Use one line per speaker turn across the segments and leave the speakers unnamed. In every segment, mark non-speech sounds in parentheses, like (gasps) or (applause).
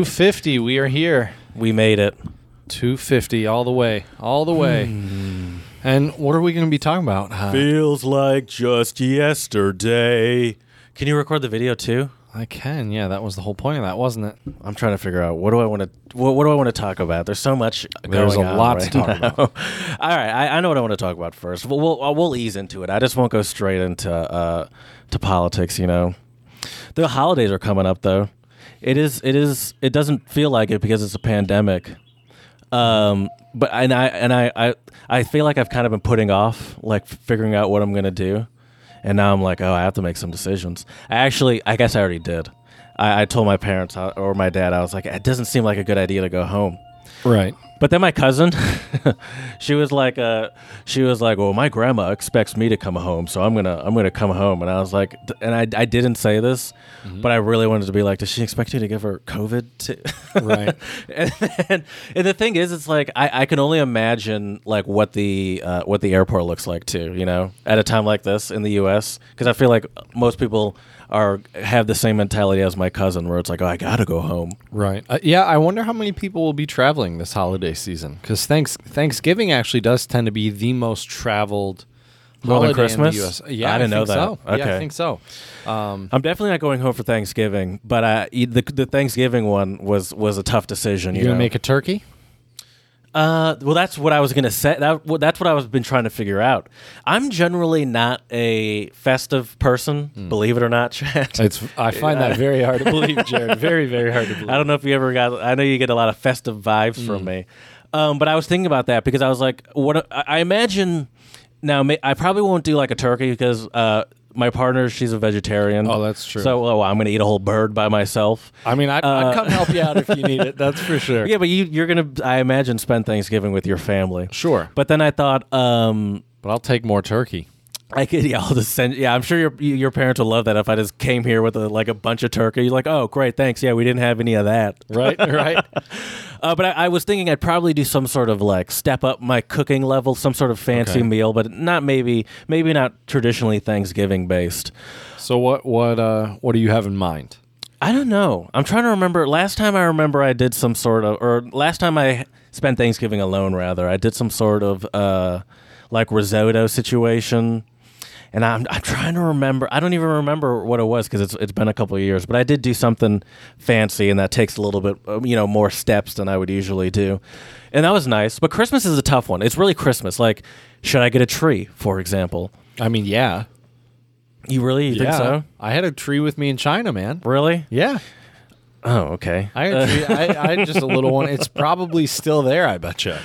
250. We are here.
We made it.
250 all the way, all the way. And what are we going to Hmm. be talking about? Uh,
Feels like just yesterday. Can you record the video too?
I can. Yeah, that was the whole point of that, wasn't it?
I'm trying to figure out what do I want to what, what do I want to talk about. There's so much.
There's
going
a
on
lot to
right
talk
now.
about.
(laughs) All right, I, I know what I want to talk about first. We'll we'll, uh, we'll ease into it. I just won't go straight into uh, to politics. You know, the holidays are coming up though. It is it is it doesn't feel like it because it's a pandemic. Um, but and I and I I I feel like I've kind of been putting off like figuring out what I'm gonna do, and now I'm like, oh, I have to make some decisions. I actually, I guess I already did. I, I told my parents uh, or my dad, I was like, it doesn't seem like a good idea to go home.
Right.
But then my cousin, (laughs) she was like, uh, she was like, well, my grandma expects me to come home, so I'm gonna, I'm gonna come home. And I was like, d- and I, I didn't say this, but I really wanted to be like, does she expect you to give her COVID (laughs) too?
Right.
and, and, and the thing is, it's like I, I can only imagine like what the uh, what the airport looks like too. You know, at a time like this in the U.S., because I feel like most people are have the same mentality as my cousin, where it's like, oh, I gotta go home.
Right. Uh, yeah, I wonder how many people will be traveling this holiday season because thanks Thanksgiving actually does tend to be the most traveled.
More than
holiday
Christmas?
In the US. Yeah,
I didn't know
think
that.
So. Yeah, I
Okay.
think so. Um,
I'm definitely not going home for Thanksgiving, but I, e, the the Thanksgiving one was was a tough decision. You
you gonna
know?
make a turkey?
Uh, well, that's what I was gonna say. That well, that's what I was been trying to figure out. I'm generally not a festive person,
Hmm.
believe it or not, (laughs) Chad.
It's. I find that very hard to believe, Jared. Very, very (laughs) hard to believe.
I don't know if you ever got. I know you get a lot of festive vibes
Hmm.
from me, um, but I was thinking about that because I was like, what? I, I imagine now. ma- I probably won't do like a turkey because uh, my partner, she's a vegetarian.
Oh, that's true.
So, oh, I'm gonna eat a whole bird by myself.
I mean, I'd, I'd come help you out if you need it. That's (laughs) for sure.
Yeah, but you, you're gonna, I imagine, spend Thanksgiving with your family.
Sure.
But then I thought, um,
But I'll take more (laughs) turkey.
I could, (laughs) yeah, I'll just send. Yeah, I'm sure your your parents would love that if I just came here with a, like a bunch of turkey. You're like, oh, great, thanks. Yeah, we didn't have any of that.
Right. Right.
Uh, but I, I was thinking I'd probably do some sort of like step up my cooking level, some sort of fancy
Okay.
meal, but not maybe, maybe not traditionally Thanksgiving based.
so what? What? Uh, what do you have in mind?
I don't know. I'm trying to remember. Last time I remember, I did some sort of, or last time I spent Thanksgiving alone, rather, I did some sort of uh, like risotto situation. And I'm, I'm trying to remember. I don't even remember what it was because it's, it's been a couple of years. But I did do something fancy, and that takes a little bit, um, you know, more steps than I would usually do. And that was nice. But Christmas is a tough one. It's really Christmas. Like, should I get a tree, for example?
I mean, yeah.
You really you think so?
I had a tree with me in China, man.
Really?
Yeah.
Oh, okay.
I had, a tree, I, I had just a little one. It's probably still there, I bet you.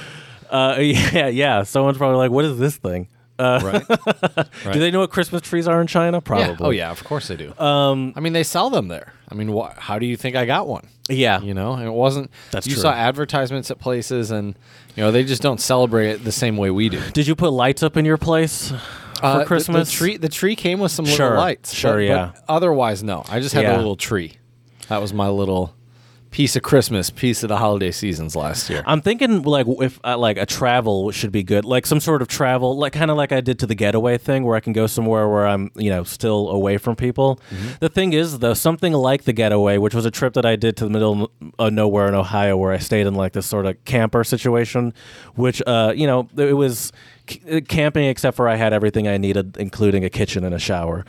Uh, (laughs) yeah, yeah. Someone's probably like, "What is this thing?" Uh,
(laughs) Right? Right.
Do they know what Christmas trees are in China? Probably.
Yeah. Oh, yeah, of course they do. Um, I mean, they sell them there. I mean, wh- how do you think I got one?
Yeah.
You know, and it wasn't.
That's
you
true.
saw advertisements at places, and, you know, they just don't celebrate it the same way we do.
Did you put lights up in your place
Uh,
for
the-
Christmas?
The, tree, the tree came with some
Sure,
little lights.
sure, yeah.
otherwise, no. I just had a
Yeah.
little tree. That was my little piece of Christmas, piece of the holiday seasons last year.
I'm thinking like if uh, like a travel should be good, like some sort of travel, like kind of like I did to the getaway thing, where I can go somewhere where I'm you know still away from people. The thing is though, something like the getaway, which was a trip that I did to the middle of nowhere in Ohio, where I stayed in like this sort of camper situation, which uh you know it was c- uh, camping except for I had everything I needed, including a kitchen and a shower.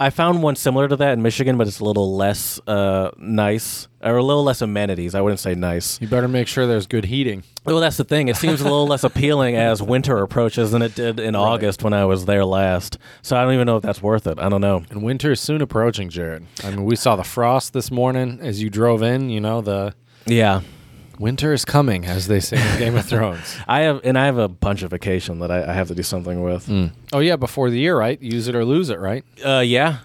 I found one similar to that in Michigan, but it's a little less uh, nice or a little less amenities. I wouldn't say nice.
you better make sure there's good heating.
Well, that's the thing. It seems a little less appealing as winter approaches than it did in August when I was there last. So I don't even know if that's worth it. I don't know.
And winter is soon approaching, Jared. I mean, we saw the frost this morning as you drove in. You know, the
Yeah.
winter is coming, as they say in
(laughs)
Game of Thrones.
I have, and I have a bunch of vacation that I, I have to do something with.
Oh yeah, before the year, right? Use it or lose it, right?
Uh, yeah,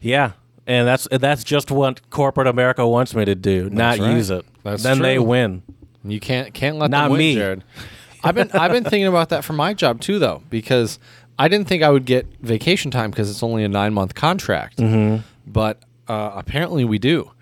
yeah, and that's that's just what corporate America wants me to do. not
right.
use it.
That's
then they
true.
win.
You can't can't let
Not
them win,
me.
Jared. I've been I've been thinking about that for my job too, though, because I didn't think I would get vacation time because it's only a nine month contract.
Mm-hmm.
But uh, apparently we do.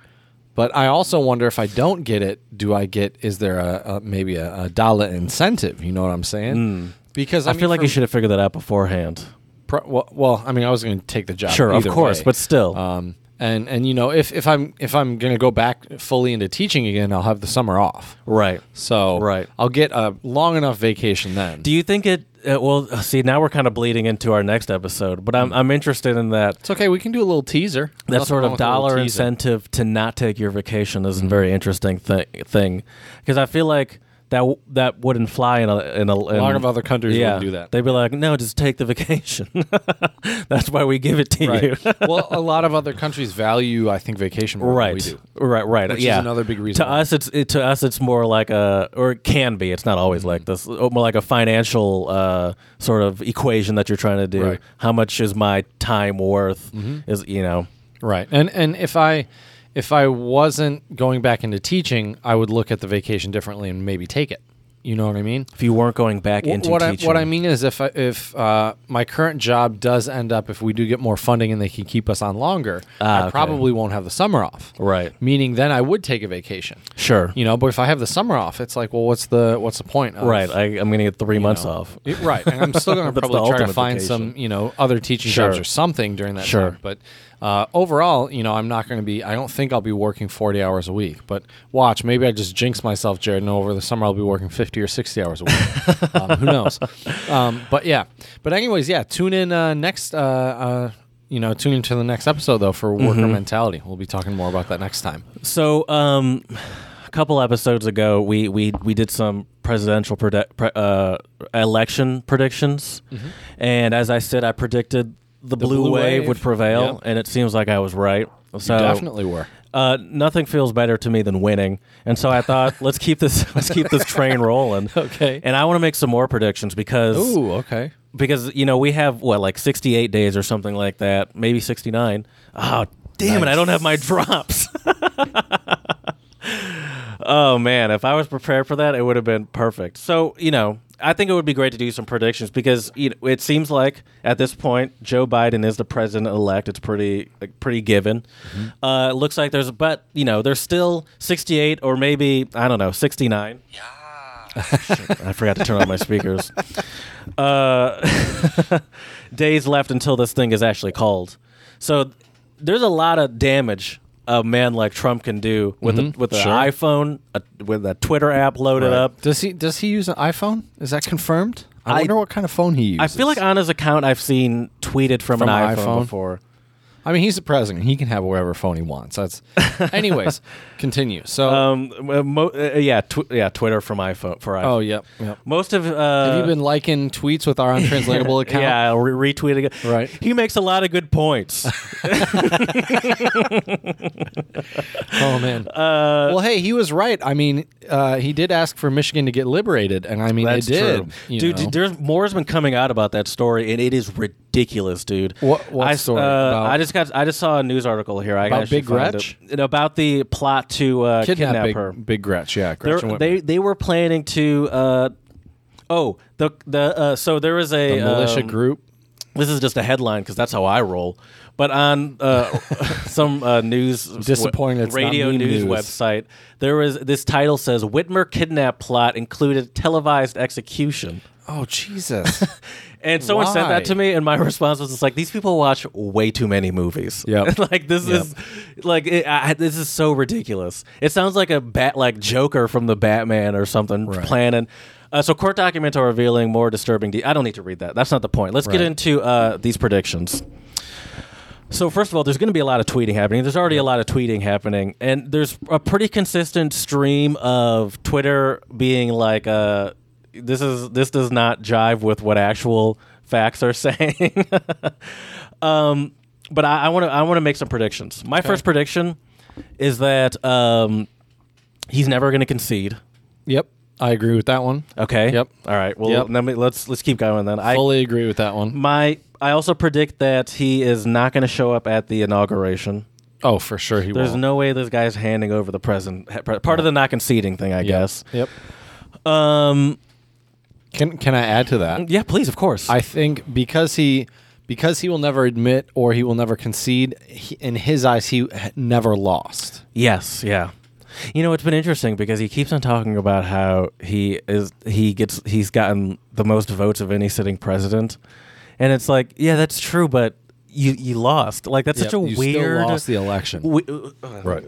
But I also wonder if I don't get it, do I get? Is there a, a maybe a, a dollar incentive? You know what I'm saying? Because I,
Hmm. I,
mean,
feel like
for-
you should have figured that out beforehand.
Pro- well, well, I mean, I was going to take the job.
Sure, of
either
course,
way.
but still.
Um, and and you know if if I'm if I'm gonna go back fully into teaching again, I'll have the summer off.
Right.
So
Right.
I'll get a long enough vacation then.
Do you think it? Uh, well, see, now we're kind of bleeding into our next episode, but
Mm.
I'm I'm interested in that.
it's okay. We can do a little teaser.
That
Nothing
sort
wrong
of
with a little
dollar
teaser.
incentive to not take your vacation is a very interesting thi- thing because I feel like that w- that wouldn't fly in a in a, in,
A lot of other countries
yeah,
wouldn't do that.
They'd be like, no, just take the vacation. (laughs) That's why we give it to you.
right. well, a lot of other countries value, I think, vacation more
right
than (laughs) we do.
right right
Which is
yeah
another big reason
to
why.
us it's it, to us it's more like a or it can be it's not always
Mm-hmm.
like this oh, more like a financial uh, sort of equation that you're trying to do
Right. Mm-hmm.
how much is my time worth is you know
Right. And and if I if I wasn't going back into teaching, I would look at the vacation differently and maybe take it. You know what I mean?
if you weren't going back into
what
teaching
I, what I mean is if I, if uh, my current job does end up if we do get more funding and they can keep us on longer,
Ah,
I
okay.
probably won't have the summer off.
Right.
Meaning then I would take a vacation.
sure
You know, but if I have the summer off, it's like, well, what's the what's the point? Of,
right I, i'm gonna get three months
know,
off
It- right. And I'm
(laughs)
still going to
That's the
probably try to
ultimate
find
vacation.
some, you know, other teaching
Sure.
jobs or something during that
Sure.
time. But uh, overall, you know, I'm not going to be, I don't think I'll be working 40 hours a week. But watch, maybe I just jinx myself, Jared, and over the summer I'll be working 50 or 60 hours a
(laughs)
week. um, who knows? Um, but yeah. But, anyways, yeah, tune in uh, next. Uh, uh, you know, tune into the next episode though for worker
Mm-hmm.
mentality. We'll be talking more about that next time.
So, um, a couple episodes ago, we we we did some presidential predict pre- uh, election predictions, and as I said, I predicted the, blue,
Mm-hmm. blue
wave,
wave.
would prevail,
Yep.
and it seems like I was right. So
Definitely were.
Uh, nothing feels better to me than winning, and so I thought, let's keep this (laughs) let's keep this train rolling.
(laughs) Okay.
And I want to make some more predictions because
Ooh, okay.
because you know we have what like 68 days or something like that maybe 69 oh damn it i don't have my drops (laughs) oh man if i was prepared for that it would have been perfect so you know i think it would be great to do some predictions because you know, it seems like at this point joe biden is the president-elect it's pretty like, pretty given uh, it looks like there's but you know there's still 68 or maybe i don't know 69 I forgot to turn on my speakers. Uh, (laughs) days left until this thing is actually called. So there's a lot of damage a man like Trump can do with a, with
Mm-hmm. Sure.
an iPhone, a, with a Twitter app loaded up.
Does he does he use an iPhone? Is that confirmed? I,
I-
wonder what kind of phone he uses.
I feel like Anna's account I've seen tweeted from,
From
an
an
iPhone,
iPhone?
before.
I mean, he's the president. He can have whatever phone he wants.
(laughs)
That's, anyways, continue. So,
Um, uh, mo- uh, yeah, tw- yeah, Twitter from iPhone for iPhone.
oh yep, yep.
Most of uh,
Have you been liking tweets with our
(laughs)
untranslatable account?
Yeah, re- retweeting it.
Right.
He makes a lot of
(laughs)
good points.
Oh man. Uh, well, hey, he was right. I mean, uh, he did ask for Michigan to get liberated, and I mean,
That's
it did.
true,
you
dude.
know.
There's more has been coming out about that story, and it is ridiculous, dude.
What- what
I, s-
story?
uh,
About-
I just got. I just saw a news article here. I
About
actually
Big
found
Gretch?
It. And about the plot to uh, kidnap,
Kidnap big,
her.
big Gretch. Yeah,
They're-
Gretchen
They
Whitmer.
they were planning to. Uh, oh, the the uh, so there was a
The militia
um,
group.
This is just a headline because that's how I roll. But on
(laughs)
uh, (laughs) some uh, news
Disappointed it's not
radio
meme
news,
news.
website, there was this title says Whitmer kidnap plot included televised execution.
Oh
(laughs)
Jesus.
And someone sent
Why?
that to me, and my (laughs) response was just like, "These people watch way too many movies.
Yep.
(laughs) like this is, like it, I, this is so ridiculous. It sounds like a bat, like Joker from the Batman or something planning." Uh, so court documents are revealing more disturbing. De- I don't need to read that. That's not the point. Let's get
Right.
into uh, these predictions. So first of all, there's going to be a lot of tweeting happening. There's already a lot of tweeting happening, and there's a pretty consistent stream of Twitter being like, uh, "This is this does not jive with what actual facts are (laughs) saying." um, but I want to I want to make some predictions. My first prediction is that um, he's never going to concede.
yep, I agree with that one.
Okay.
Yep.
All right. Well,
Yep.
let me, let's let's keep going then. I
Fully agree with that one.
my I also predict that he is not going to show up at the inauguration.
Oh, for sure he
There's
won't.
no way this guy's handing over the present part of the not conceding thing, I guess.
Yep.
Um,
Can Can I add to that?
yeah, please, of course.
I think because he because he will never admit or he will never concede. He, in his eyes, he h- never lost.
yes, yeah. You know, it's been interesting because he keeps on talking about how he is he gets he's gotten the most votes of any sitting president, and it's like, yeah, that's true, but. you you lost. Like that's such a
you
weird.
still lost the election.
we-
right.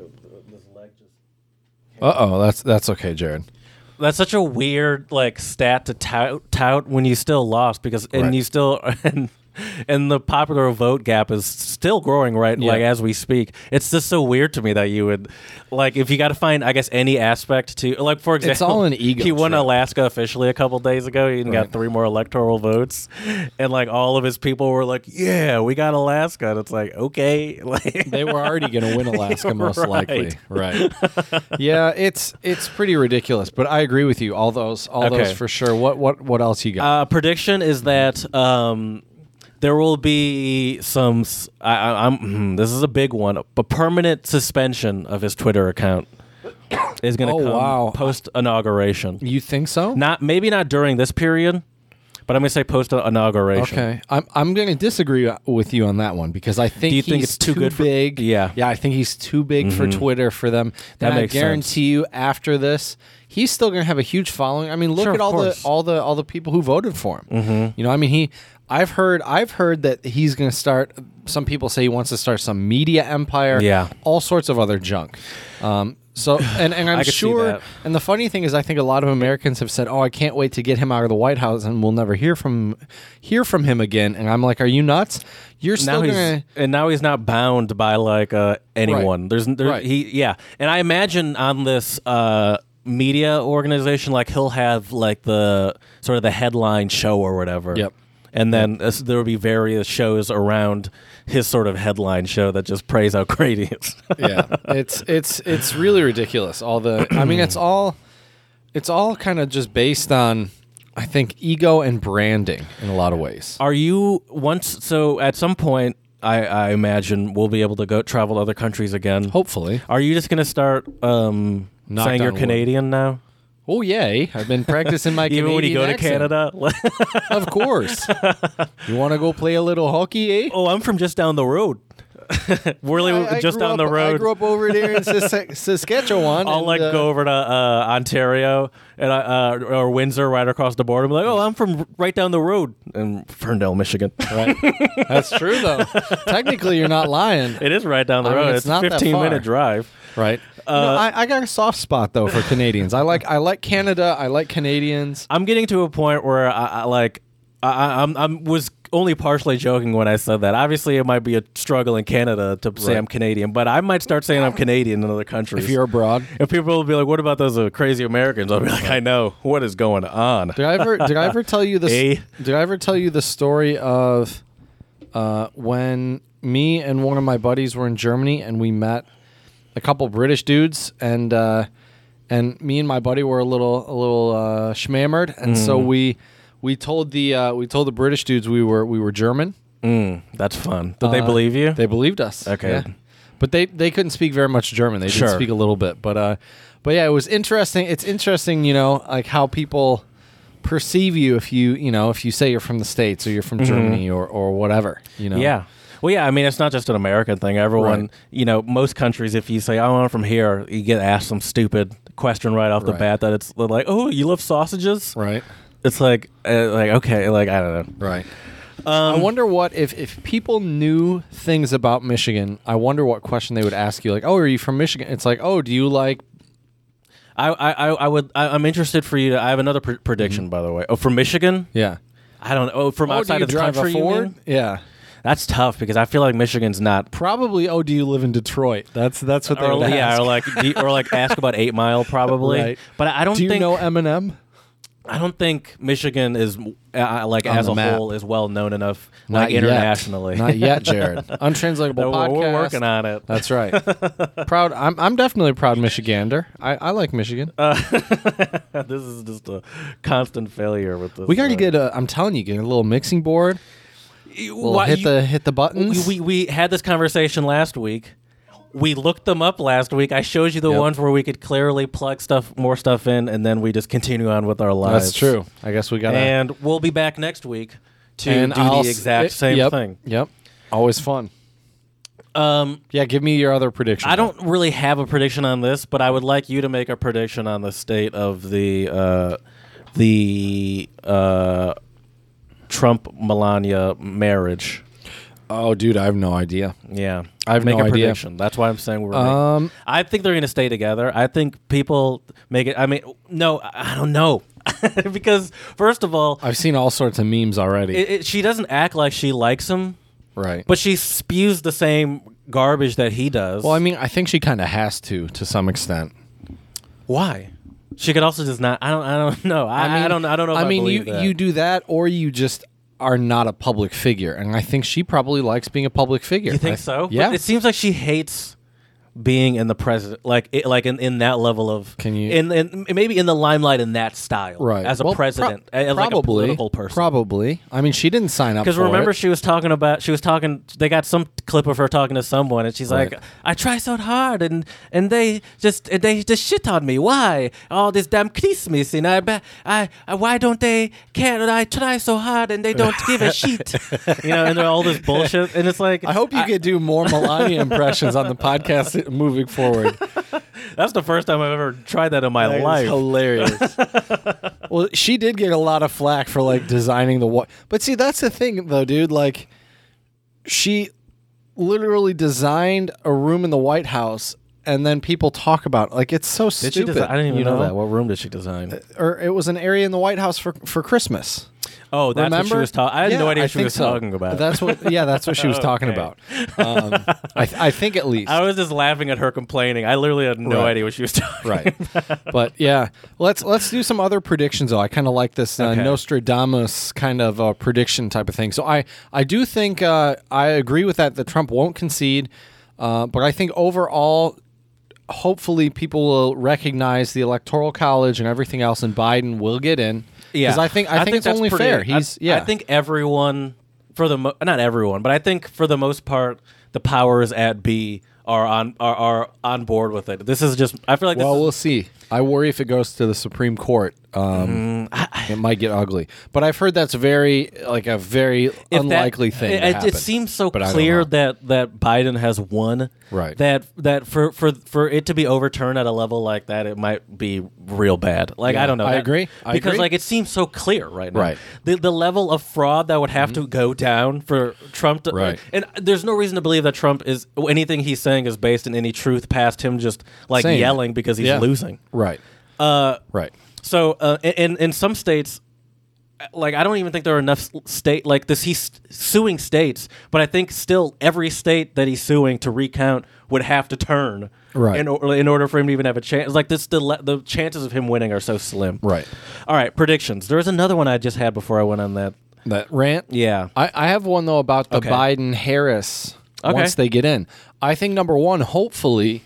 Uh oh, that's that's okay, Jared.
that's such a weird like stat to tout tout when you still lost because and
Right.
you still (laughs) and and the popular vote gap is still growing right
Yeah.
like as we speak it's just so weird to me that you would like if you got to find i guess any aspect to like for example
all an ego
(laughs) he won
trip.
alaska officially a couple days ago he even got
Right.
three more electoral votes and like all of his people were like yeah we got alaska and it's like okay (laughs) like
They were already going (laughs) to win Alaska, most
Right.
likely. Right. (laughs) yeah, it's it's pretty ridiculous, but I agree with you. All those, all those
Okay.
for sure. What what what else you got?
Uh, prediction is
Mm-hmm.
that um, there will be some. s- I, I, am Hmm, this is a big one. But permanent suspension of his Twitter account is going to
Oh,
come
wow.
post inauguration.
you think so?
Not maybe not during this period, but I'm going to say post inauguration.
Okay, I'm I'm going to disagree uh, with you on that one because I think
Do you think
he's
it's too good for-
big.
Yeah. Mm-hmm.
yeah, I think he's too big for Twitter for them.
That
and
makes
I guarantee you, after this, he's still going to have a huge following. I mean, look
Sure,
at
of
all
course. Mm-hmm.
the all the all the people who voted for him. You know, I mean, he. I've heard I've heard that he's going to start. Some people say he wants to start some media empire.
Yeah.
all sorts of other junk. Um, so and and I'm
(laughs) I could see
sure.
that.
And the funny thing is, I think a lot of Americans have said, "Oh, I can't wait to get him out of the White House, and we'll never hear from hear from him again." And I'm like, "Are you nuts? You're
Now
still
he's (laughs)
gonna."
and now he's not bound by like uh, anyone. There's there,
Right.
he yeah, and I imagine on this uh, media organization like he'll have like the sort of the headline show or whatever.
Yep.
And then uh, there will be various shows around his sort of headline show that just praise how great he is. (laughs)
yeah, it's it's it's really ridiculous. All the, I mean,
(clears throat)
it's all, it's all kind of just based on, I think, ego and branding in a lot of ways.
Are you once so at some point? I, I imagine we'll be able to go travel to other countries again.
Hopefully,
Are you just gonna start um,
Knock
saying you're
on wood.
Canadian now?
oh yay! I've been practicing my
(laughs) Even when you go
Canadian
to
accent.
Canada? (laughs)
of course. you want to go play a little hockey, eh?
Oh, I'm from just down the road.
(laughs)
We're li-
I- I
Oh, just
grew
down the
up- I
road.
grew up over there in Sas- (laughs) Saskatchewan.
I'll
and,
like
uh,
go over to uh, Ontario and I, uh, or Windsor, right across the border. I'm like, oh, I'm from right down the road in Ferndale, Michigan.
Right. That's true though. Technically, you're not lying.
(laughs) it is right down the
I mean,
road.
it's
it's
not
a
that
15 minute
far.
drive.
Right. no, I, I got a soft spot though for Canadians. I like I like Canada. I like Canadians.
I'm getting to a point where I, I like I, I- I'm I'm was only partially joking when I said that. Obviously, it might be a struggle in Canada to say
Right.
I'm Canadian, but I might start saying I'm Canadian in other countries.
If
(laughs)
you're abroad,
and people will be like, "What about those uh, crazy Americans?" I'll be like, "I know what is going on."
did I ever did I ever tell you (laughs) this?
Eh?
Did I ever tell you the story of uh, when me and one of my buddies were in Germany and we met a couple British dudes and uh, and me and my buddy were a little a little uh, schmammered and so we we told the uh, we told the British dudes we were we were German.
Mm, that's fun. Did they
Uh,
believe you?
They believed us.
Okay.
yeah. But they, they couldn't speak very much German. They
Sure.
did speak a little bit, but uh, but yeah, it was interesting. It's interesting, you know, like how people perceive you if you you know if you say you're from the states or you're from Germany or or whatever. You know.
Mm-hmm. yeah. Well, yeah. I mean, it's not just an American thing. Everyone,
Right.
you know, most countries, if you say, "Oh, I'm from here," you get asked some stupid question right off the
Right.
bat that it's like, "Oh, you love sausages?"
Right.
It's like, uh, like okay, like I don't know.
Right. I
Um,
wonder what if if people knew things about Michigan. I wonder what question they would ask you. Like, oh, are you from Michigan? It's like, oh, do you like?
I, I, I I would. I, I'm interested for you. To, I have another pr- prediction, by the way. Oh, from Michigan?
Yeah.
I don't. Oh, from
oh, do
outside
you
of the
drive
country.
a
you
Ford?
mean?
Yeah.
That's tough because I feel like Michigan's not. Pr-
Probably. Oh, do you live in Detroit? That's that's what they
or,
would ask.
(laughs) yeah, or like, do you- or like, ask about Eight Mile
(laughs)
probably.
Right.
But I don't
Do you
think
know Eminem?
I don't think Michigan is uh, like
On
as
the
a
map.
whole is well known enough like internationally.
Not
(laughs)
yet, Jared. Untranslatable
No, we're-
podcast.
we're working on it.
That's right.
(laughs)
proud. I'm, I'm definitely a proud Michigander. I, I like Michigan.
(laughs) this is just a constant failure with this.
Uh, we got to
uh,
get a. I'm telling you, get a little mixing board.
you-
We'll
why-
hit
you-
the hit the buttons.
We, we we had this conversation last week. We looked them up last week. I showed you the
Yep.
ones where we could clearly plug stuff, more stuff in, and then we just continue on with our lives.
That's true. I guess we got to.
And we'll be back next week to do
I'll s-
the exact
it-
same
yep,
thing.
Yep. Always fun.
Um,
Yeah. Give me your other prediction.
I don't really have a prediction on this, but I would like you to make a prediction on the state of the uh, the uh, Trump Melania marriage.
Oh, dude, I have no idea.
Yeah,
I have
make
no
a
idea.
prediction. That's why I'm saying we're. right.
Um,
I think they're going to stay together. I think people make it. I mean, no, I I don't know, (laughs) because first of all,
I've seen all sorts of memes already.
it, it, she doesn't act like she likes him,
right.
but she spews the same garbage that he does.
well, I mean, I think she kind of has to to some extent.
why? She could also just not. I don't. I don't (laughs) know. I, I don't. I don't know. If I,
mean,
believe
you
that.
you do that, or you just are not a public figure, and I think she probably likes being a public figure.
You think
I-
so? But
Yeah.
it seems like she hates being in the present, like it, like in, in that level of
Can you-
in, in maybe in the limelight in that style,
right
As a
Well, pro-
president, as like a political person.
Probably. I mean, she didn't sign up
Because
for
remember,
it.
she was talking about she was talking. They got some clip of her talking to someone, and she's
Right.
like, "I try so hard, and and they just and they just shit on me. Why all this damn Christmas? And I, ba- I, I why don't they care? And I try so hard, and they don't give a shit. You know, and they're all this bullshit. And it's like,
I hope you could do more Melania impressions on the podcast
(laughs)
moving forward.
That's the first time I've ever tried that in my
That is
life.
hilarious.
(laughs)
well, she did get a lot of flack for like designing the wa- But see, that's the thing though, dude. Like, she literally designed a room in the White House, and then people talk about it. like it's so
Did she
stupid.
design? I didn't even
you Uh,
know, that. What room did she design?
Or it was an area in the White House for for Christmas.
oh, that's
Remember?
what she was talking. I had no
Yeah,
idea she
think
was
so.
talking about.
That's what. Yeah, that's what she was
(laughs)
talking about. Um, I, th- I think at least.
I was just laughing at her complaining. I literally had no
Right.
idea what she was (laughs) talking.
right but yeah let's let's do some other predictions though i kind of like this uh,
Okay.
nostradamus kind of uh, prediction type of thing so i i do think uh, i agree with that that trump won't concede uh, but i think overall hopefully people will recognize the electoral college and everything else and biden will get in
Yeah,
because i think i, think, it's
that's
only
pretty-
fair
I-
he's yeah
I think everyone for the mo- not everyone, but I think for the most part, the powers at B are on are, are on board with it. This is just. I feel like this
well
is
we'll see i worry if it goes to the supreme court
Mm,
um, it might get ugly but i've heard that's very like a very
if that-
unlikely thing
It,
to
it- it
happen.
seems so
But I don't
clear
know.
that that Biden has won.
Right.
That that for for for it to be overturned at a level like that, it might be real bad. Like
Yeah,
I don't know.
I
That-
agree. I
because
agree.
like it seems so clear right now.
Right. Mm-hmm.
The the level of fraud that would have to go down for Trump to
Right.
and there's no reason to believe that Trump is anything he's saying is based in any truth past him just like
Same.
yelling because he's
Yeah.
losing.
Right.
Uh
Right.
so uh, in in some states, like I don't even think there are enough s- state like this. He's suing states, but I think still every state that he's suing to recount would have to turn
Right.
in, or, in order for him to even have a chance. Like this, the le- the chances of him winning are so slim.
Right.
All right, predictions. There was another one I just had before I went on that.
That rant.
Yeah.
I, I have one though about the
Okay.
Biden Harris
Okay.
once they get in. I think number one, hopefully,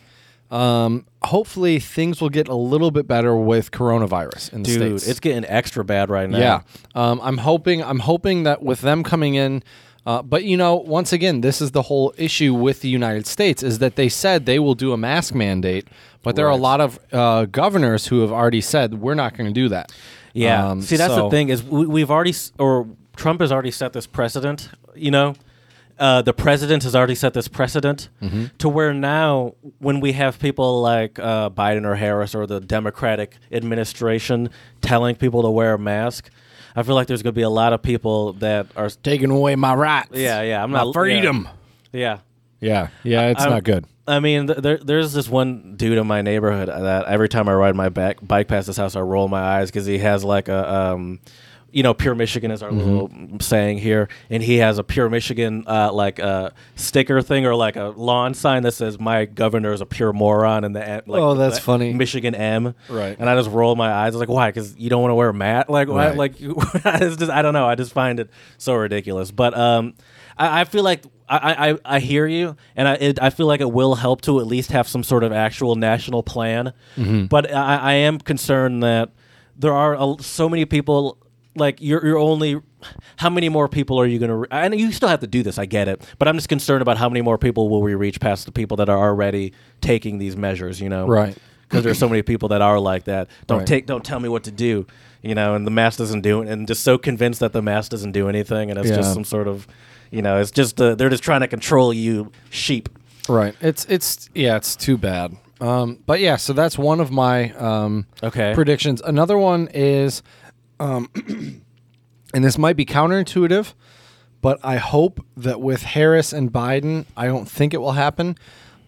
um, hopefully things will get a little bit better with coronavirus in the
Dude,
states.
it's getting extra bad right now.
yeah. Um, I'm hoping I'm hoping that with them coming in. Uh, but you know, once again, this is the whole issue with the United States is that they said they will do a mask mandate, but there are a lot of uh, governors who have already said we're not going to do that.
Yeah.
Um,
See, that's
so-
the thing is we, we've already s- or Trump has already set this precedent. You know, uh, the president has already set this precedent to where now when we have people like uh, Biden or Harris or the Democratic administration telling people to wear a mask, I feel like there's going to be a lot of people that are.
taking away my rights.
Yeah, yeah, I'm
my
not-
freedom.
Yeah.
Yeah, yeah, it's
I'm-
not good.
I mean, th- there, there's this one dude in my neighborhood that every time I ride my back, bike past his house, I roll my eyes because he has like a, um, you know, pure Michigan is our
Mm-hmm.
little saying here, and he has a pure Michigan uh, like uh, sticker thing or like a lawn sign that says "My governor is a pure moron," and the M- like,
Oh, that's
the
funny.
Michigan M.
Right.
And I just roll my eyes. I was like, why? Because you don't want to wear a mat? Like, why?
Right.
Like, (laughs) it's just, I don't know. I just find it so ridiculous. But um, I, I feel like I, I, I hear you, and I it, I feel like it will help to at least have some sort of actual national plan.
Mm-hmm.
But I, I am concerned that there are a, so many people. Like you're, you're only, how many more people are you gonna? Re- and you still have to do this. I get it, but I'm just concerned about how many more people will we reach past the people that are already taking these measures. You know,
Right.
because there's
(clears throat)
so many people that are like that. Don't
Right.
take, don't tell me what to do, you know. And the mask doesn't do, it, and just so convinced that the mask doesn't do anything, and it's
Yeah.
just some sort of, you know, it's just uh, they're just trying to control you, sheep.
Right. It's it's yeah, it's too bad. Um, but yeah, so that's one of my um,
Okay.
predictions. (clears throat) Another one is, um, and this might be counterintuitive, But I hope that with Harris and Biden, I don't think it will happen,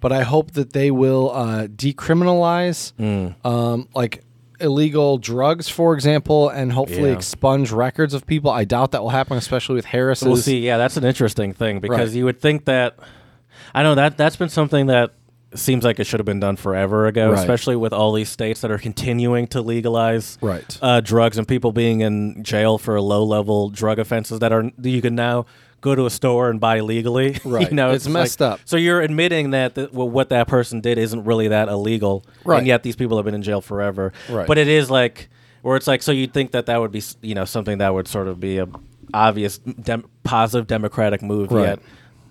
but I hope that they will uh, decriminalize
Hmm.
um, like illegal drugs, for example, and hopefully
Yeah.
expunge records of people. I doubt that will happen, especially with Harris.
We'll see. Yeah, that's an interesting thing because
Right.
you would think that I know that that's been something that seems like it should have been done forever ago,
Right.
especially with all these states that are continuing to legalize
Right.
uh, drugs and people being in jail for low level drug offenses that are that you can now go to a store and buy legally. (laughs)
Right.
you know,
It's messed
like-
up.
So you're admitting that the, well, what that person did isn't really that illegal,
Right.
and yet these people have been in jail forever.
Right.
But it is like where it's like so you'd think that that would be s- you know something that would sort of be a obvious dem- positive democratic move
Right.
yet.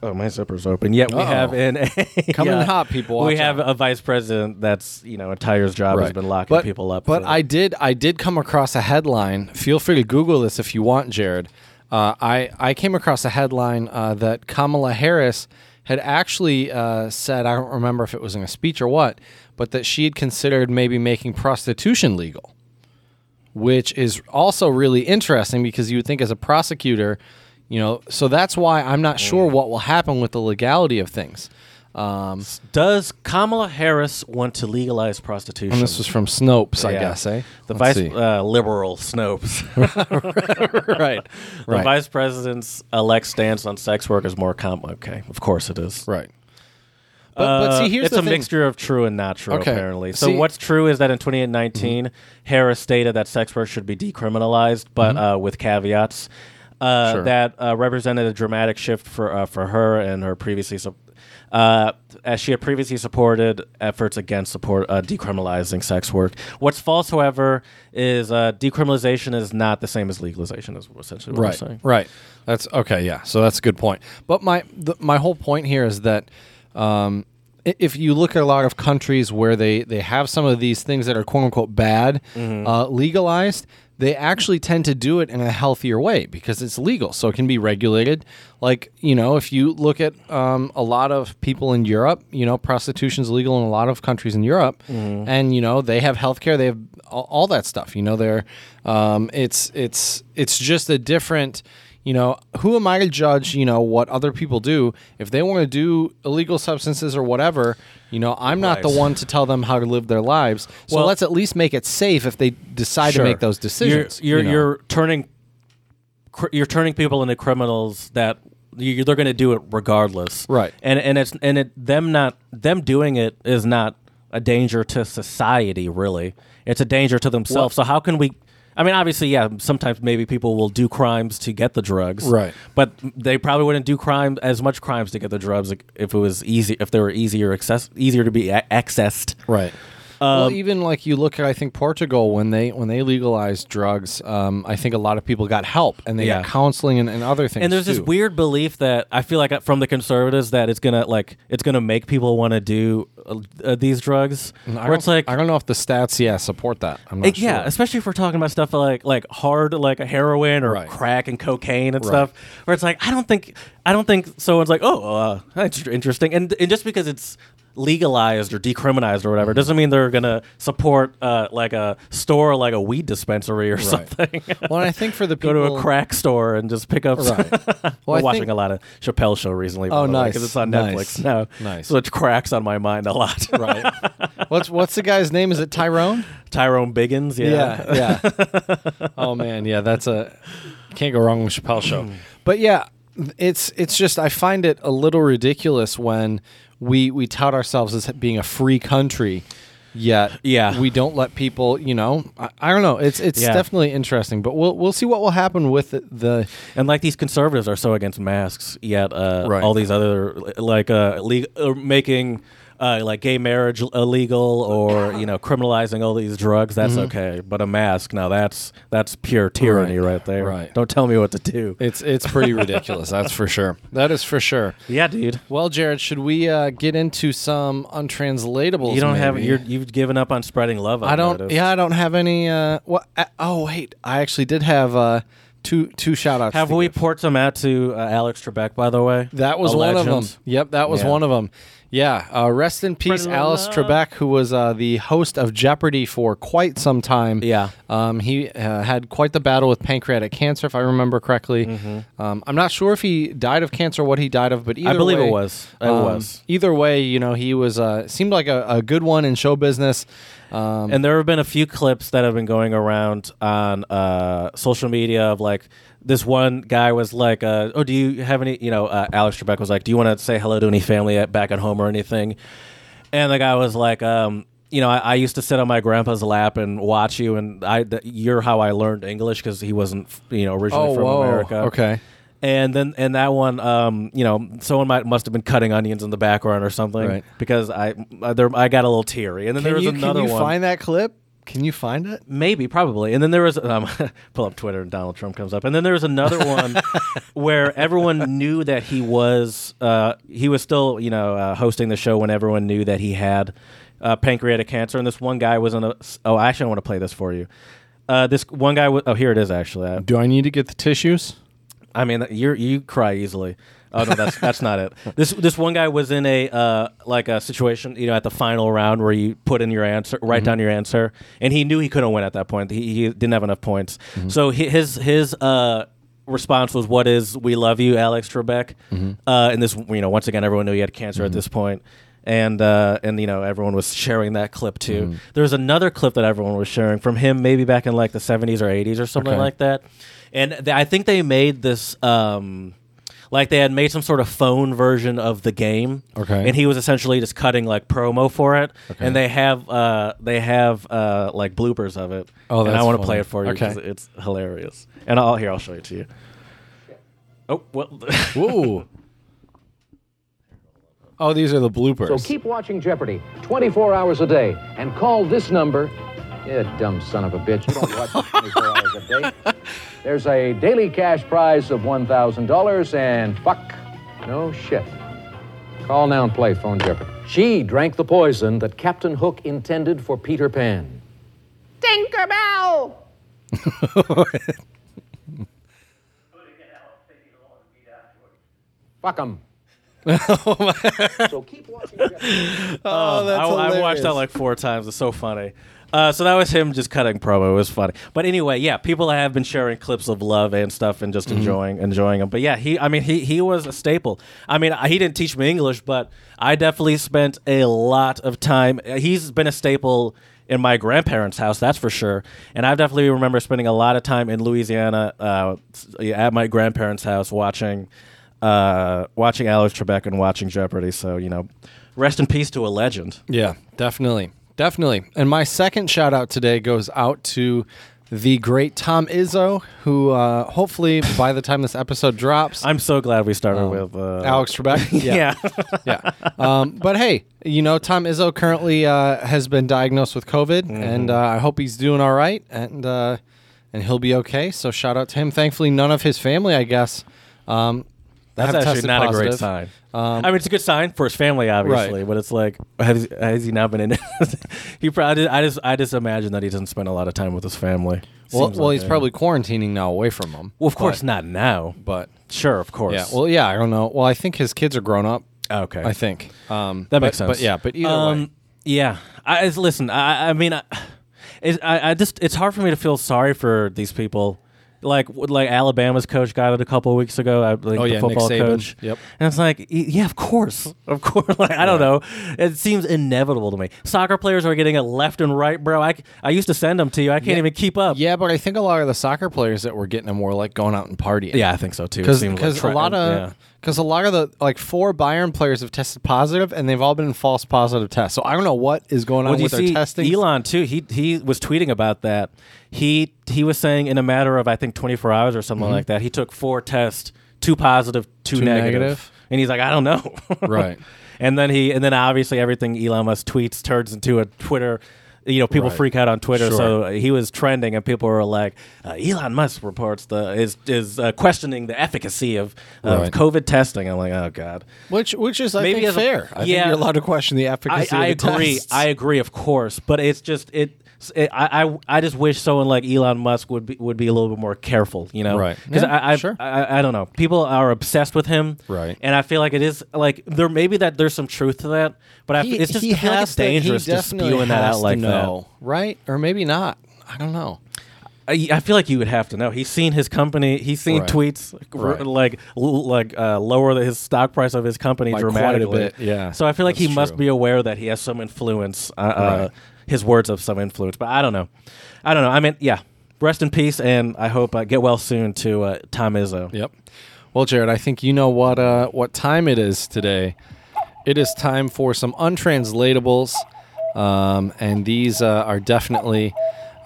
Oh, my zipper's open. Yet we
Uh-oh.
have in (laughs) a
Coming in hot, people.
We
Watch
have
out.
a vice president that's you know entire job has
Right.
been locking
but,
people up.
But
for-
I did I did come across a headline. Feel free to Google this if you want, Jared. Uh, I I came across a headline uh, that Kamala Harris had actually uh, said. I don't remember if it was in a speech or what, but that she had considered maybe making prostitution legal which is also really interesting because you would think as a prosecutor, you know, so that's why I'm not
Mm.
sure what will happen with the legality of things. Um,
does Kamala Harris want to legalize prostitution?
and this was from Snopes, I
Yeah.
guess, eh?
The
Let's
vice
see.
uh, liberal Snopes.
(laughs) right,
The
(laughs) right,
vice president's elect stance on sex work is more com. Okay, of course it is.
right. Uh, But, but see, here's
Uh, it's
the
a
thing.
mixture of true and not true,
Okay.
apparently. So
See- Mm-hmm.
what's true is that in 2019, Harris stated that sex work should be decriminalized, but uh, with caveats. Uh,
Mm-hmm. Sure.
That uh, represented a dramatic shift for uh, for her and her previously, sup- uh, as she had previously supported efforts against support uh, decriminalizing sex work. What's false, however, is uh, decriminalization is not the same as legalization. Is essentially what
right,
I'm saying.
right. That's okay. Yeah, so that's a good point. But my the, my whole point here is that um, i- if you look at a lot of countries where they they have some of these things that are quote unquote bad uh, legalized, they actually tend to do it in a healthier way because it's legal, so it can be regulated. Like you know, if you look at um, a lot of people in Europe, you know, prostitution's legal in a lot of countries in Europe,
Mm-hmm.
and you know they have healthcare, they have all, all that stuff. You know, they're um, it's it's it's just a different you know, who am I to judge, you know, what other people do? If they want to do illegal substances or whatever, you know, I'm not the
Right.
one to tell them how to live their lives. So
Well-
let's at least make it safe if they decide
Sure.
to make those decisions.
You're you're,
you know.
you're turning cr- you're turning people into criminals that you, they're going to do it regardless.
Right.
And and it's and it them not them doing it is not a danger to society really. It's a danger to themselves. so how can we I mean obviously yeah, sometimes maybe people will do crimes to get the drugs.
Right.
But they probably wouldn't do crime as much crimes to get the drugs if it was easy if they were easier access easier to be a- accessed.
Right. well,
Um,
even like you look at, I think Portugal when they when they legalized drugs, um, I think a lot of people got help and they
Yeah.
got counseling and, and other things.
And there's this
too.
weird belief that I feel like uh, from the conservatives that it's gonna like it's gonna make people want to do uh, uh, these drugs.
Mm, I
Where it's
don't-
like,
I don't know if the stats, yeah, support that. I'm not
it- yeah,
sure.
especially if we're talking about stuff like like hard like heroin or
Right.
crack and cocaine and stuff. Where it's like I don't think I don't think someone's like oh uh, that's interesting. And and just because it's legalized or decriminalized or whatever
Mm-hmm.
doesn't mean they're gonna support uh, like a store like a weed dispensary or something.
Well, and I think for the
(laughs) Go
people
to a crack store and just pick up. (laughs)
Right.
We're
Well, I
watching
think-
a lot of Chappelle show recently.
Oh, nice,
Because it's on
nice,
Netflix now.
nice.
So it cracks on my mind a lot.
(laughs) right. What's what's the guy's name? Is it Tyrone?
Tyrone Biggins. Yeah.
yeah. yeah. (laughs) oh man, yeah, that's a can't go wrong with Chappelle show. (clears throat) But yeah, it's it's just I find it a little ridiculous when we we tout ourselves as being a free country, yet
Yeah.
we don't let people. You know, I, I don't know. It's it's
Yeah.
definitely interesting, but we'll we'll see what will happen with the. the
(laughs) And like these conservatives are so against masks, yet uh,
Right.
all these other like uh, le- uh, making uh, like gay marriage illegal or you know criminalizing all these drugs. That's okay, but a mask now that's that's pure tyranny
Mm-hmm.
right,
Right.
there.
Right.
Don't tell me what to do.
it's it's pretty ridiculous. That's for sure. That is for sure.
yeah, dude.
Well, Jared, should we uh, get into some untranslatables?
You don't have
maybe?
you're, you've given up on spreading love.
I don't.
noticed.
Yeah, I don't have any. Uh, what? Uh, oh wait, I actually did have uh, two two shout outs.
Have we poured some out to uh, Alex Trebek, by the way?
That was
A
one of
legend.
them. Yep, that was
Yeah.
one of them. Yeah, uh, rest in peace, Alice Trebek, who was uh, the host of Jeopardy for quite some time.
Yeah.
um, he uh, had quite the battle with pancreatic cancer, if I remember correctly. Um, I'm not sure if he died of cancer, or what he died of, but either
Mm-hmm. believe
way-
it
um,
was. It was.
Either way, you know, he was uh, seemed like a, a good one in show business. Um,
And there have been a few clips that have been going around on uh, social media of like this one guy was like, uh, "Oh, do you have any?" You know, uh, Alex Trebek was like, "Do you want to say hello to any family at, back at home or anything?" And the guy was like, um, "You know, I, I used to sit on my grandpa's lap and watch you, and I th- you're how I learned English because he wasn't, you know, originally
Oh,
from
whoa.
America."
Okay.
And then and that one, um, you know, someone might must have been cutting onions in the background or something
Right.
because I I, there, I got a little teary. And then there
can
was
you,
another
can you
one.
find that clip? Can you find it?
Maybe, probably. And then there was um, (laughs) pull up Twitter and Donald Trump comes up. And then there was another
(laughs)
one where everyone knew that he was uh, he was still you know uh, hosting the show when everyone knew that he had uh, pancreatic cancer. And this one guy was in a oh actually I want to play this for you. Uh, this one guy was oh here it is actually. I,
Do I need to get the tissues?
I mean, you you cry easily. Oh no, that's that's not it. This this one guy was in a uh, like a situation, you know, at the final round where you put in your answer, write down your answer, and he knew he couldn't win at that point. He, he didn't have enough points, so hi- his his uh, response was, "What is we love you, Alex Trebek?" Uh, and this, you know, once again, everyone knew he had cancer at this point, and uh, and you know, everyone was sharing that clip too. There was another clip that everyone was sharing from him, maybe back in like the seventies or eighties or something
Okay.
like that, and th- I think they made this. Um, like they had made some sort of phone version of the game,
Okay.
and he was essentially just cutting like promo for it, and they have uh, they have uh, like bloopers of it.
Oh,
and I
that's
wanna
funny.
play it for you
Okay.
because it's hilarious. And I'll here I'll show it to you. Oh well, (laughs)
Whoa. (laughs) oh, these are the bloopers.
So keep watching Jeopardy 24 hours a day and call this number. You dumb son of a bitch. You don't watch it 24 hours a day. There's a daily cash prize of $1,000 and fuck, no shit. Call now and play Phone Jeopardy. She drank the poison that Captain Hook intended for Peter Pan.
Tinkerbell!
Fuck 'em. so keep watching
oh, that's
I, I watched that
hilarious.
like four times. It's so funny. Uh, so that was him just cutting promo. It was funny. But anyway, yeah, people have been sharing clips of love and stuff and just enjoying enjoying him. But yeah, he I mean he he was a staple. I mean, I- he didn't teach me English, but I definitely spent a lot of time. uh, He's been a staple in my grandparents' house, that's for sure. And I definitely remember spending a lot of time in Louisiana uh, s- at my grandparents' house watching uh, watching Alex Trebek and watching Jeopardy. So, you know, rest in peace to a legend.
Yeah, definitely. Definitely. And my second shout out today goes out to the great Tom Izzo, who uh, hopefully by the time this episode drops,
I'm so glad we started with uh,
Um,
(laughs)
Alex Trebek.
Yeah.
(laughs) yeah. Um, but hey, you know, Tom Izzo currently uh, has been diagnosed with COVID,
Mm-hmm.
and uh, I hope he's doing all right, and uh, and he'll be okay. So shout out to him. Thankfully, none of his family, I guess, um,
That's
have
actually
tested
not a great
positive. Um,
sign. I mean, it's a good sign for his family, obviously,
Right.
but it's like, has, has he not been in? (laughs) he probably. I just, I just imagine that he doesn't spend a lot of time with his family.
Well,
Seems
well,
like
he's
it.
probably quarantining now away from him.
Well, of course not now, but
but
sure, of course.
yeah, well, yeah, I don't know. Well, I think his kids are grown up.
okay,
I think um,
That makes
but-
sense. Um,
But yeah, but either way,
Yeah. I it's- listen. I, I mean, I, it's, I, I just it's hard for me to feel sorry for these people. Like like Alabama's coach got it a couple of weeks ago. I, like,
Oh,
the
yeah, Nick
football
Saban.
coach.
Yep.
And it's like, y- yeah, of course, of course. (laughs) Like I don't know. It seems inevitable to me. Soccer players are getting it left and right, bro. I, c- I used to send them to you. I can't even keep up.
yeah, but I think a lot of the soccer players that were getting him were like going out and partying.
Yeah, I think so too. It
because
seems like
because
tra-
a lot
yeah.
of because a lot of the like four Bayern players have tested positive and they've all been false positive tests. So I don't know what is going on
Well, do
with
you
their
see
testing.
Elon too. He he was tweeting about that. He he was saying in a matter of I think 24 hours or something like that. He took four tests, two positive, two,
Mm-hmm. Two
negative.
negative?
and he's like, I don't know. (laughs)
Right.
And then he and then obviously everything Elon Musk tweets turns into a Twitter. You know, people
Right.
freak out on Twitter.
Sure.
So he was trending, and people were like, uh, "Elon Musk reports the is is uh, questioning the efficacy of, of
Right.
COVID testing." I'm like, "Oh God."
which which is I
Maybe
think
as a-
fair. I think
yeah.
you're allowed to question the efficacy.
I, I
of the
agree.
tests.
I agree, of course, but it's just it. s- I, I I just wish someone like Elon Musk would be would be a little bit more careful, you know?
Right.
Because
Yeah,
I, I,
sure.
I I- I don't know. People are obsessed with him,
Right.
And I feel like it is like there maybe that there's some truth to that, but I f- it's just I feel like it's dangerous just spewing that out like that.
no, right? Or maybe not. I don't know.
I, I feel like you would have to know. He's seen his company. He's seen
Right.
tweets r-
Right.
like l- like uh, lower the, his stock price of his company
By quite a
dramatically.
bit, yeah.
So I feel like he
That's
must
true.
be aware that he has some influence. Uh, uh, his words of some influence, but I don't know. I don't know. I mean, yeah. Rest in peace, and I hope uh, get well soon to uh, Tom Izzo.
Yep. Well, Jared, I think you know what uh, what time it is today. It is time for some untranslatables, um, and these uh, are definitely.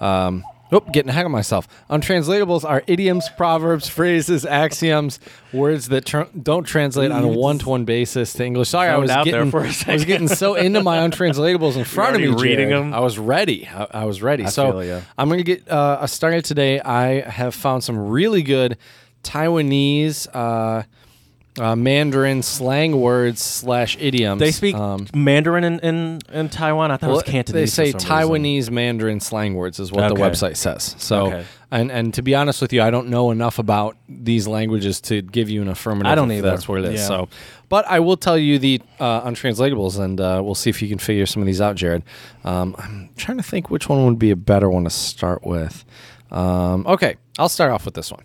Um, Oop, getting ahead of myself. Untranslatables are idioms, proverbs, phrases, axioms, words that tr- don't translate on a one-to-one basis to English. Sorry, I
zoned
was
out
getting
there for a
I was
second.
getting so into
(laughs)
my untranslatables in front of me,
already reading
Jared.
them?
I was ready. I, I was ready. so
feel ya.
I'm gonna get uh, us started today. I have found some really good Taiwanese uh, uh, Mandarin slang words slash idioms.
They speak
Um,
Mandarin in, in, in Taiwan. I thought it
well,
was Cantonese.
they say
for some
Taiwanese
reason.
Mandarin slang words is what the
Okay.
website says. So,
Okay.
and and to be honest with you, I don't know enough about these languages to give you an affirmative.
I don't
if
either.
That's where it is.
Yeah.
So, but I will tell you the uh, untranslatables, and uh, we'll see if you can figure some of these out, Jared. Um, I'm trying to think which one would be a better one to start with. Um, okay, I'll start off with this one.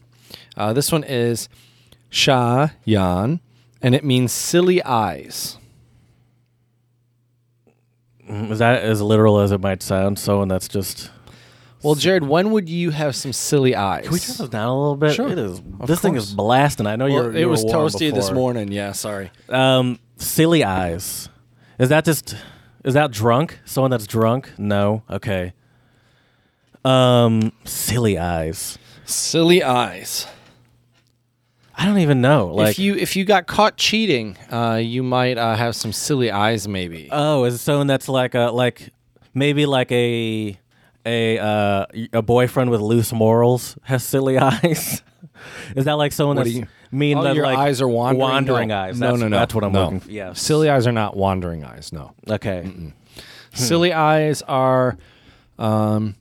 Uh, this one is Sha Yan, and it means silly eyes.
Is that as literal as it might sound? So, and that's just.
Well, Jared, when would you have some silly eyes?
Can we turn this down a little bit?
Sure.
It is,
Of
this thing is
course.
blasting. I know
Well,
you're.
it
you were
was
warm
toasty this
before.
morning. Yeah, sorry.
Um, silly eyes. Is that just? Is that drunk? Someone that's drunk? No. Okay. Um, silly eyes.
Silly eyes.
I don't even know. Like,
if you if you got caught cheating, uh, you might uh, have some silly eyes, maybe.
oh, is it someone that's like a like maybe like a a uh, a boyfriend with loose morals has silly (laughs) eyes? is that like someone
What
that's
do you-
mean
oh,
that
your
like
eyes are wandering.
wandering
No.
eyes?
No,
That's-
no, no.
That's what I'm
no.
looking. for. Yeah.
Silly eyes are not wandering eyes. No.
Okay. Hmm.
Silly eyes are, um,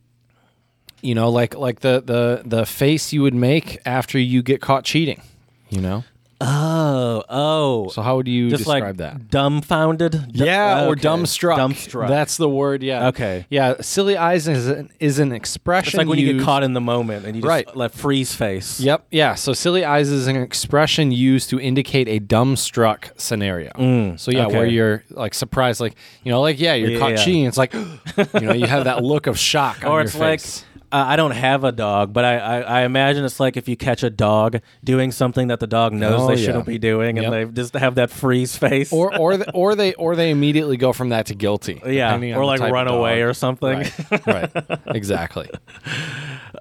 you know, like like the the the face you would make after you get caught cheating. You know.
Oh, oh.
So how would you
just
describe
like
that?
dumbfounded. Du-
Yeah, or
oh, okay.
dumbstruck.
Dumbstruck.
That's the word. Yeah.
Okay.
Yeah, silly eyes is an, is an expression.
it's like when you get
used-
caught in the moment and you just
Right.
like freeze face.
Yep. Yeah. So silly eyes is an expression used to indicate a dumbstruck scenario. so yeah,
Mm, okay.
where you're like surprised, like you know, like yeah, you're
Yeah,
caught
yeah.
cheating. It's like (gasps) you know, you have that look of shock.
Or
on
it's
your
like
face.
uh, I don't have a dog, but I, I I imagine it's like if you catch a dog doing something that the dog knows
Oh,
they
yeah.
shouldn't be doing, and
Yep.
they just have that freeze face.
or or th- or they or they immediately go from that to guilty.
yeah,
depending on
or
the
like
type of
run away
dog.
or something.
Right. right. Exactly.
(laughs)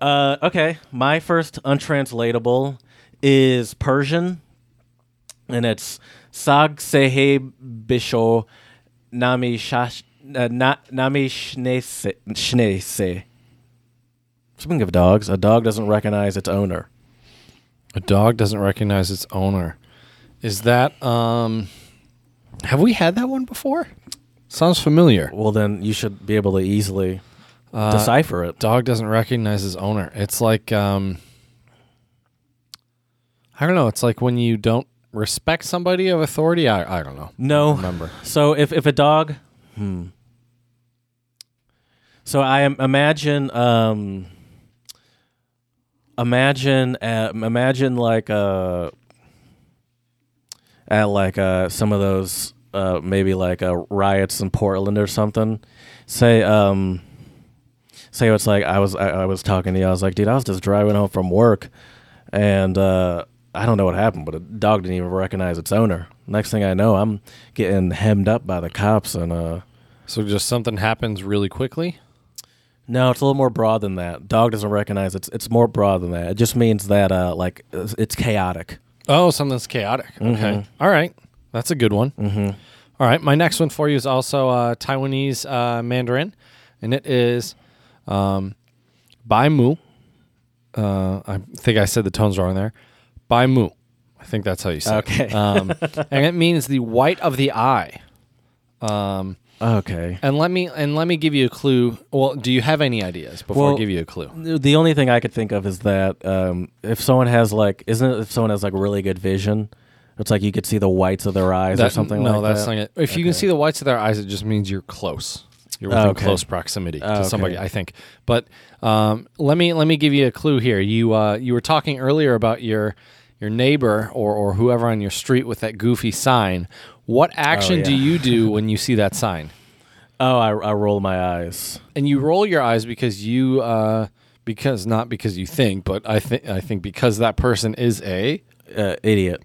Uh, okay, my first untranslatable is Persian, and it's Sag Sehe Bisho Nami Shash uh, na, Nami Shnese Shnese. Speaking of dogs, a dog doesn't recognize its owner.
A dog doesn't recognize its owner. Is that um? Have we had that one before? Sounds familiar.
Well, then you should be able to easily decipher it.
dog doesn't recognize his owner. It's like um I don't know, it's like when you don't respect somebody of authority. I I don't know.
No,
Remember.
So if if a dog, hmm. So I am, imagine, um, imagine, uh, imagine like uh, at like uh, some of those uh, maybe like uh, riots in Portland or something. Say um. Say it's like I was I, I was talking to you. I was like, dude, I was just driving home from work, and uh, I don't know what happened, but a dog didn't even recognize its owner. Next thing I know, I'm getting hemmed up by the cops, and uh,
So just something happens really quickly.
no, it's a little more broad than that. Dog doesn't recognize it's it's more broad than that. It just means that uh, like it's it's chaotic.
Oh, something's chaotic. Okay. All right. That's a good one. Mm-hmm. right. My next one for you is also uh, Taiwanese uh, Mandarin, and it is um, Bai Mu. Uh, I think I said the tones wrong there. Bai Mu. I think that's how you say it.
Okay.
Um, and it means the white of the eye. Um,
Okay.
And let me and let me give you a clue. Well, do you have any ideas before I
Well-
give you a clue?
The only thing I could think of is that um, if someone has like, isn't it if someone has like really good vision, it's like you could see the whites of their eyes or
That-
something
no,
like
that's
that.
not it. If you can see the whites of their eyes, it just means you're close. You're within
okay.
close proximity to
okay.
somebody, I think. But um, let me let me give you a clue here. You uh, you were talking earlier about your your neighbor or or whoever on your street with that goofy sign. What action do
Oh, yeah.
you
(laughs)
do when you see that sign?
oh, I, I roll my eyes.
and you roll your eyes because you uh because not because you think but i think i think because that person is a
Uh, idiot.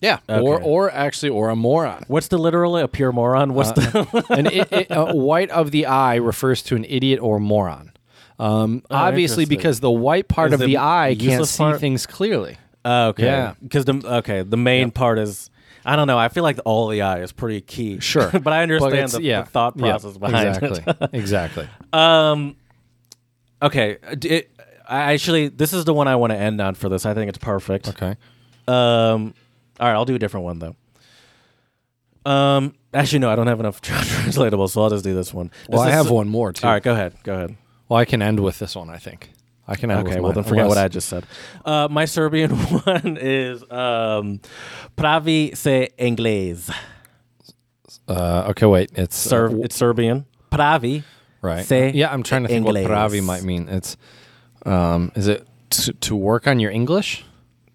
yeah or
Okay.
or actually or a moron
What's the literal? A pure moron?
Uh,
What's the? (laughs)
an i i uh, white of the eye refers to an idiot or moron um, obviously
Oh, interesting.
because the white part
Is
of
the
the eye can't
useless
see
part?
things clearly
Oh, okay.
Yeah.
Because the okay, the main part is I don't know. I feel like the all the eye is pretty key.
sure
(laughs) but I understand
it's-
the,
yeah,
the thought
yeah,
process behind it.
exactly exactly
(laughs) Okay. uh, d- It, I actually, this is the one I want to end on for this. I think it's perfect.
okay
Um, all right, I'll do a different one though. Um, actually, no, I don't have enough (laughs) translatable, so I'll just do this one.
well
This
i
is-
have one more too
All right, go ahead. Go ahead.
well i can end with this one i think i can end
Okay,
with
well
mine,
then forget what
unless-
I just said. Uh, my Serbian (laughs) one is um, pravi se inglés.
uh, okay wait it's
Serb-
uh,
it's Serbian. Pravi.
Right.
se
yeah, I'm trying to think
inglés.
what pravi might mean. It's um, is it to, to work on your English,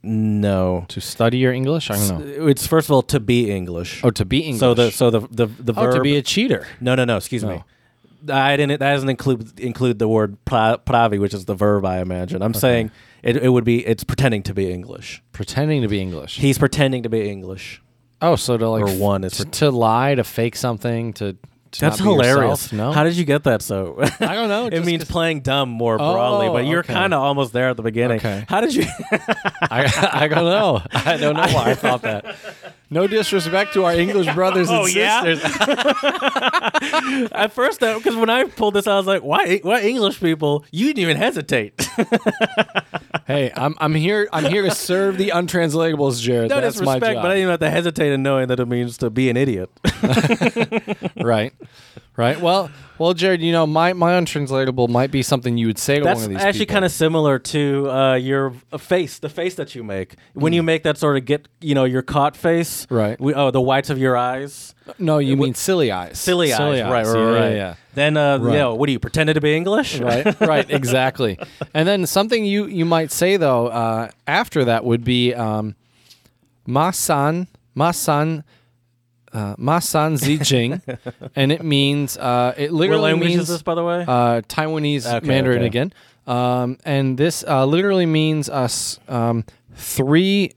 No.
to study your English? I don't know.
It's first of all to be English.
Oh, to be English.
So the so the the the
oh,
verb
to be a cheater.
No, no, no. Excuse me. I didn't. That doesn't include include the word pra- pravi, which is the verb. I imagine. I'm saying it, it would be. It's pretending to be English.
Pretending to be English.
He's pretending to be English.
oh, so to like
Or one is
to,
pret-
to lie, to fake something, to, to
That's
not be yourself?
hilarious.
No,
How did you get that? (laughs) So
I don't know.
it
just
means
'cause
playing dumb more broadly,
Oh,
but you're
okay.
kind of almost there at the beginning.
Okay.
How (laughs) did you?
I, (laughs) I don't
Oh,
know. I don't know why I thought that. No disrespect to our
(laughs)
English brothers and
Oh, yeah?
sisters.
(laughs) (laughs) at first, because when I pulled this, I was like, "Why? Why English people? You didn't even hesitate." (laughs)
Hey, I'm I'm here. I'm here to serve the untranslatables, Jared.
no
That's my
disrespect,
job.
but I didn't even have to hesitate in knowing that it means to be an idiot.
right right well well jared you know my my untranslatable might be something you would say to
(laughs) That's
one of these
actually
people.
kind of similar to uh, your uh, face, the face that you make when you make that sort of get, you know, your caught face,
Right.
We, oh, the whites of your eyes,
no you mean silly eyes
silly, eyes, right, right,
yeah,
right.
yeah,
Then, uh,
Right.
you know, what do you pretended to be English? (laughs)
yeah. right right exactly and then something you you might say though uh after that would be um ma san ma san uh, ma san zi
(laughs)
jing and it means uh it
What
literally
language
means
is this, by the way?
uh, Taiwanese
Okay,
Mandarin
okay.
again. Um, and this uh, literally means us um, three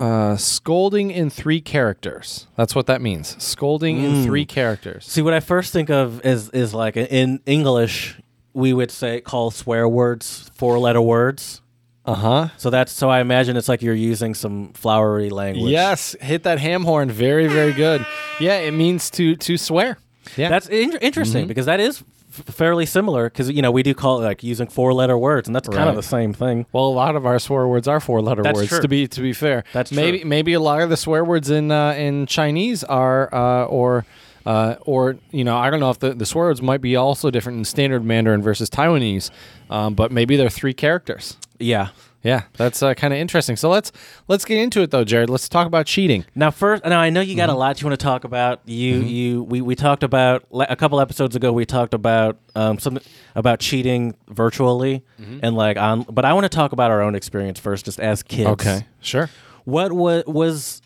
uh, scolding in three characters. That's what that means. Scolding in three
Hmm.
characters.
See, what I first think of is is like in English, we would say call swear words four letter words.
Uh huh.
So that's so I imagine it's like you're using some flowery language.
Yes, hit that ham horn. Very very good. Yeah, it means to to swear. Yeah. Mm-hmm.
That's in- interesting because that is f- fairly similar because you know we do call it like using four letter words and that's kind
Right.
of the same thing.
well, a lot of our swear words are four letter
That's
words.
true.
To be to be fair,
That's true.
maybe maybe a lot of the swear words in uh, in Chinese are uh, or uh, or you know I don't know if the, the swear words might be also different in standard Mandarin versus Taiwanese, um, but maybe they're three characters.
Yeah.
Yeah, that's uh, kind of interesting. So let's let's get into it though, Jared. Let's talk about cheating.
Now first, now I know you got
Mm-hmm.
a lot you want to talk about. You you we, we talked about like, a couple episodes ago. We talked about um some about cheating virtually
Mm-hmm.
and like on. But I want to talk about our own experience first, just as kids.
sure.
What was was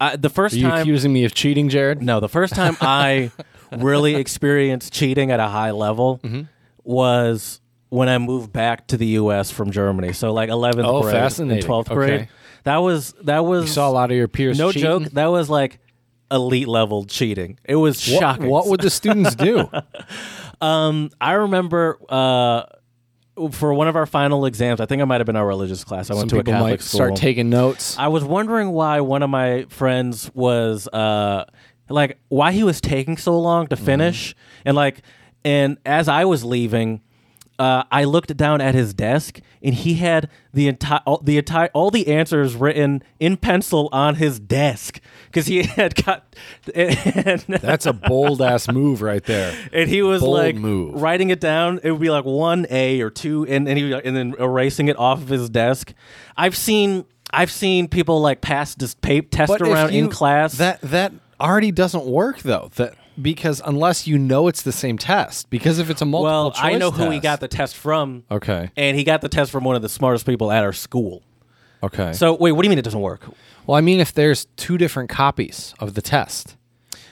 I, the first
Are you
time?
accusing me of cheating, Jared?
No, the
(laughs)
first time I really experienced cheating at a high level
Mm-hmm.
was when I moved back to the U.S. from Germany. So like 11th
Oh,
grade,
fascinating.
and 12th
Okay.
grade. That was that was
You saw a lot of your peers.
no
cheating?
joke. That was like elite level cheating. It was
What,
shocking.
what would the students
(laughs)
do?
I remember uh, for one of our final exams? I think it might have been our religious class. I
Some
went to a
people
Catholic
might
school.
start taking notes.
I was wondering why one of my friends was uh like why he was taking so long to finish and like and as I was leaving uh, I looked down at his desk, and he had the entire all, the entire all the answers written in pencil on his desk because he (laughs) had got and,
That's a bold ass move right
(laughs)
there.
and he was
Bold
like
move.
writing it down. It would be like one A or two, and and, he, and then erasing it off of his desk. I've seen I've seen people like pass this tape test
But if
around in
you-
class.
That that already doesn't work though. That because unless you know it's the same test, because if it's a multiple
well,
choice
I know who he
test-
got the test from.
Okay.
and he got the test from one of the smartest people at our school.
Okay. So,
So wait, what do you mean it doesn't work?
well, I mean, if there's two different copies of the test,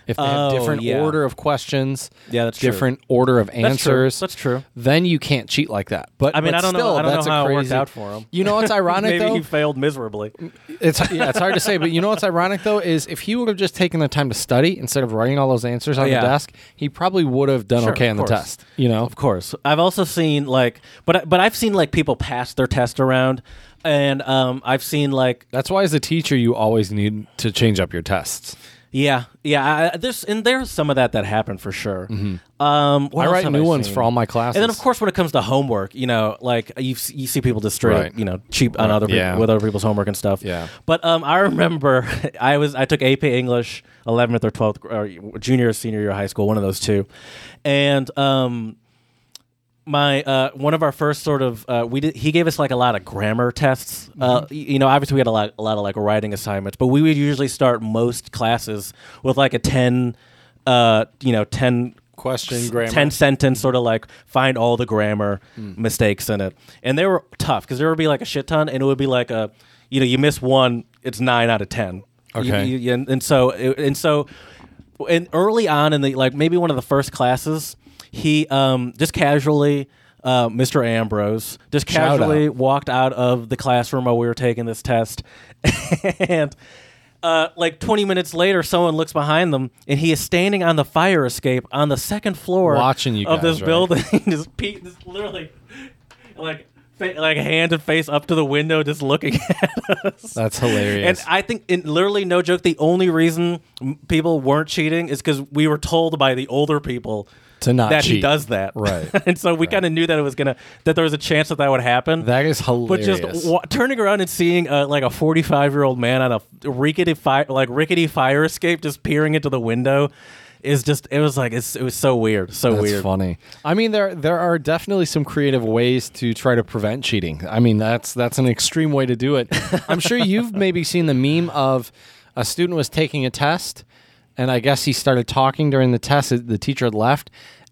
if they have
Oh,
different
yeah.
order of questions,
Yeah, that's true.
different order of
true.
answers.
That's true.
Then you can't cheat like that. But
I mean,
but
I don't know-
still,
I don't know
that's a
how it worked
crazy-
out for him.
You know
(laughs)
what's ironic
Maybe
though?
he failed miserably.
Mm, It's yeah, it's hard to say, but you know what's ironic though is if he would have just taken the time to study instead of writing all those answers on
Oh, yeah.
the desk, he probably would have done
Sure,
okay
of
on the
course.
test. You know,
Of course, I've also seen like, but I- but I've seen like people pass their test around, and um, I've seen like,
that's why as a teacher you always need to change up your tests.
yeah, yeah. I, there's and there's some of that that happened for sure. Um, what
Mm-hmm. I
else
write
have
new ones
seen?
for all my classes.
And then, of course, when it comes to homework, you know, like you you see people just straight, up,
Right.
you know, cheap on other
Yeah.
people with other people's homework and stuff.
Yeah.
But um, I remember (laughs) I was I took AP English, eleventh or twelfth, or junior or senior year of high school, one of those two, and um, my uh, one of our first sort of uh, we did he gave us like a lot of grammar tests. Uh,
Mm-hmm.
y- you know, obviously we had a lot a lot of like writing assignments, but we would usually start most classes with like a ten, uh, you know, ten
Question
s-
grammar.
ten sentence sort of like find all the grammar
Hmm.
mistakes in it, and they were tough because there would be like a shit ton, and it would be like a you know you miss one, it's nine out of ten. You-
Okay.
you- you- and, and so and so and early on in the like maybe one of the first classes he um just casually uh, Mr. Ambrose just
Shout
casually
out.
walked out of the classroom while we were taking this test, (laughs) and uh, like 20 minutes later, someone looks behind them, and he is standing on the fire escape on the second floor
Watching you
of
guys,
this
right?
building, (laughs) just, pe- just literally like fa- like hand and face up to the window, just looking at us.
That's hilarious.
And I think, in literally, no joke, the only reason m- people weren't cheating is because we were told by the older people
To not
that he
cheat.
does that,
Right.
(laughs) and so we kind of knew that it was gonna that there was a chance that that would happen.
that is
but
hilarious.
just wa- turning around and seeing uh, like a 45 year old man on a rickety fire like rickety fire escape just peering into the window is just it was like it's, it was so weird so
that's
weird
funny. I mean, there there are definitely some creative ways to try to prevent cheating. I mean, that's that's an extreme way to
(laughs)
do it. I'm sure you've maybe seen the meme of a student was taking a test, and I guess he started talking during the test. The teacher had left,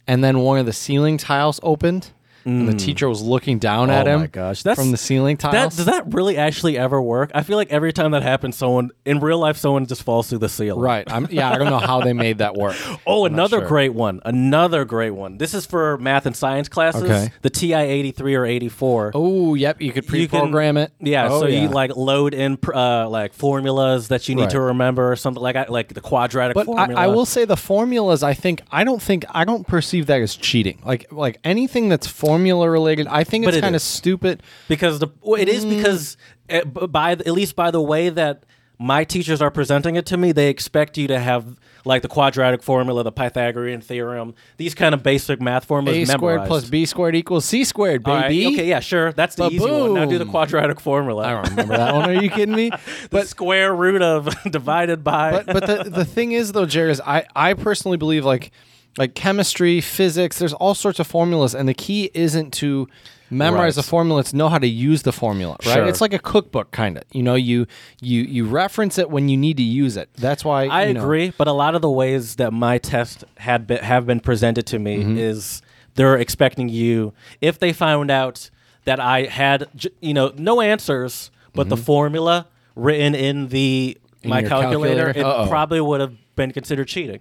and then one of the ceiling tiles opened, and the teacher was looking down at
Mm. Oh
him.
my gosh, that's-
from the ceiling
that,
tiles.
does that really actually ever work? I feel like every time that happens, someone in real life, someone just falls through the ceiling.
right. I'm, yeah, I don't know how they made that work.
(laughs) Oh, another
sure.
great one. Another great one. This is for math and science classes.
Okay.
The TI 83 or 84.
Oh, yep. You could
You can-
pre-program it.
Yeah,
Oh,
so you like load in pr- uh, like formulas that you need
Right.
to remember or something like that, like the quadratic
But
formula.
I, I will say the formulas. I think I don't think I don't perceive that as cheating. Like like anything that's formula related, I think
But
it's
it
kind of
is.
stupid.
because the well, it is
Mm.
because uh, b- by the, at least by the way that my teachers are presenting it to me, they expect you to have like the quadratic formula, the Pythagorean theorem, these kind of basic math formulas
A
memorized.
squared plus B squared equals C squared,
All right,
baby.
Okay, yeah, sure. That's the easy one. Now do the
Ba-boom.
quadratic formula.
I don't remember that one. Are you kidding
(laughs)
me?
The
But
square root of (laughs) divided by.
but but the the thing is though, Jared, is I I personally believe like like chemistry, physics. There's all sorts of formulas, and the key isn't to memorize the
Right.
formula. It's know how to use the formula. Right.
Sure.
It's like a cookbook kind of. You know, you you you reference it when you need to use it. That's why
I
you know.
agree, but a lot of the ways that my test had been, have been presented to me
Mm-hmm.
is they're expecting you if they found out that I had j- you know no answers but the formula written in the
Mm-hmm.
my
your
calculator,
calculator?
it
Uh-oh.
probably would have been considered cheating.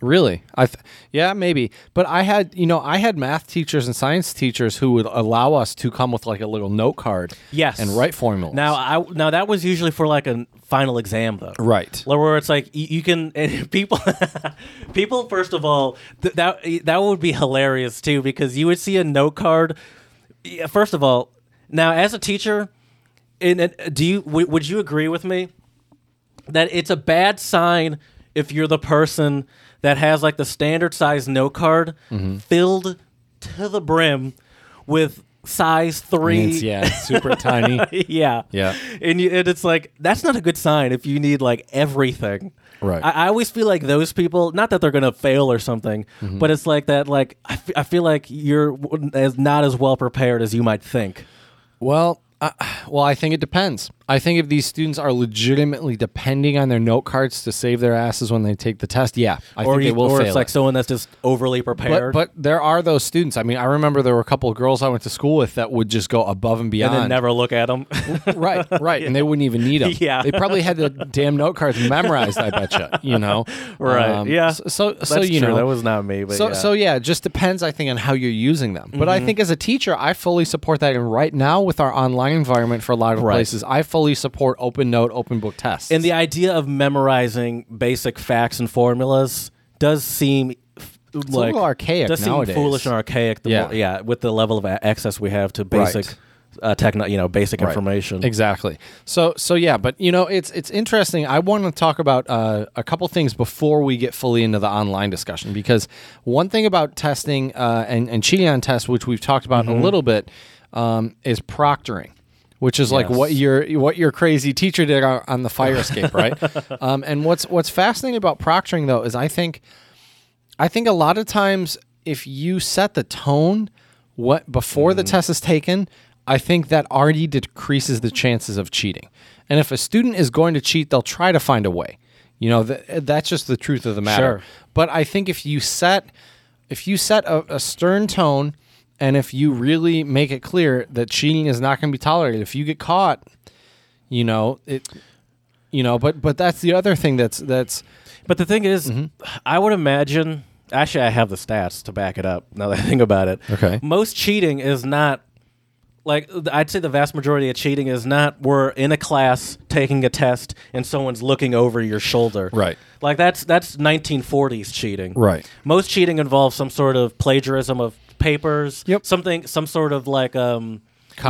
Really? I th- yeah, maybe. But I had, you know, I had math teachers and science teachers who would allow us to come with like a little note card
Yes,
and write formulas.
Now, I now that was usually for like a final exam though,
Right.
Like, Where it's like y- you can (laughs) and people, people. First of all, th- that that would be hilarious too because you would see a note card. Yeah, First of all, now as a teacher, and, and do you w- would you agree with me that it's a bad sign if you're the person
Mm-hmm.
that has like the standard size note card filled to the brim with size three.
(laughs) It's, yeah, it's super tiny.
(laughs) yeah.
Yeah.
And, you, and it's like, that's not a good sign if you need like everything.
Right.
I, I always feel like those people, not that they're going to fail or something,
Mm-hmm.
but it's like that, like, I fe- I feel like you're w- as not as well prepared as you might think.
Well, uh, well, I think it depends. I think if these students are legitimately depending on their note cards to save their asses when they take the test, yeah, I
or
think
you,
they will
or
fail.
it's like
it.
someone that's just overly
but,
prepared.
but there are those students. I mean, I remember there were a couple of girls I went to school with that would just go above and
and
beyond.
then never look at them.
right, right, and they wouldn't even need them.
Yeah.
they probably had the damn note cards memorized. I betcha, you know.
(laughs) (laughs) right.
Um,
yeah.
So, so,
That's
so, you
true.
know,
that was not me. But
so
yeah. Mm-hmm.
so yeah, it just depends I think on how you're using them. But I think as a teacher, I fully support that. And right now with our online environment for a lot of
Right.
places, I fully support open note, open book tests.
And the idea of memorizing basic facts and formulas does seem f- like
little archaic
Does
nowadays.
seem foolish and archaic. The
Yeah.
yeah, yeah, with the level of a- access we have to basic
Right.
uh, techno, you know, basic
Right.
information.
Exactly. So so yeah, but you know it's it's interesting. I want to talk about uh, a couple things before we get fully into the online discussion because one thing about testing uh, and and cheating on tests, which we've talked about
Mm-hmm.
a little bit, um, is proctoring. Which is like
Yes.
what your what your crazy teacher did on on the fire escape,
(laughs)
right? um, and what's what's fascinating about proctoring though is I think I think a lot of times if you set the tone what before the test is taken, I think that already decreases the chances of cheating. And if a student is going to cheat, they'll try to find a way. You know, th- that's just the truth of the matter.
Sure.
But I think if you set if you set a, a stern tone and if you really make it clear that cheating is not going to be tolerated, if you get caught, you know, it you know, but but that's the other thing that's that's
But the thing is,
Mm-hmm.
I would imagine. Actually, I have the stats to back it up. Now that I think about it,
Okay.
Most cheating is not like I'd say the vast majority of cheating is not we're in a class taking a test and someone's looking over your shoulder.
Right.
Like that's that's 1940s cheating.
Right.
Most cheating involves some sort of plagiarism of papers.
Yep.
Something, some sort of like um. you know,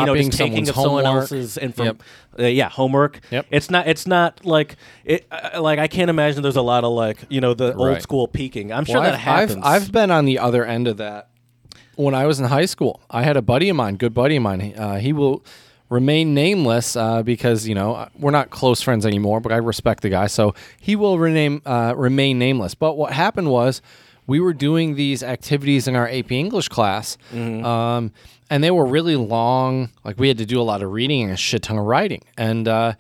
Copying
just taking
someone's
of someone
homework.
else's info.
Yep.
Uh, yeah, homework.
Yep.
It's not. It's not like it. Uh, like I can't imagine there's a lot of like you know the old
Right.
school peeking. I'm sure
Well,
that
I've,
happens.
I've, I've been on the other end of that. When I was in high school, I had a buddy of mine, good buddy of mine. Uh, he will remain nameless uh, because you know we're not close friends anymore, but I respect the guy, so he will rename uh, remain nameless. But what happened was we were doing these activities in our AP English class,
Mm-hmm.
um, and they were really long. Like we had to do a lot of reading and a shit ton of writing, and. Uh,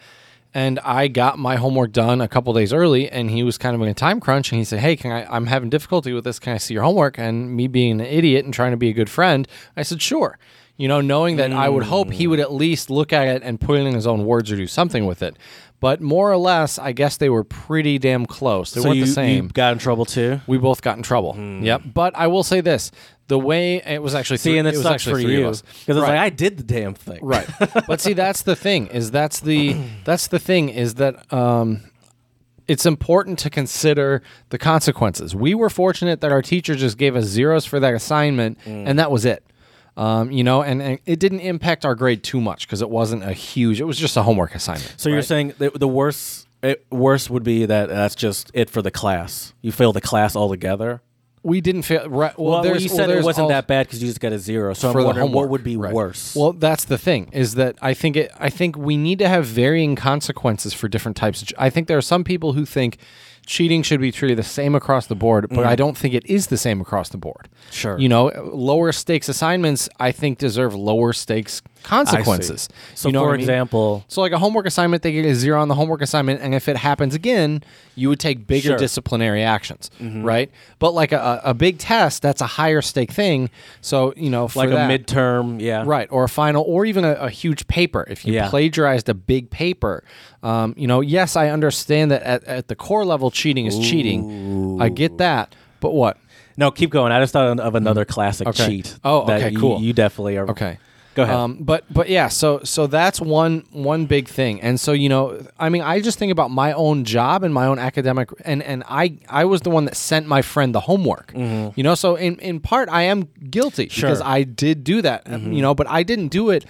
and I got my homework done a couple days early, and he was kind of in a time crunch, and he said, "Hey, can I? I'm having difficulty with this. Can I see your homework?" And me being an idiot and trying to be a good friend, I said, "Sure." You know, knowing that I would hope he would at least look at it and put it in his own words or do something with it. But more or less, I guess they were pretty damn close. They
so
weren't
you,
the same.
you got in trouble too.
we both got in trouble. Yep. But I will say this: the way it was actually
Hmm. See,
three,
and it,
was
sucks
actually
for
three
you
of us.
because it's
Right.
like I did the damn thing.
Right. but see, that's the thing is that's the that's the thing is that um, it's important to consider the consequences. We were fortunate that our teacher just gave us zeros for that assignment,
Mm.
and that was it. Um, you know, and, and it didn't impact our grade too much because it wasn't a huge. It was just a homework assignment.
So you're saying the, the worst it, worst would be that that's just it for the class. You fail the class altogether.
We didn't fail. Right, well,
Well,
there's,
you
well,
said it
there's
wasn't
all-
that bad because you just got a zero. So
for
I'm
the
wondering
homework.
what would be
right.
worse.
Well, that's the thing is that I think it. I think we need to have varying consequences for different types. Of, che- I think there are some people who think cheating should be treated the same across the board, but I don't think it is the same across the board.
Mm. Sure.
you know, lower stakes assignments I think deserve lower stakes consequences.
So
You know
for
what I mean?
example-
so like a homework assignment, they get a zero on the homework assignment, and if it happens again, you would take bigger
Sure. Mm-hmm.
disciplinary actions, right? But like a, a a big test, that's a higher stake thing. So you know, for
like
that-
a midterm, yeah.
Right, or a final, or even a, a huge paper. If you
Yeah.
plagiarized a big paper, um, you know, yes, I understand that at, at the core level, cheating is cheating. I get that, but what?
No, keep going. I just thought of another classic
Mm-hmm. Okay.
cheat.
Oh,
that
okay,
you-
cool.
You definitely are.
Okay.
Go ahead.
Um, but but yeah, so so that's one one big thing. And so you know, I mean, I just think about my own job and my own academic, and and I I was the one that sent my friend the homework.
Mm-hmm.
You know, uh,
Mm-hmm.
so in in part I am guilty because I did do that. You know, but I didn't do it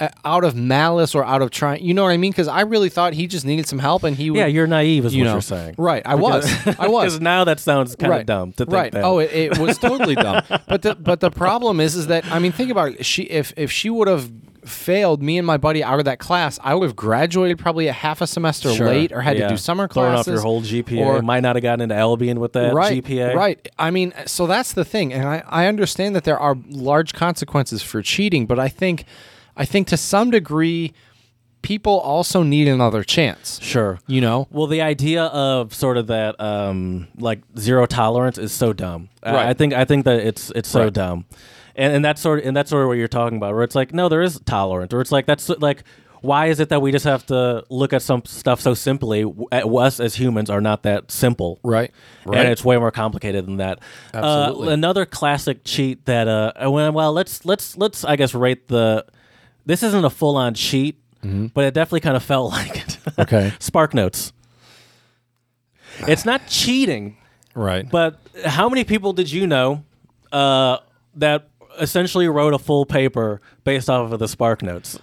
uh, out of malice or out of trying. You know what I mean? Because I really thought he just needed some help, and he would,
Yeah, you're naive, is
you
what
know.
you're saying.
Right, I was,
(laughs)
I was.
Because now that sounds kind of dumb to think
right.
that.
Oh, it, it was totally
(laughs)
dumb. But the but the problem is is that I mean, think about it. She if if she would have failed me and my buddy out of that class, I would have graduated probably a half a semester
Sure.
late or had
Yeah.
to do summer
Throwing
classes.
off your whole GPA.
or-
Might not have gotten into Albion with that
right,
GPA.
Right. I mean, so that's the thing, and I, I understand that there are large consequences for cheating, but I think I think to some degree, people also need another chance.
Sure.
You know.
Well, the idea of sort of that um, like zero tolerance is so dumb. I-
Right.
I, think I think that it's it's so
Right.
dumb, and and that's sort of, and that's sort of what you're talking about, where it's like no, there is tolerance, or it's like that's like why is it that we just have to look at some stuff so simply? W- at- Us as humans are not that simple,
Right. Right.
And it's way more complicated than that. Uh,
Absolutely.
another classic cheat that uh, I went, well, let's let's let's I guess rate the. This isn't a full on cheat,
Mm-hmm.
but it definitely kind of felt (laughs) like it. (laughs)
Okay.
Spark notes. It's not cheating,
Right.
but how many people did you know uh, that essentially wrote a full paper based off of the
(laughs)
Spark notes?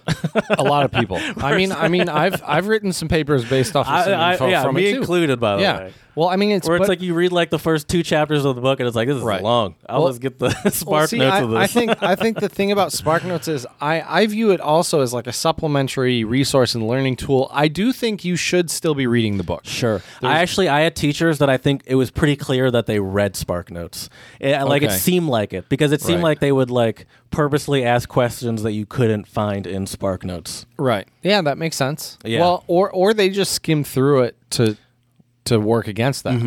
a lot of
(laughs)
people. I mean, I mean, I've I've written some papers based off of some
I- I-
info
yeah,
from
me
it too.
included, by the
yeah.
way.
Well, I mean, it's
Where it's
but-
like you read like the first two chapters of the book, and it's like this is
Right.
long. I'll
Well-
just get the (laughs) Spark
well, see,
notes
I,
of this.
I think I think the thing about Spark Notes is I I view it also as like a supplementary resource and learning tool. I do think you should still be reading the book.
Sure. I actually I had teachers that I think it was pretty clear that they read Spark Notes. It- uh, like
Okay.
it seemed like it because it seemed
Right.
like they would like purposely ask questions that you couldn't find in Spark Notes.
Right. Yeah, that makes sense.
Yeah.
Well, or or they just skim through it to to work against that.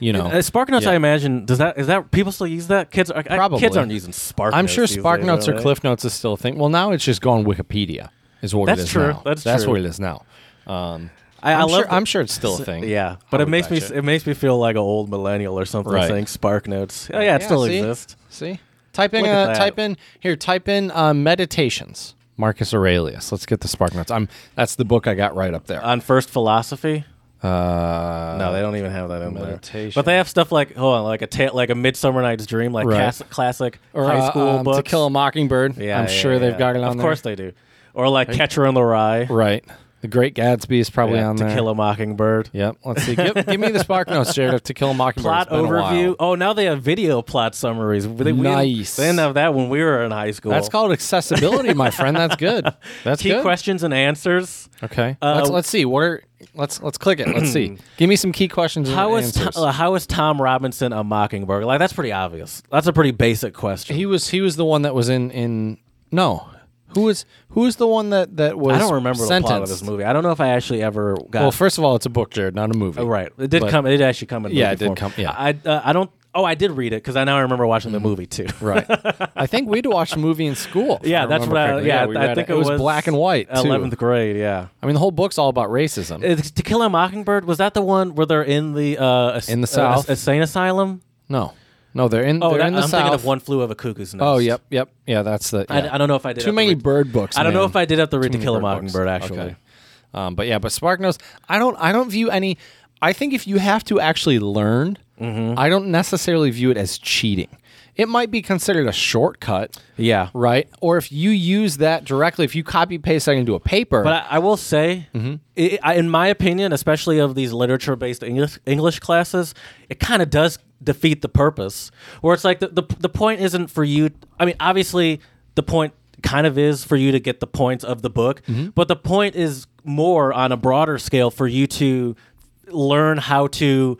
You know.
Uh, Spark Notes,
Oh, Yeah.
I imagine, does that is that people still use that? Kids are I-
Probably.
kids aren't using Spark.
I'm
Notes
sure
these
Spark
days,
Notes
are
or
they?
Cliff Notes is still a thing. Well, now it's just gone Wikipedia. Is what
That's
it is
true.
now.
That's
That's
true.
what it is now. Um,
I- I
am
love
sure,
the-
I'm sure it's still a thing.
Yeah, but it
would
makes me
bet
it makes me feel like an old millennial or something
Right.
saying Spark Notes. Oh yeah, it still
see?
exists.
See, type in
Look at
uh,
that.
type in here. Type in uh, meditations. Marcus Aurelius. Let's get the spark notes. I'm that's the book I got right up there.
On first philosophy,
Uh,
No, they don't even have that in there.
Meditation.
But they have stuff like hold on, like a ta- like a Midsummer Night's Dream, like
Right.
classic, classic
or,
high school
uh, um,
books.
To Kill a Mockingbird.
Yeah,
I'm
yeah,
sure they've
yeah.
got it on
Of
there.
course they do. Or like Catcher in the Rye,
Right. The Great Gatsby is probably
yeah,
on
To
there.
Kill a Mockingbird.
Yep. Let's see. Give, give me the spark
(laughs)
notes, Jared. Of To Kill a Mockingbird.
Plot
It's been a while.
overview. Oh, now they have video plot summaries. They- we didn't-
Nice.
They didn't have that when we were in high school.
That's called accessibility, my friend. That's good. That's
key Uh,
good.
questions and answers.
Okay. let's let's see. What are let's let's click it. Let's
(clears throat)
see. Give me some key questions.
How
and
is to-
answers.
uh, how is Tom Robinson a Mockingbird? Like that's pretty obvious. That's a pretty basic question.
He was he was the one that was in in no. Who was who was the one that that was?
I don't remember the plot of
sentenced?
this movie. I don't know if I actually ever got
Well, first of all, it's a book, Jared, not a movie.
Oh, right. It did
But-
come. It did actually come Mm-hmm. in.
Yeah,
movie
it did
form.
come- yeah.
I uh, I don't. Oh, I did read it because I now remember watching the movie too.
(laughs) Right. I think we'd watched a movie in school. if
(laughs) yeah, that's
remember
what I.
correctly.
Yeah,
we
I
read
think
it, was, black and white. too.
Eleventh grade. Yeah.
I mean, the whole book's all about racism.
It's to Kill a Mockingbird was that the one where they're in the uh, as-
In the
uh,
South?
insane asylum?
no, no, they're in.
Oh,
they're
that,
in the
I'm
south.
thinking of One Flew Over Cuckoo's Nest.
Oh, yep, yep, yeah. That's the.
I,
yeah.
I don't know if I did.
Too
have to
many
read-
bird books.
I don't know
man.
if I did have to read To
many
Kill a
bird books.
Mockingbird actually.
Okay. Um, but yeah, but Spark Notes, I don't I don't view any I think if you have to actually learn,
Mm-hmm.
I don't necessarily view it as cheating. It might be considered a shortcut,
Yeah.
right? Or if you use that directly, if you copy paste that into a paper,
But I, I will say, i I, in my opinion, especially of these literature-based English English classes, it kind of does defeat the purpose. Where it's like the, the the point isn't for you. I mean, obviously, the point kind of is for you to get the points of the book, but the point is more on a broader scale for you to learn how to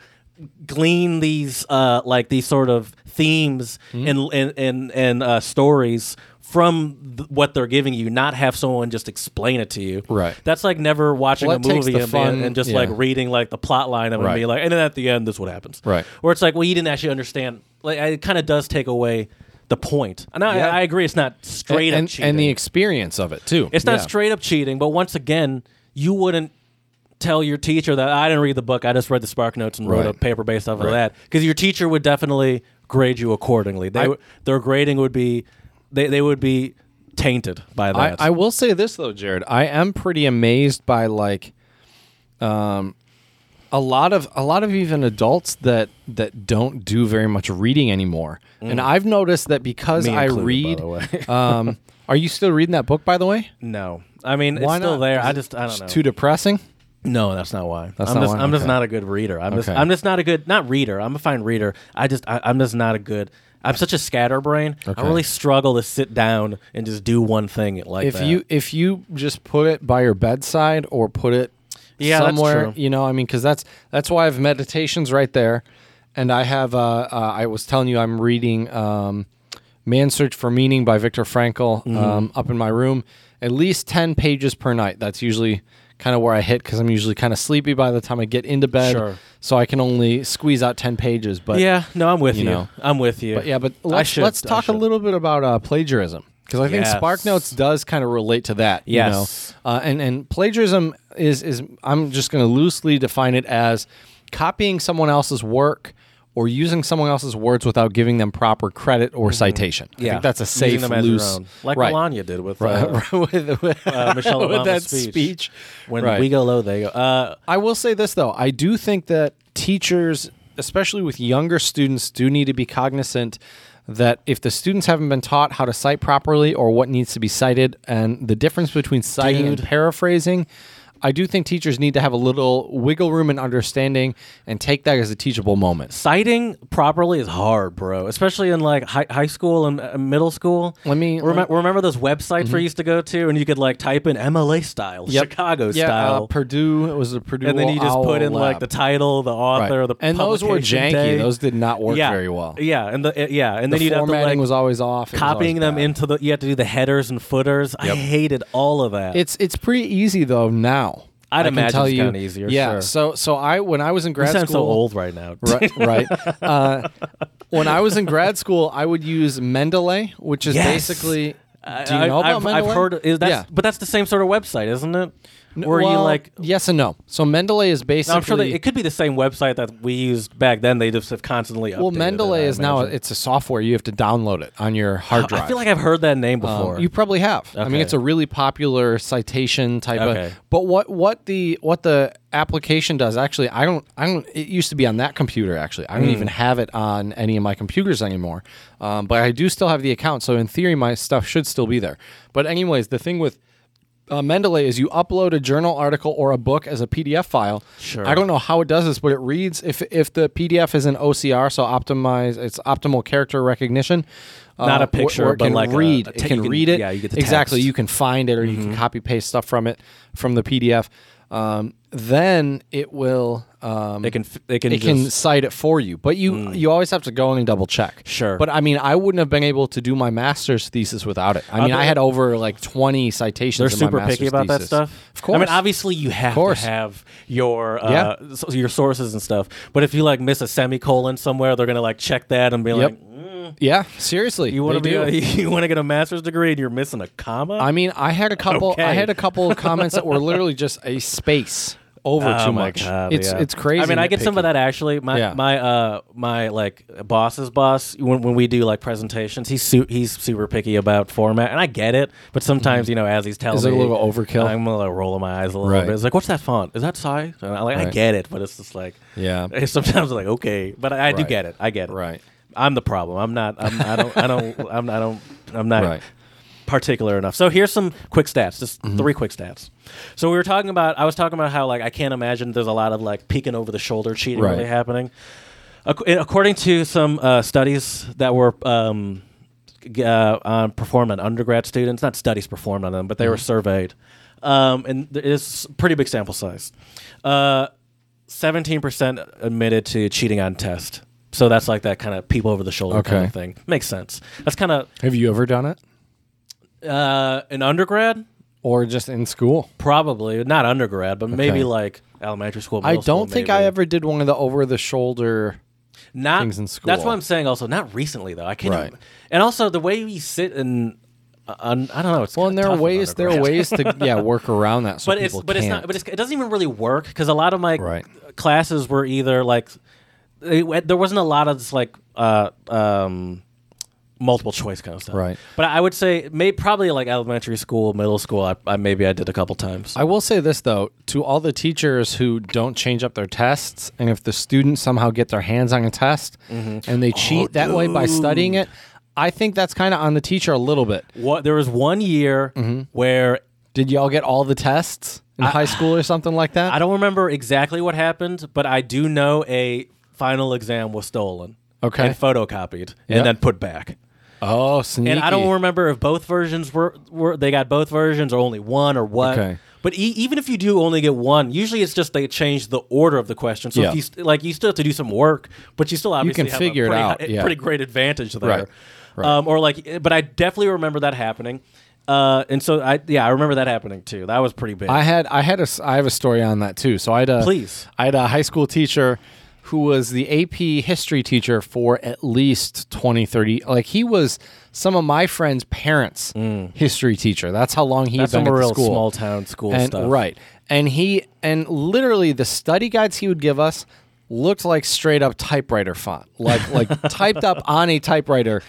glean these uh like these sort of themes
Hmm?
and and and, and uh, stories from th- what they're giving you not have someone just explain it to you
Right.
that's like never watching
Well,
a
that takes
movie
the
and, being-
fun-
and just
yeah.
like reading like the plot line of it
Right.
and being like and then at the end this is what happens
Right.
where it's like well you didn't actually understand like it kind of does take away the point and I,
Yeah.
I agree it's not straight up
and,
cheating
and the experience of it too.
it's not
Yeah.
straight up cheating, but once again, you wouldn't tell your teacher that I didn't read the book. I just read the Spark Notes and wrote a
Right.
paper based off of that because your teacher would definitely grade you accordingly. They would their grading would be they they would be tainted by
I,
that.
I will say this though, Jared. I am pretty amazed by like, um, a lot of a lot of even adults that that don't do very much reading anymore. And I've noticed that because
Mm. Me
I read,
included, by (laughs) the way.
um, Are you still reading that book, by the way?
No, I mean
Why
it's still
not?
there.
Is
I
it
just I don't
It's
know.
too depressing.
no, that's not why.
That's
I'm
not
just
why?
I'm just
Okay.
not a good reader. I'm just
Okay.
I'm just not a good not reader. I'm a fine reader. I just I, I'm just not a good. I'm such a scatterbrain. I
Okay.
really struggle to sit down and just do one thing like
If
that.
you if you just put it by your bedside or put it
Yeah, that's
somewhere,
true.
you know, I mean, because that's that's why I have meditations right there, and I have. Uh, uh, I was telling you, I'm reading um, "Man's Search for Meaning" by Viktor Frankl
Mm-hmm.
um, up in my room, at least ten pages per night. That's usually kind of where I hit because I'm usually kind of sleepy by the time I get into bed,
Sure.
so I can only squeeze out ten pages. But
yeah, no, I'm with you.
you know.
I'm with you.
But yeah, but
I
let's,
should,
let's
I
talk a
should.
little bit about uh, plagiarism because I think
Yes.
Spark Notes does kind of relate to that. you know?
Yes.
uh, and and plagiarism is is I'm just going to loosely define it as copying someone else's work or using someone else's words without giving them proper credit or citation. I think that's a
Mm-hmm. Using
safe
them as your
loose
own. like
right.
Melania did with uh,
Right, (laughs) with, with-
uh, Michelle
(laughs) with
Obama's
that
speech.
speech.
When
Right.
we go low, they go. Uh,
I will say this though, I do think that teachers, especially with younger students, do need to be cognizant that if the students haven't been taught how to cite properly or what needs to be cited and the difference between citing and paraphrasing, I do think teachers need to have a little wiggle room and understanding and take that as a teachable moment.
citing properly is hard, bro. Especially in like high, high school and uh, middle school.
Let Mm-hmm. me-
Remem- remember those websites we used to go to, and you could like type in MLA style, Chicago
yeah,
style,
Uh, Purdue, it was the Purdue.
and then you just
Owl
put in like
Lab.
the title, the author,
Right.
the
And those were
publication
janky.
day.
Those did not work
yeah.
very well.
Yeah, and the uh, yeah, and
The
then you'd have to
formatting
like
was always off. It was always
copying them
bad.
into the. You had to do the headers and footers. I hated all of that.
It's it's pretty easy though now.
I'd
I can
imagine
tell
it's
you-
gotten easier,
Yeah.
sure.
So so I when I was in
you
grad
sound
school,
so old right now. (laughs)
right? right. Uh, when I was in grad school, I would use Mendeley, which is
Yes.
basically.
I-
Do you know
I-
about
I've,
Mendeley?
I've heard, is that's,
yeah.
but that's the same sort of website, isn't it? Where you
Well,
like
yes and no. So Mendeley is basically.
I'm sure they, it could be the same website that we used back then. They just have constantly updated.
well,
it,
Mendeley
I
is now
imagine.
it's a software you have to download it on your hard drive.
I feel like I've heard that name
Um,
before.
you probably have. I mean,
Okay.
it's a really popular citation type
Okay.
of. But what what the what the application does actually, I don't I don't. It used to be on that computer actually. I don't
Hmm.
even have it on any of my computers anymore. Um, but I do still have the account, so in theory, my stuff should still be there. But anyways, the thing with uh, Mendeley is you upload a journal article or a book as a PDF file. Sure. I don't know how it does this, but it reads if if the PDF is an OCR, so optimize it's optimal character recognition.
Not a
uh, wh-
picture,
where it
but
can
like a-
read.
a
it
te-
can
you can-
read it.
yeah, you get the
exactly.
text. Mm-hmm.
You can find it, or you can copy paste stuff from it from the PDF. Um, then it will. Um,
they can f- they can
it can
just- Mm.
cite it for you, but you you always have to go in and double check.
Sure.
But I mean, I wouldn't have been able to do my master's thesis without it. I mean,
they-
I had over like twenty citations.
they're
in my
super picky
master's
about that
thesis.
stuff.
Of course.
I mean, obviously you have to
course.
have your uh,
Yeah.
so- your sources and stuff. But if you like miss a semicolon somewhere, they're gonna like check that and be like, mm.
Yeah, seriously.
"You want to
they
be
do.
a, (laughs) you want to get a master's degree and you're missing a comma."
I mean, I had a couple. I
Okay.
had a couple of comments
(laughs)
that were literally just a space over
Oh
too
my
much.
God,
it's
yeah.
it's crazy.
I mean, I get some
nitpicking.
of that actually. My
Yeah.
my uh my like boss's boss when, when we do like presentations, he's su- he's super picky about format, and I get it. But sometimes you know, as he's telling
Mm-hmm. Is it a
me,
little overkill?
I'm gonna like, roll my eyes a little
Right.
bit. It's like, what's that font? Is that size? And I like I
Right.
get it, but it's just like
Yeah.
(laughs) it's Sometimes like okay, but I, I do
Right.
get it. I get it.
Right.
I'm the problem. I'm not. I'm, I don't. I don't. I'm. I don't. I'm not
Right.
particular enough. So here's some quick stats. Just
Mm-hmm.
three quick stats. So we were talking about. I was talking about how like I can't imagine there's a lot of like peeking over the shoulder cheating
Right.
really happening. Ac- and according to some uh, studies that were um, g- uh, um, performed on undergrad students, not studies performed on them, but they were
Mm-hmm.
surveyed, um, and there is pretty big sample size. Uh, Seventeen percent admitted to cheating on test. So that's like that kind of people over the shoulder kind
Okay.
of thing. Makes sense. That's kind of
Have you ever done it,
uh, an undergrad,
or just in school?
probably not undergrad, but maybe
Okay.
like elementary school.
I
middle school,
don't think I
maybe.
ever did one of the over the shoulder.
not
things in
That's
school.
what I'm saying. Also, not recently though. I can't.
Right.
even- and also the way we sit and uh, un- I don't know. It's
Well, and there are
tough in
ways there are
undergrad.
ways to yeah work around that. So
but it's
people
but it's not
can't.
but it's, it doesn't even really work because a lot of my
Right.
classes were either like they, there wasn't a lot of this like uh um multiple choice kind of stuff
Right.
but i would say maybe probably like elementary school middle school i, I maybe i did a couple times
I will say this though, to all the teachers who don't change up their tests,
Mm-hmm. Oh,
and if the students somehow get their hands on a test and they cheat that way by studying it, I think that's kind of on the teacher a little bit.
What there was one year
Mm-hmm.
where
Did y'all get all the tests in high school or something like that?
I don't remember exactly what happened, but I do know a final exam was stolen.
Okay.
And photocopied
Yeah.
and then put back.
oh, sneaky.
And I don't remember if both versions were, were they got both versions or only one or what.
Okay.
But e- even if you do only get one, usually it's just they change the order of the question. So
Yeah.
if you st- like you still have to do some work, but you still obviously
can
have
figure it
a pretty,
out,
hi-
yeah.
pretty great advantage there.
Right, right.
Um, or like, but I definitely remember that happening. Uh, and so I yeah I remember that happening too. That was pretty big.
I had I had a s- I have a story on that too. So I had a
Please.
I had a high school teacher who was the AP history teacher for at least 20 30 like he was some of my friends' parents' history teacher. That's how long he
Mm. That's
had
some
been at the
real
school.
small town school
and,
stuff.
Right. And he and literally the study guides he would give us looked like straight up typewriter font. Like
(laughs)
like typed up on a typewriter,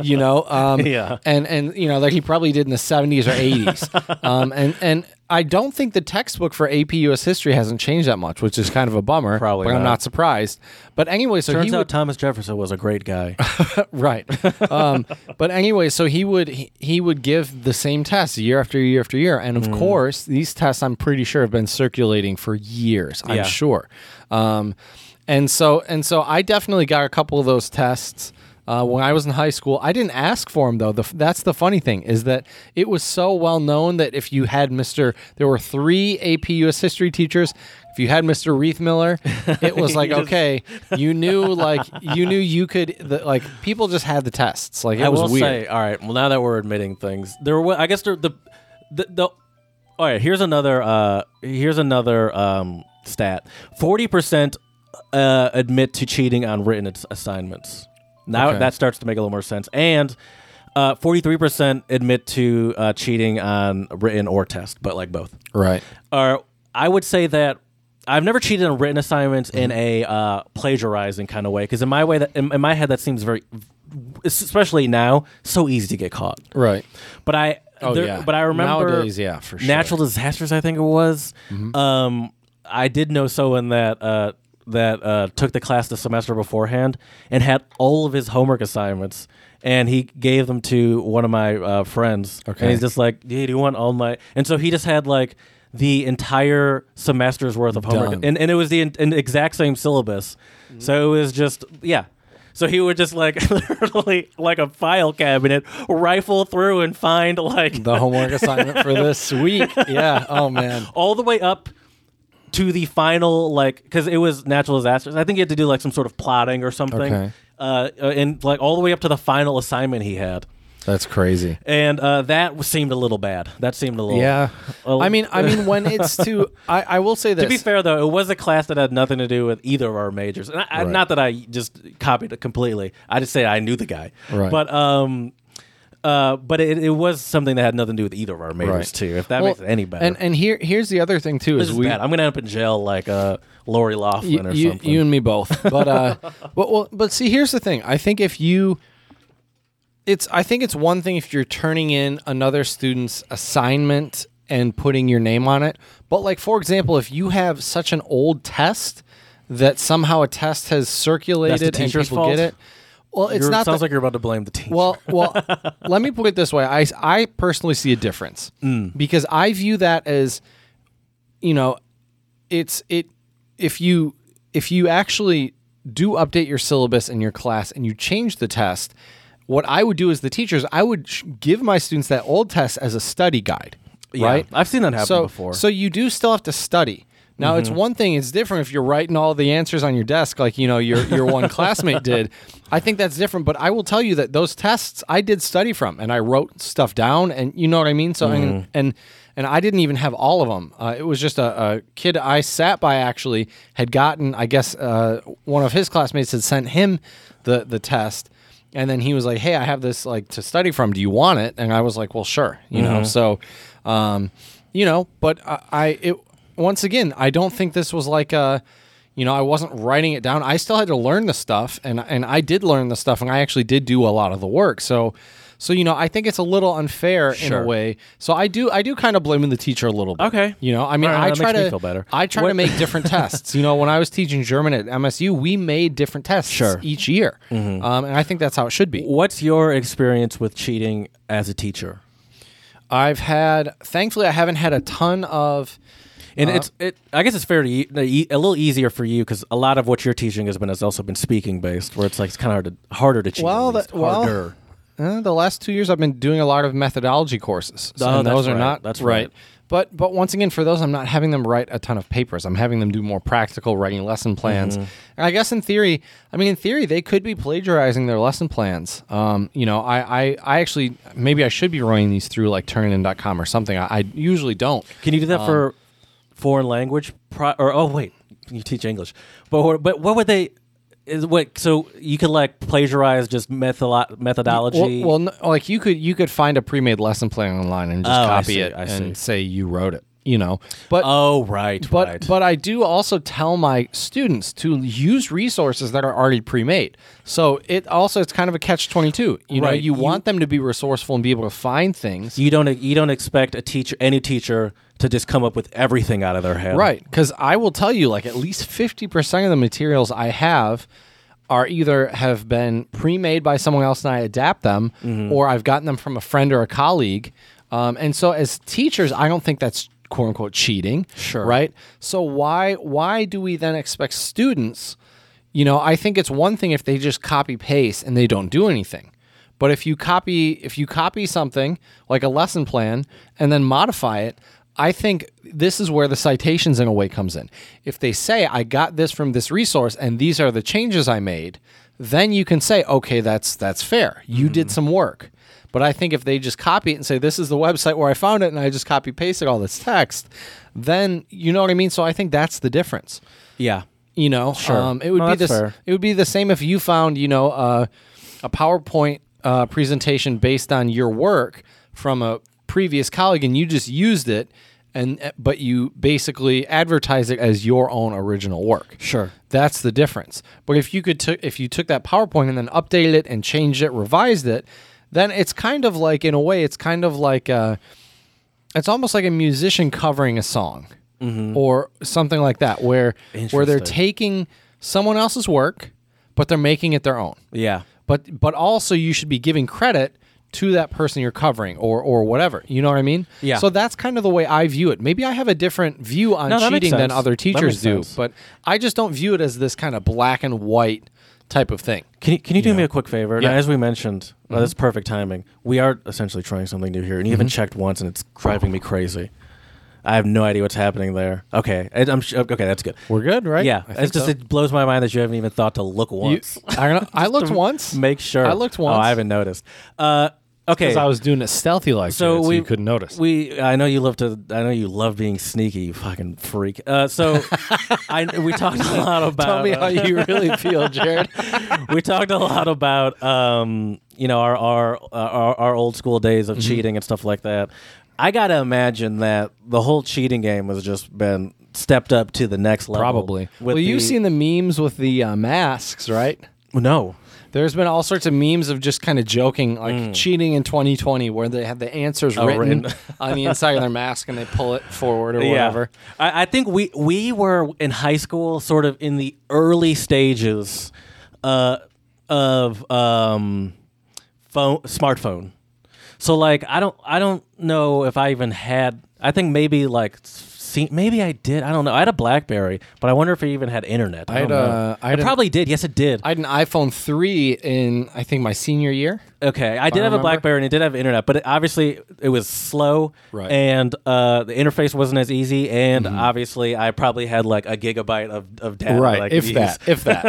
you know. Um
Yeah.
and and you know like he probably did in the 70s or
(laughs)
80s um, and and i don't think the textbook for ap us history hasn't changed that much which is kind of a bummer
Probably
but i'm
not.
not surprised but anyway so
Turns
he
out
would,
Thomas Jefferson was a
(laughs)
great guy.
right um, but anyway so he would he, he would give the same tests year after year after year and of course these tests i'm pretty sure have been circulating for years i'm
Yeah.
sure um, and so and so i definitely got a couple of those tests uh, when i was in high school i didn't ask for them though the, f- that's the funny thing is that it was so well known that if you had mr there were three ap us history teachers if you had Mr. Reith
(laughs)
Miller, it was like okay, you knew like you knew you could the, like people just had the tests like it
I
was
will
weird.
say, all right. Well, now that we're admitting things, there. Were, I guess there, the the the. All right. Here's another. Uh, here's another um, stat. Forty percent uh, admit to cheating on written ass- assignments. Now
Okay.
that starts to make a little more sense. And uh, forty-three percent admit to uh, cheating on written or test, but like both.
Right.
Or I would say that. I've never cheated on written assignments in
Mm-hmm.
a uh, plagiarizing kind of way because in my way that in, in my head that seems very, especially now, so easy to get caught.
Right.
But I,
Oh,
there-
yeah.
but I remember
Nowadays, yeah, for sure. Mm-hmm.
Natural disasters, I think it was. Um, I did know someone that uh, that uh, took the class the semester beforehand and had all of his homework assignments. And he gave them to one of my uh, friends.
Okay.
And he's just like, "Dude, you want all my?" And so he just had like the entire semester's worth of homework,
Done. Mm-hmm.
and, and it was the in, in exact same syllabus. So it was just yeah. So he would just like (laughs) literally like a file cabinet rifle through and find like
The homework assignment for this week. Yeah. Oh man.
(laughs) all the way up to the final like because it was natural disasters. I think he had to do like some sort of plotting or something,
Okay.
uh, uh, and like all the way up to the final assignment he had,
That's crazy.
and uh, that seemed a little bad. That seemed a little
Yeah.
Well-
I mean, I mean, when
(laughs)
it's to, I, I will say this.
To be fair, though, it was a class that had nothing to do with either of our majors, and I, I-
Right.
not that I just copied it completely. I just say I knew the guy,
Right.
but um, uh, but it, it was something that had nothing to do with either of our majors
Right.
too. If that
Well,
makes it any better,
And and here here's the other thing too
this
is,
is
we
bad. I'm gonna end up in jail like uh, Lori
y-
Laughlin or
you,
something.
you and me both. But
(laughs)
uh, but well, but see, here's the thing. I think if you, it's I think it's one thing if you're turning in another student's assignment and putting your name on it. But like for example, if you have such an old test that somehow a test has circulated and
teacher's
people
fault?
get it. Well, it's
You're-
not
sounds
the-
like you're about to blame the teacher.
well,
(laughs)
well, let me put it this way. I, I personally see a difference
Mm.
because I view that as, you know, it's it if you if you actually do update your syllabus in your class and you change the test, what I would do as the teachers, I would sh- give my students that old test as a study guide,
Yeah,
right?
I've seen that happen
so,
before. Mm-hmm.
So you do still have to study. Now it's one thing; it's different if you're writing all the answers on your desk, like you know your your
(laughs)
one classmate did. I think that's different, but I will tell you that those tests I did study from, and I wrote stuff down, and you know what I mean. So
Mm-hmm.
and, and and I didn't even have all of them. Uh, it was just a, a kid I sat by actually had gotten. I guess uh, one of his classmates had sent him the the test, and then he was like, "Hey, I have this like to study from. Do you want it?" And I was like, "Well, sure." You
Mm-hmm.
know, so, um, you know, but I, I it once again, I don't think this was like a, you know, I wasn't writing it down. I still had to learn the stuff, and and I did learn the stuff, and I actually did do a lot of the work. So, So you know, I think it's a little unfair in
Sure.
a way. So I do, I do kind of blame the teacher a little bit.
Okay.
you know, I mean,
All right,
I
that
try
makes me
to
feel better.
I try to
What-
make different tests. You know, when I was teaching German at MSU, we made different tests
Sure.
each year,
Mm-hmm.
um, and I think that's how it should be.
What's your experience with cheating as a teacher?
I've had, thankfully, I haven't had a ton of. Uh,
And it's it. I guess it's fair to you, a little easier for you because a lot of what you're teaching has been has also been speaking based, where it's like it's kind of hard to, harder to cheat.
Well,
at least.
that- well,
harder.
Uh, the last two years, I've been doing a lot of methodology courses, so
Oh,
and
that's
those are
right.
not
That's right.
But but once again, for those, I'm not having them write a ton of papers. I'm having them do more practical writing lesson plans.
Mm-hmm.
And I guess in theory, I mean, in theory, they could be plagiarizing their lesson plans. Um, you know, I, I I actually maybe I should be running these through like Turnitin.com or something. I, I usually don't.
Can you do that for foreign language? Pro- or oh wait, you teach English, but what- but what would they? Is what so you could like plagiarize just method methodology?
Well, well no, like you could you could find a pre-made lesson plan online and just
Oh, I
copy
see,
it
I see.
and say you wrote it. You know, but
oh right,
but
right.
but I do also tell my students to use resources that are already pre-made. So it also it's kind of a catch twenty two. You know,
Right,
you,
you-
want them to be resourceful and be able to find things.
you don't you don't expect a teacher any teacher to just come up with everything out of their head,
Right, because I will tell you, like at least fifty percent of the materials I have are either have been pre-made by someone else and I adapt them, or I've gotten them from a friend or a colleague. Um, and so, as teachers, I don't think that's "quote unquote" cheating.
Sure.
Right. So why why do we then expect students? You know, I think it's one thing if they just copy paste and they don't do anything. But if you copy if you copy something like a lesson plan and then modify it, I think this is where the citations in a way comes in. If they say I got this from this resource and these are the changes I made, then you can say okay, that's that's fair. You did some work. But I think if they just copy it and say this is the website where I found it and I just copy pasted all this text, then you know what I mean? So I think that's the difference
Yeah.
you know um, it would
No,
be this
that's fair.
it would be the same if you found you know uh, a powerpoint uh, presentation based on your work from a previous colleague and you just used it and uh, but you basically advertise it as your own original work
Sure.
that's the difference but if you could t- if you took that powerpoint and then updated it and changed it revised it then it's kind of like in a way it's kind of like uh, it's almost like a musician covering a song or something like that where where they're
Mm-hmm. Interesting.
taking someone else's work but they're making it their own
Yeah.
but but also you should be giving credit to that person you're covering or or whatever you know what i mean
Yeah.
so that's kind of the way i view it maybe i have a different view on
No, that makes
cheating than
sense.
other
That
teachers
makes
do
sense.
but i just don't view it as this kind of black and white type of thing
Can you, can you do me a quick favor?
Yeah. Mm-hmm.
Now, as we mentioned, well, that's perfect timing. We are essentially trying something new here, and you haven't checked once, and it's driving me crazy. I have no idea what's happening there. Okay, I, am okay. That's good.
we're good right
yeah,
I
it's
think
just
so.
it blows my mind that you haven't even thought to look
You-
once.
(laughs) I, don't know. I looked once
Make sure
i looked
Oh,
once
I haven't noticed. Uh, okay,
because i was doing it stealthy like
so
so,
we
you couldn't notice
We I know you love to I know you love being sneaky, you fucking freak. Uh, so
(laughs)
I we talked a lot about uh,
tell me how you really feel jared
we talked a lot about um, you know our our, uh, our our old school days
Mm-hmm.
of cheating and stuff like that. I gotta imagine that the whole cheating game has just been stepped up to the next level.
(laughs) probably
with
well you've
the-
seen the memes with the uh, masks right
no.
There's been all sorts of memes of just kind of joking, like cheating in 2020, where they have the answers written,
Mm. Oh, written.
(laughs) on the inside of their mask and they pull it forward or whatever.
Yeah. I, I think we we were in high school, sort of in the early stages uh, of um, phone smartphone. So like I don't I don't know if I even had I think maybe like see, maybe I did I don't know I had a BlackBerry but I wonder if I even had internet I,
I had
don't
a-
know.
I had
It
an-
probably did yes it did
I had an iPhone 3 in, I think, my senior year.
Okay, I did have a
remember.
BlackBerry and it did have internet, but it, obviously it was slow,
Right. Mm-hmm.
And uh, the interface wasn't as easy, and obviously I probably had like a gigabyte of, of data. that I could use. (laughs)
if that.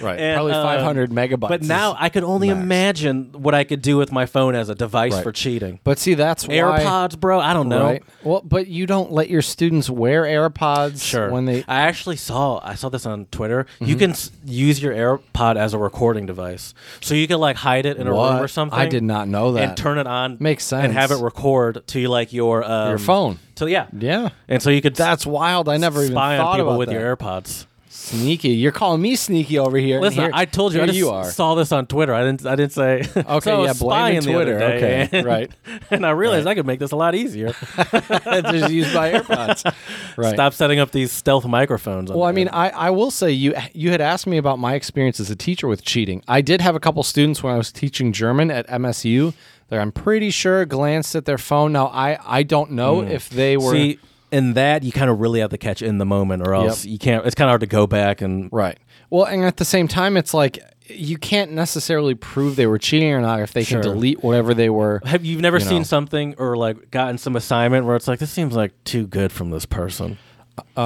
right,
And,
probably
uh,
500 megabytes.
But
is-
now I could only
max.
imagine what I could do with my phone as a device
Right.
for cheating.
but see, that's why.
AirPods, bro, I don't know.
Right. Well, but you don't let your students wear AirPods
Sure.
when they. Mm-hmm.
I actually saw I saw this on Twitter. You can s- use your AirPod as a recording device, so you can like hide it in a room
What?
or something.
I did not know that.
And turn it on.
Makes
And have it
sense.
record to like your um,
Your phone.
So yeah,
Yeah.
And so you could s-
That's wild. I never even
spy on
thought
people
about
with
that.
your AirPods.
Sneaky. You're calling me sneaky over here. and
Listen,
here-
I told you.
here
I just
you are.
saw this on Twitter. I didn't. I didn't say. (laughs) Okay,
Okay, yeah, blame Twitter. Okay,
and,
right.
(laughs) And I realized I could make this a lot easier.
just used
(laughs)
by AirPods. Right.
Stop setting up these stealth microphones. on
Well, I mean,
there.
I, I will say you you had asked me about my experience as a teacher with cheating. I did have a couple students when I was teaching German at MSU that I'm pretty sure glanced at their phone. Now I, I don't know if they were
Hmm. see in that you kind of really have to catch it in the moment, or else you can't. It's kind of hard to go back and
right. Well, and at the same time, it's like you can't necessarily prove they were cheating or not if they can delete whatever they
(laughs)
were.
Have you never
You
seen
know.
something or like gotten some assignment where it's like this seems like too good from this person?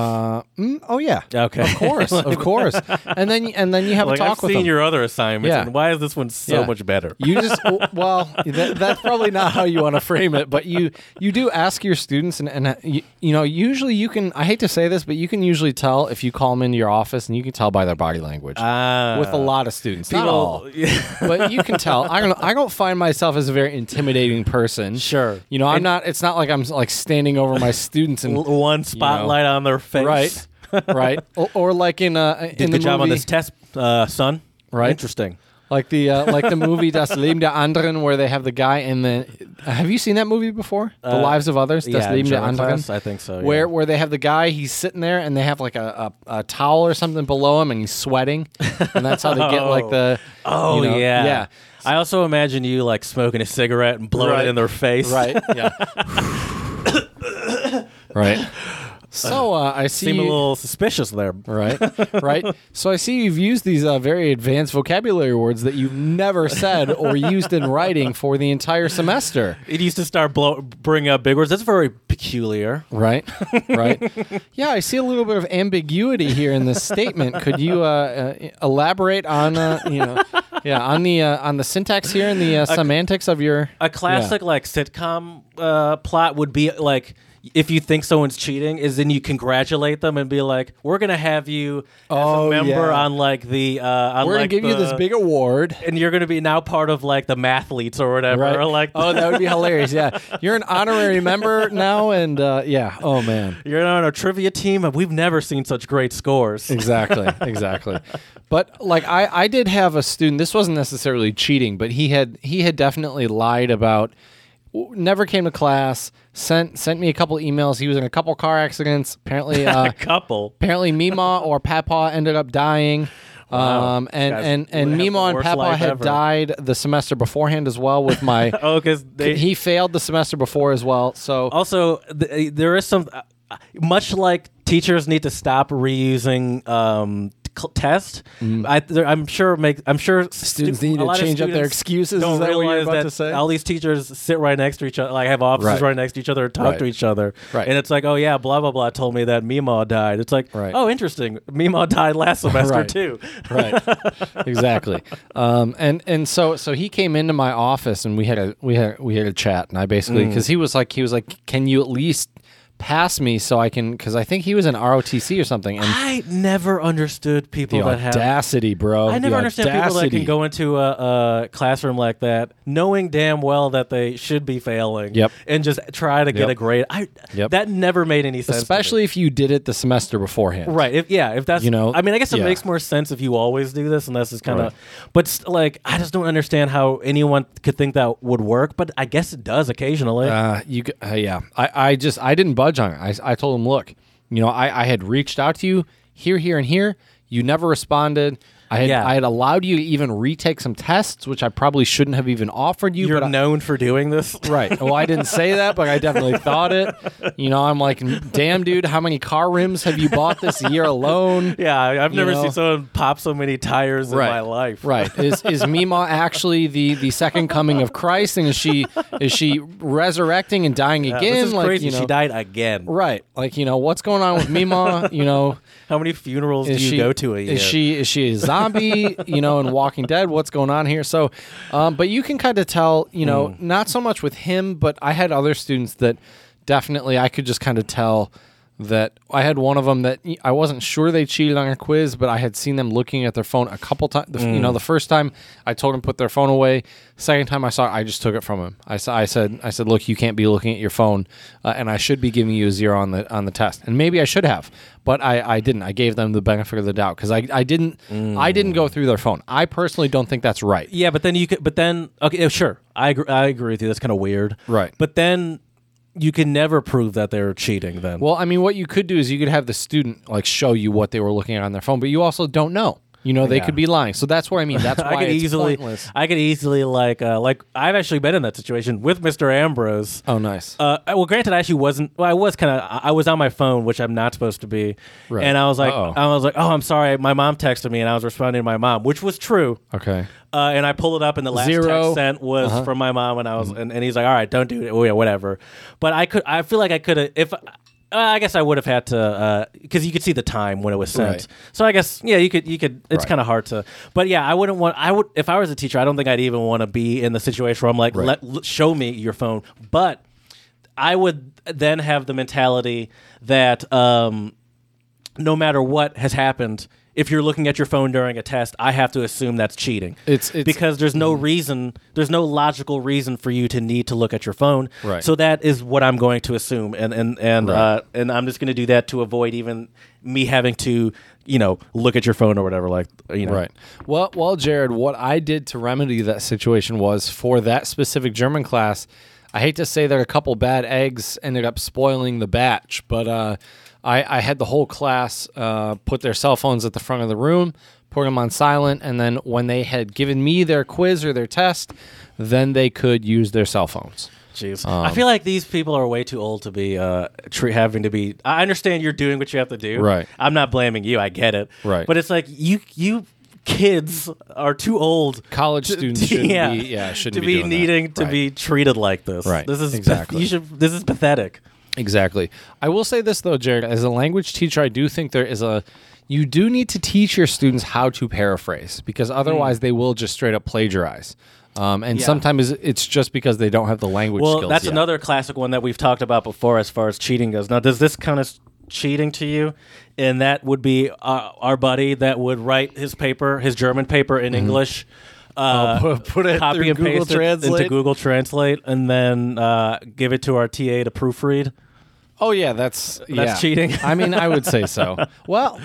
Oh yeah,
Okay.
of course, of course. And then and then you have
(laughs)
a
Like
talk
I've
with
seen
them.
your other assignments,
Yeah.
and why is this one so
Yeah.
much better?
You
(laughs)
just well, that, that's probably not how you want to frame it, but you you do ask your students, and and uh, you, you know usually you can. I hate to say this, but you can usually tell if you call them into your office, and you can tell by their body language. with a lot of students, not
Ah. People- (laughs)
all, but you can tell. I don't. I don't find myself as a very intimidating person.
Sure.
you know I'm not. It's not like I'm like standing over my students and
L- one spotlight on their face. (laughs)
right, right, or, or like in uh
Did
in
a
the
good job on
movie-
this test, uh, son.
Right.
Interesting.
like the uh, like the movie Das Leben der anderen, where they have the guy in the. Have you seen that movie before? The Lives of Others. Das
Uh, yeah, in
Leben der
German
anderen.
class, I think so, yeah.
Where where they have the guy, he's sitting there, and they have like a, a, a towel or something below him, and he's sweating, and that's how they get like the.
(laughs) Oh
you know,
yeah.
yeah.
I also imagine you like smoking a cigarette and blowing
Right.
it in their face.
Right. Yeah. right. So uh, I see.
(laughs) Seem a
you-
little suspicious there.
(laughs) Right, right. So I see you've used these uh, very advanced vocabulary words that you've never said or used in writing for the entire semester.
It used to start blow, bring up big words. That's very peculiar.
Right,
(laughs)
right. yeah, I see a little bit of ambiguity here in this statement. Could you uh, uh, elaborate on, uh, you know, yeah, on the uh, on the syntax here and the uh, semantics of your
A classic like sitcom uh, plot would be like if you think someone's cheating, is then you congratulate them and be like, "We're gonna have you as
Oh,
a member
yeah.
on like the uh, on,
We're
like,
gonna give you this
the-
big award.
and you're gonna be now part of like the mathletes or whatever.
Right.
Or, like
oh, that would be hilarious. Yeah, you're an honorary member now, and uh, yeah. Oh man.
you're on a trivia team, and we've never seen such great scores. (laughs)
exactly exactly but like i i did have a student this wasn't necessarily cheating but he had he had definitely lied about w- never came to class sent sent me a couple emails he was in a couple car accidents
(laughs)
apparently uh
Couple.
apparently mima or papa ended up dying um and
Guys,
and
we
and
have the
mima and
worst
papa
life
had
ever.
died the semester beforehand as well with my
(laughs) Oh, because they
he failed the semester before as well so
also th- there is some uh, uh, much like teachers need to stop reusing um cl- test I, there, i'm sure make i'm sure stu-
Mm-hmm. Students need
a
to
lot of
change up their
students
excuses, is
don't
that what you were
realize
about
that
to say?
all these teachers sit right next to each other like have offices
Right.
right, next to each other and talk
Right.
to each other
Right.
and it's like oh yeah blah blah blah told me that mima died it's like
Right.
oh interesting mima died
(laughs)
last semester
Right.
too (laughs)
right exactly um, and and so so he came into my office and we had a we had we had a chat and i basically
Mm.
because he was like he was like can you at least pass me so i can because i think he was in rotc or something and
i never understood people
the
that have
audacity bro
I
the
never understand people that
audacity.
can go into a, a classroom like that, knowing damn well that they should be failing,
Yep.
and just try to get
Yep.
a grade. I
Yep.
that never made any sense, to me.
especially if you did it the semester beforehand
right. If yeah, if that's
You know,
I mean, I guess it
yeah.
makes more sense if you always do this, unless it's kind of.
Right.
But st- like, I just don't understand how anyone could think that would work. But I guess it does occasionally.
Uh, you, g- uh, yeah. I, I just, I didn't budge on it. I, I told him, look, you know, I, I had reached out to you here, here, and here. You never responded. I had,
Yeah.
I had allowed you to even retake some tests, which I probably shouldn't have even offered you.
You're
but I-
known for doing this.
(laughs) right. Well, I didn't say that, but I definitely thought it. You know, I'm like, damn, dude, how many car rims have you bought this year
(laughs)
alone?
(laughs) Yeah, I- I've
You
never
know?
seen someone pop so many tires in my life.
Right. Is is Mima actually the the second coming of Christ and is she is she resurrecting and dying
Uh,
again?
(laughs) this is
like,
crazy.
you know-
she died again.
Right. Like, you know, what's going on with Mima? You know,
How many funerals
is
(laughs) do you
she
go to a year?
Is she is she a zombie, you know, in Walking Dead? What's going on here? So um, but you can kind of tell, you know,
Hmm.
not so much with him, but I had other students that definitely I could just kind of tell that I had one of them that y- I wasn't sure they cheated on a quiz, but I had seen them looking at their phone a couple times. You
Mm.
know, the first time I told them put their phone away. Second time I saw, it, I just took it from him. I, sa- I said, I said, look, you can't be looking at your phone, uh, and I should be giving you a zero on the on the test. And maybe I should have, but I, I didn't. I gave them the benefit of the doubt because I, I didn't I didn't
Mm.
go through their phone. I personally don't think that's right.
Yeah, but then you could. But then, okay, yeah, sure, I agree, I agree with you. That's kind of weird,
Right.
But then you can never prove that they're cheating. Then,
Well, I mean, what you could do is you could have the student like show you what they were looking at on their phone, but you also don't know. You know, they could be lying. So that's what I
(laughs)
mean. That's why
I could
it's
easily,
pointless.
I could easily like, uh, like I've actually been in that situation with Mr. Ambrose.
Oh, nice.
Uh, well, granted, I actually wasn't. Well, I was kind of. I I was on my phone, which I'm not supposed to be.
Right.
And I was like,
Uh-oh.
I was like, oh, I'm sorry. My mom texted me, and I was responding to my mom, which was true.
okay.
Uh, and I pulled it up, and the last
Zero. Uh-huh. Mm-hmm.
text sent was from my mom, and I was, and, and he's like, "All right, don't do it, Oh, yeah, whatever." But I could, I feel like I could have, if uh, I guess I would have had to, because you could see the time when it was sent.
Right.
So I guess, yeah, you could, you could. It's
Right.
kind of hard to, but yeah, I wouldn't want. I would, if I was a teacher, I don't think I'd even want to be in the situation where I'm like,
Right.
"Let l- show me your phone," but. I would then have the mentality that um, no matter what has happened, if you're looking at your phone during a test, I have to assume that's cheating.
It's- it's-
because there's no reason, there's no logical reason for you to need to look at your phone.
Right.
So that is what I'm going to assume, and and and uh, and I'm just going to do that to avoid even me having to, you know, look at your phone or whatever. Like, you know,
Right. Well, well, Jared, what I did to remedy that situation was for that specific German class. I hate to say that a couple bad eggs ended up spoiling the batch, but uh, I, I had the whole class uh, put their cell phones at the front of the room, put them on silent, and then when they had given me their quiz or their test, then they could use their cell phones.
Jeez,
Um,
I feel like these people are way too old to be uh, tre- having to be. I understand you're doing what you have to do.
Right.
I'm not blaming you. I get it.
Right.
But it's like you you kids are too old.
College
to-
students
to-
shouldn't be- yeah, shouldn't
to
be
be,
doing that.
needing to
Right.
be treated like this.
Right.
This is
Exactly.
Path- you should. This is pathetic.
Exactly. I will say this though, Jared, as a language teacher, I do think there is a you do need to teach your students how to paraphrase because otherwise they will just straight up plagiarize. Um, and
Mm. Yeah.
sometimes it's just because they don't have the language
Well,
skills.
that's
yet.
another classic one that we've talked about before as far as cheating goes. Now, does this count as cheating to you? And that would be our, our buddy that would write his paper, his German paper in English. Uh,
put- put it through
copy and
Google
paste it
Translate?
into Google Translate, and then uh, give it to our TA to proofread.
Oh yeah, that's that's
cheating?
I mean, I would say
(laughs)
so. Well,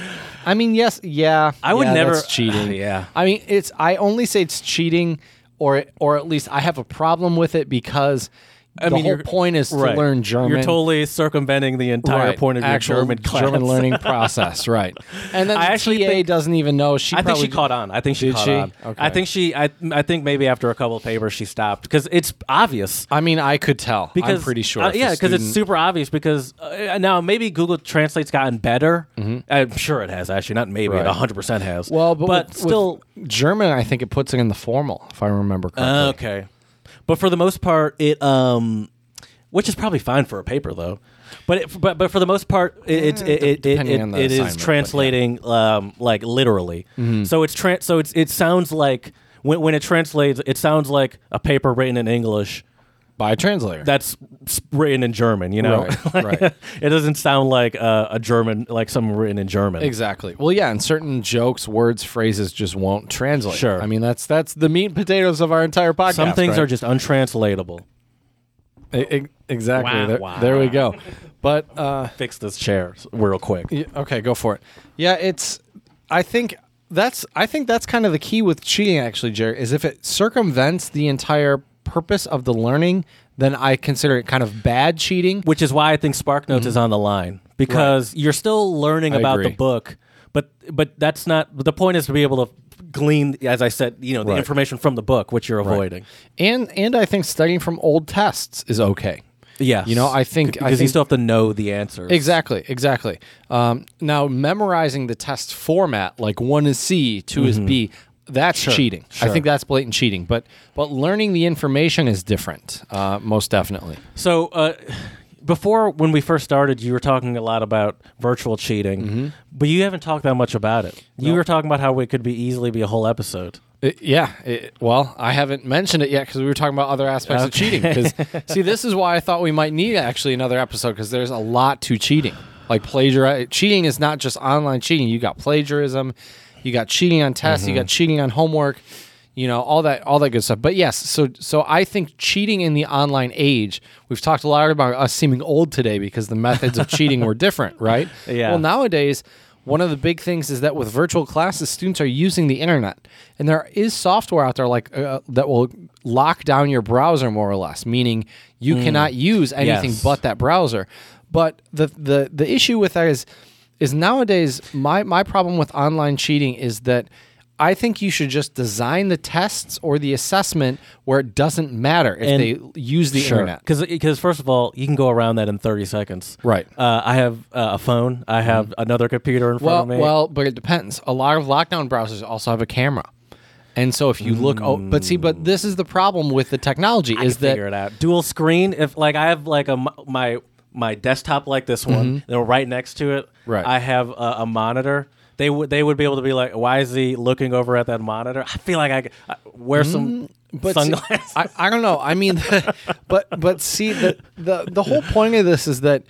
I mean, yes, yeah.
I would
yeah,
never-
that's cheating.
(sighs) Yeah.
I mean, it's I only say it's cheating, or or at least I have a problem with it because the
mean,
whole
you're-
point is to learn German.
You're totally circumventing the entire
Right.
point of your
Actual
German class. (laughs)
learning process, right? And then
I
the
actually
TA
think-
doesn't even know. She
I think
probably-
she caught on. I think she
Did
caught
she?
on.
Okay.
I think she. I, I think maybe after a couple of papers she stopped because it's obvious.
I mean, I could tell.
because
I'm pretty sure.
uh,
if the
yeah, because it's
student-
super obvious. Because uh, now maybe Google Translate's gotten better. I'm sure it has actually. Not maybe.
Mm-hmm. Right.
It 100 percent has.
well, but, with- with
still.
German. I think it puts it in the formal, if I remember correctly.
Uh, okay. But for the most part, it um, which is probably fine for a paper though. But it, but but for the most part, it it it, it, it,
Eh, depending on
it,
the
it is
assignment, but yeah.
translating um like literally.
Mm-hmm.
So it's trans. So it's it sounds like when when it translates, it sounds like a paper written in English
By a translator.
that's s- written in German, you know.
Right,
(laughs) Like,
right.
it doesn't sound like uh, a German, like something written in German.
Exactly. Well, yeah, and certain jokes, words, phrases just won't translate.
Sure.
I mean, that's that's the meat and potatoes of our entire podcast.
Some things
right?
are just untranslatable.
E- e- exactly.
Wow,
there,
wow.
there we go. But uh,
Fix this chair s- real quick.
Yeah, okay, go for it. Yeah, it's. I think that's. I think that's kind of the key with cheating, actually, Jared. Is if it circumvents the entire purpose of the learning, then I consider it kind of bad cheating.
Which is why I think SparkNotes is on the line because you're still learning
Mm-hmm. I
about
agree.
the book, but but that's not the point. Is to be able to glean, as I said, you know, the
Right.
information from the book, which you're avoiding.
And and I think studying from old tests is okay.
Yeah,
You know, I think I
because you
think-
still have to know the answers.
Exactly, exactly. Um, now, memorizing the test format, like one is C, 2 is B, that's cheating. I think that's blatant cheating. But but learning the information is different, uh, most definitely.
So, uh, before when we first started, you were talking a lot about virtual cheating,
Mm-hmm.
but you haven't talked that much about it. You were talking about how it could be easily be a whole episode.
It- Uh, yeah. it- well, I haven't mentioned it yet because we were talking about other aspects of cheating. Because see, this is why I thought we might need actually another episode because there's a lot to cheating. Like plagiarism, cheating is not just online cheating. You got plagiarism, you got cheating on tests, you got cheating on homework, you know, all that all that good stuff. But yes, so so I think cheating in the online age, we've talked a lot about us seeming old today because the methods of cheating were different, right?
Yeah.
Well, nowadays one of the big things is that with virtual classes students are using the internet and there is software out there like uh, that will lock down your browser more or less meaning you cannot use anything
Mm. Yes.
but that browser but the, the the issue with that is is nowadays my my problem with online cheating is that I think you should just design the tests or the assessment where it doesn't matter if
And-
they use the internet.
Because first of all, you can go around that in thirty seconds.
Right. Mm-hmm.
Uh, I have uh, a phone. I have another computer in front
Well,
of me.
well, but it depends. A lot of lockdown browsers also have a camera, and so if you look, oh, but see, but this is the problem with the technology is that
figure it out. Dual screen. If like I have like a m- my my desktop like this one, and right next to it,
Mm-hmm. Right.
I have a, a monitor. They would they would be able to be like, why is he looking over at that monitor? I feel like I, could- I wear some
Mm, but see-
sunglasses.
I, I don't know. I mean, (laughs) but but see, the, the the whole point of this is that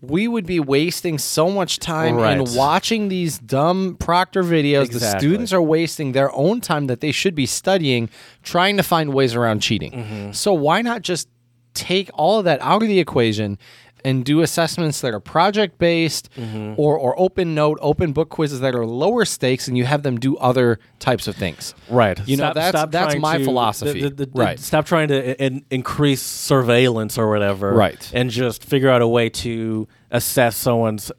we would be wasting so much time
Right.
in watching these dumb proctor videos. The
Exactly.
students are wasting their own time that they should be studying, trying to find ways around cheating.
Mm-hmm.
So why not just take all of that out of the equation? And do assessments that are project based
Mm-hmm.
or, or open note, open book quizzes that are lower stakes, and you have them do other types of things.
Right.
You know,
Stop-
that's,
stop
that's
trying
my
to-
philosophy.
the- the- the-
right.
Stop trying to uh, in, increase surveillance or whatever.
Right.
And just figure out a way to assess someone's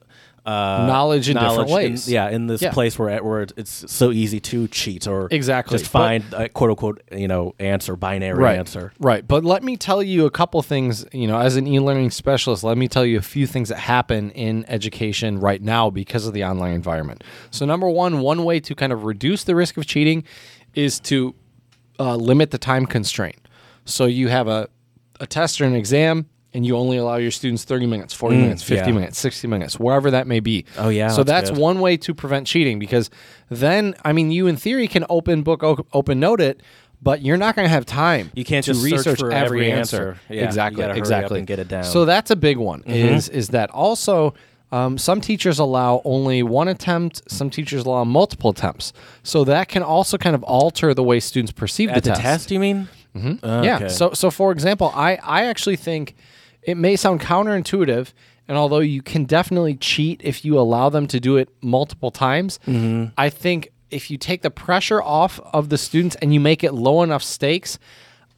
uh,
Knowledge in different
in-
ways.
yeah, in this
Yeah.
place where where it- it's so easy to cheat or
Exactly.
just
But-
find a quote unquote you know answer binary answer.
Right. But let me tell you a couple things, you know, as an e-learning specialist, let me tell you a few things that happen in education right now because of the online environment. So number 1, one way to kind of reduce the risk of cheating is to uh, limit the time constraint. So you have a a test or an exam and you only allow your students 30 minutes, 40 minutes, 50
Mm, yeah.
minutes, 60 minutes, wherever that may be.
Oh, yeah,
So that's,
that's good.
one way to prevent cheating because then I mean you in theory can open book o- open note it, but you're not going to have time.
You can't
to
just search
research
for
every,
every
answer.
answer. Yeah, you
exactly.
gotta hurry up
exactly.
and get it down. Mm-hmm.
So that's a big one. Is is that also? Um, some teachers allow only one attempt. Some teachers allow multiple attempts. So that can also kind of alter the way students perceive
At
the
the
test.
test, you mean? Mm-hmm.
Yeah. So so for example, I I actually think it may sound counterintuitive, and although you can definitely cheat if you allow them to do it multiple times, I think if you take the pressure off of the students and you make it low enough stakes,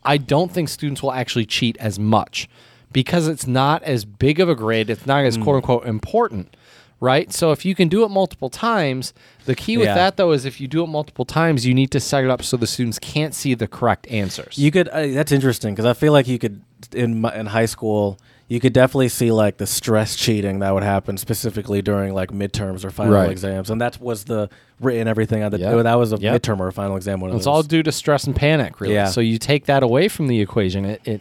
I don't think students will actually cheat as much because it's not as big of a grade, it's not as quote unquote important. Right. So if you can do it multiple times, the key with
Yeah.
that though is if you do it multiple times, you need to set it up so the students can't see the correct answers.
You could. Uh, that's interesting because I feel like you could in my, in high school you could definitely see like the stress cheating that would happen specifically during like midterms or final
Right.
exams, and that was the written everything on the
Yeah.
that was a
Yep.
midterm or a final exam. One of
It's all
those.
due to stress and panic, really.
Yeah.
So you take that away from the equation. It, it,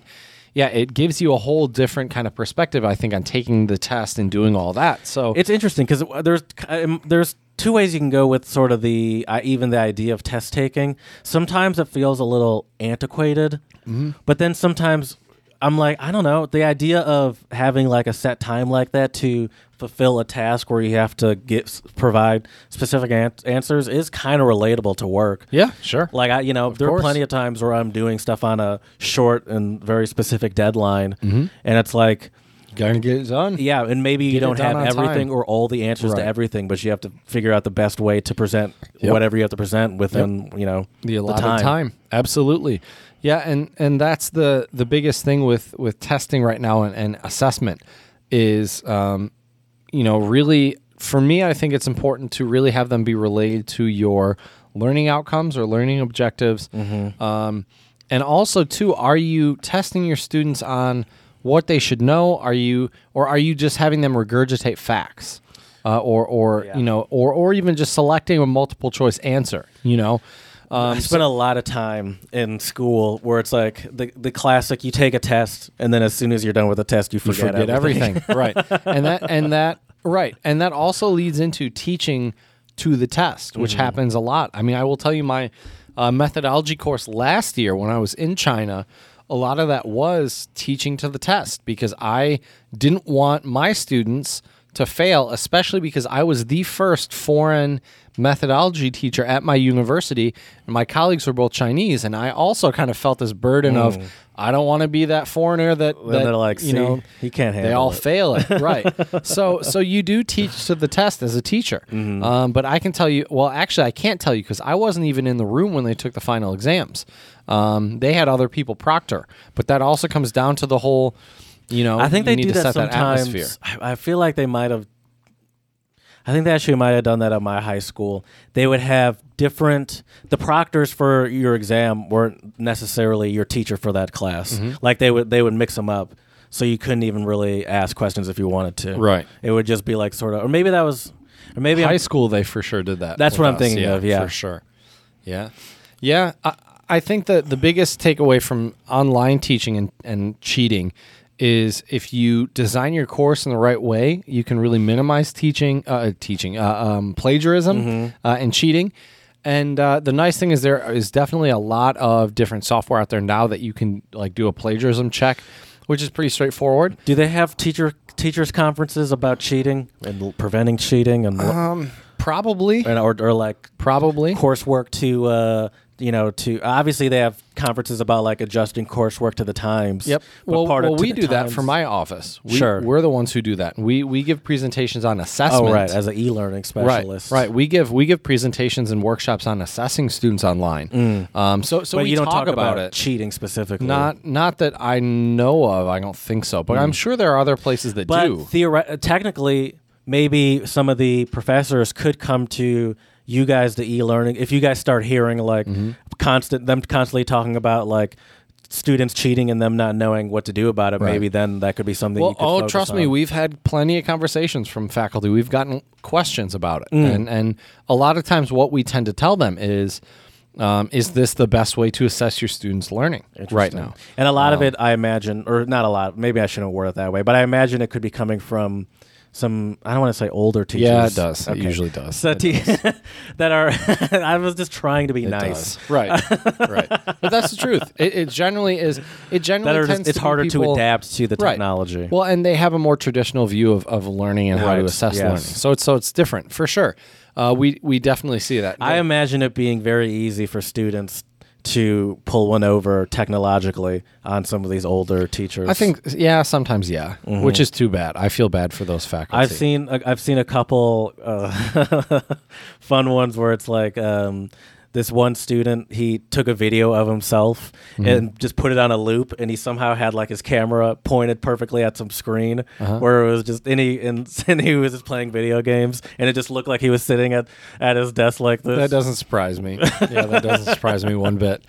yeah, it gives you a whole different kind of perspective, I think, on taking the test and doing all that. So
It's interesting because there's um, there's two ways you can go with sort of the uh, even the idea of test taking. Sometimes it feels a little antiquated,
Mm-hmm.
but then sometimes I'm like, I don't know, the idea of having like a set time like that to fulfill a task where you have to get s- provide specific an- answers is kind of relatable to work.
yeah, sure.
Like I, you know, there
course.
are plenty of times where I'm doing stuff on a short and very specific deadline,
Mm-hmm.
and it's like,
Gonna get it done.
yeah, and maybe
Get
you
it
don't
done
have
on time.
everything or all the answers
Right.
to everything, but you have to figure out the best way to present
Yep.
whatever you have to present within, you know,
the allotted time. Absolutely. Yeah, and and that's the the biggest thing with with testing right now and, and assessment is um, you know really for me I think it's important to really have them be related to your learning outcomes or learning objectives. Um, and also too, are you testing your students on what they should know? Are you or are you just having them regurgitate facts? Uh, or, or you know, or, or even just selecting a multiple choice answer. You know, um,
I spent a lot of time in school where it's like the, the classic you take a test and then as soon as you're done with the test you forget,
forget everything. right. And that and that right. And that also leads into teaching to the test, which happens a lot. I mean, I will tell you my uh, methodology course last year when I was in China, a lot of that was teaching to the test because I didn't want my students to fail, especially because I was the first foreign methodology teacher at my university, and my colleagues were both Chinese, and I also kind of felt this burden of I don't want to be that foreigner that, that
they're like,
you
"See,
know
he can't
They all
handle it."
fail
(laughs)
it, right? so so you do teach to the test as a teacher,
Mm-hmm.
um, but I can tell you. Well, actually, I can't tell you because I wasn't even in the room when they took the final exams. Um, they had other people proctor, but that also comes down to the whole. You know,
I think
you
they
need
do
to set
that
that
sometimes.
atmosphere.
I, I feel like they might have. I think they actually might have done that at my high school. They would have different. The proctors for your exam weren't necessarily your teacher for that class.
Mm-hmm.
Like they would they would mix them up, so you couldn't even really ask questions if you wanted to.
Right.
It would just be like sort of, or maybe that was, or maybe
high
I'm,
school they for sure did that
That's
with
what I'm
us,
thinking of, yeah.
for sure yeah yeah i, I think that the biggest takeaway from online teaching and, and cheating is if you design your course in the right way you can really minimize teaching uh, teaching uh, um, plagiarism
Mm-hmm.
uh, and cheating and uh, the nice thing is there is definitely a lot of different software out there now that you can like do a plagiarism check which is pretty straightforward
do they have teacher teachers conferences about cheating and l- preventing cheating and, l-
probably
and or, or like
probably
coursework to uh you know to obviously they have conferences about like adjusting coursework to the times
Yep.
but
well,
part of
well,
to
we
the
do that
times-
for my office. We,
Sure.
We're the ones who do that. We we give presentations on
oh
assessment.
right as an e-learning
right.
specialist
Right. We give we give presentations and workshops on assessing students online. Um. So so
Mm. but
we
you don't
talk, about, it.
cheating specifically
Not not that I know of. I don't think so. But I'm sure there are other places that
Mm. but
do.
theoret- technically maybe some of the professors could come to you guys to e-learning if you guys start hearing like
Mm-hmm.
constant them constantly talking about like students cheating and them not knowing what to do about it maybe then that could be something
well,
you could
oh,
focus
trust me,
on.
we've had plenty of conversations from faculty. We've gotten questions about it,
Mm.
and and a lot of times, what we tend to tell them is, um, is this the best way to assess your students' learning right now? Um,
And a lot of it, I imagine, or not a lot. Maybe I shouldn't word it that way, but I imagine it could be coming from some. I don't want to say older teachers.
Yeah, it does. It usually does.
So
It
te- (laughs) that are. I was just trying to be nice.
does. (laughs) right? right. But that's the truth. It, it generally is. It generally
That are
tends
just, it's
to be
harder to
people-
adapt to the
Right.
technology.
Well, and they have a more traditional view of, of learning and how to
Right,
assess
yes.
learning. So it's so it's different for sure. Uh, we we definitely see that.
I imagine it being very easy for students to pull one over technologically on some of these older teachers.
I think yeah, sometimes yeah, which is too bad. I feel bad for those faculty.
Mm-hmm. I've seen a- I've seen a couple uh, (laughs) fun ones where it's like um, this one student he took a video of himself
Mm-hmm.
and just put it on a loop and he somehow had like his camera pointed perfectly at some screen
Uh-huh.
where it was just and he and, (laughs) and he was just playing video games and it just looked like he was sitting at at his desk like this.
that doesn't surprise me. yeah, that doesn't surprise me one bit.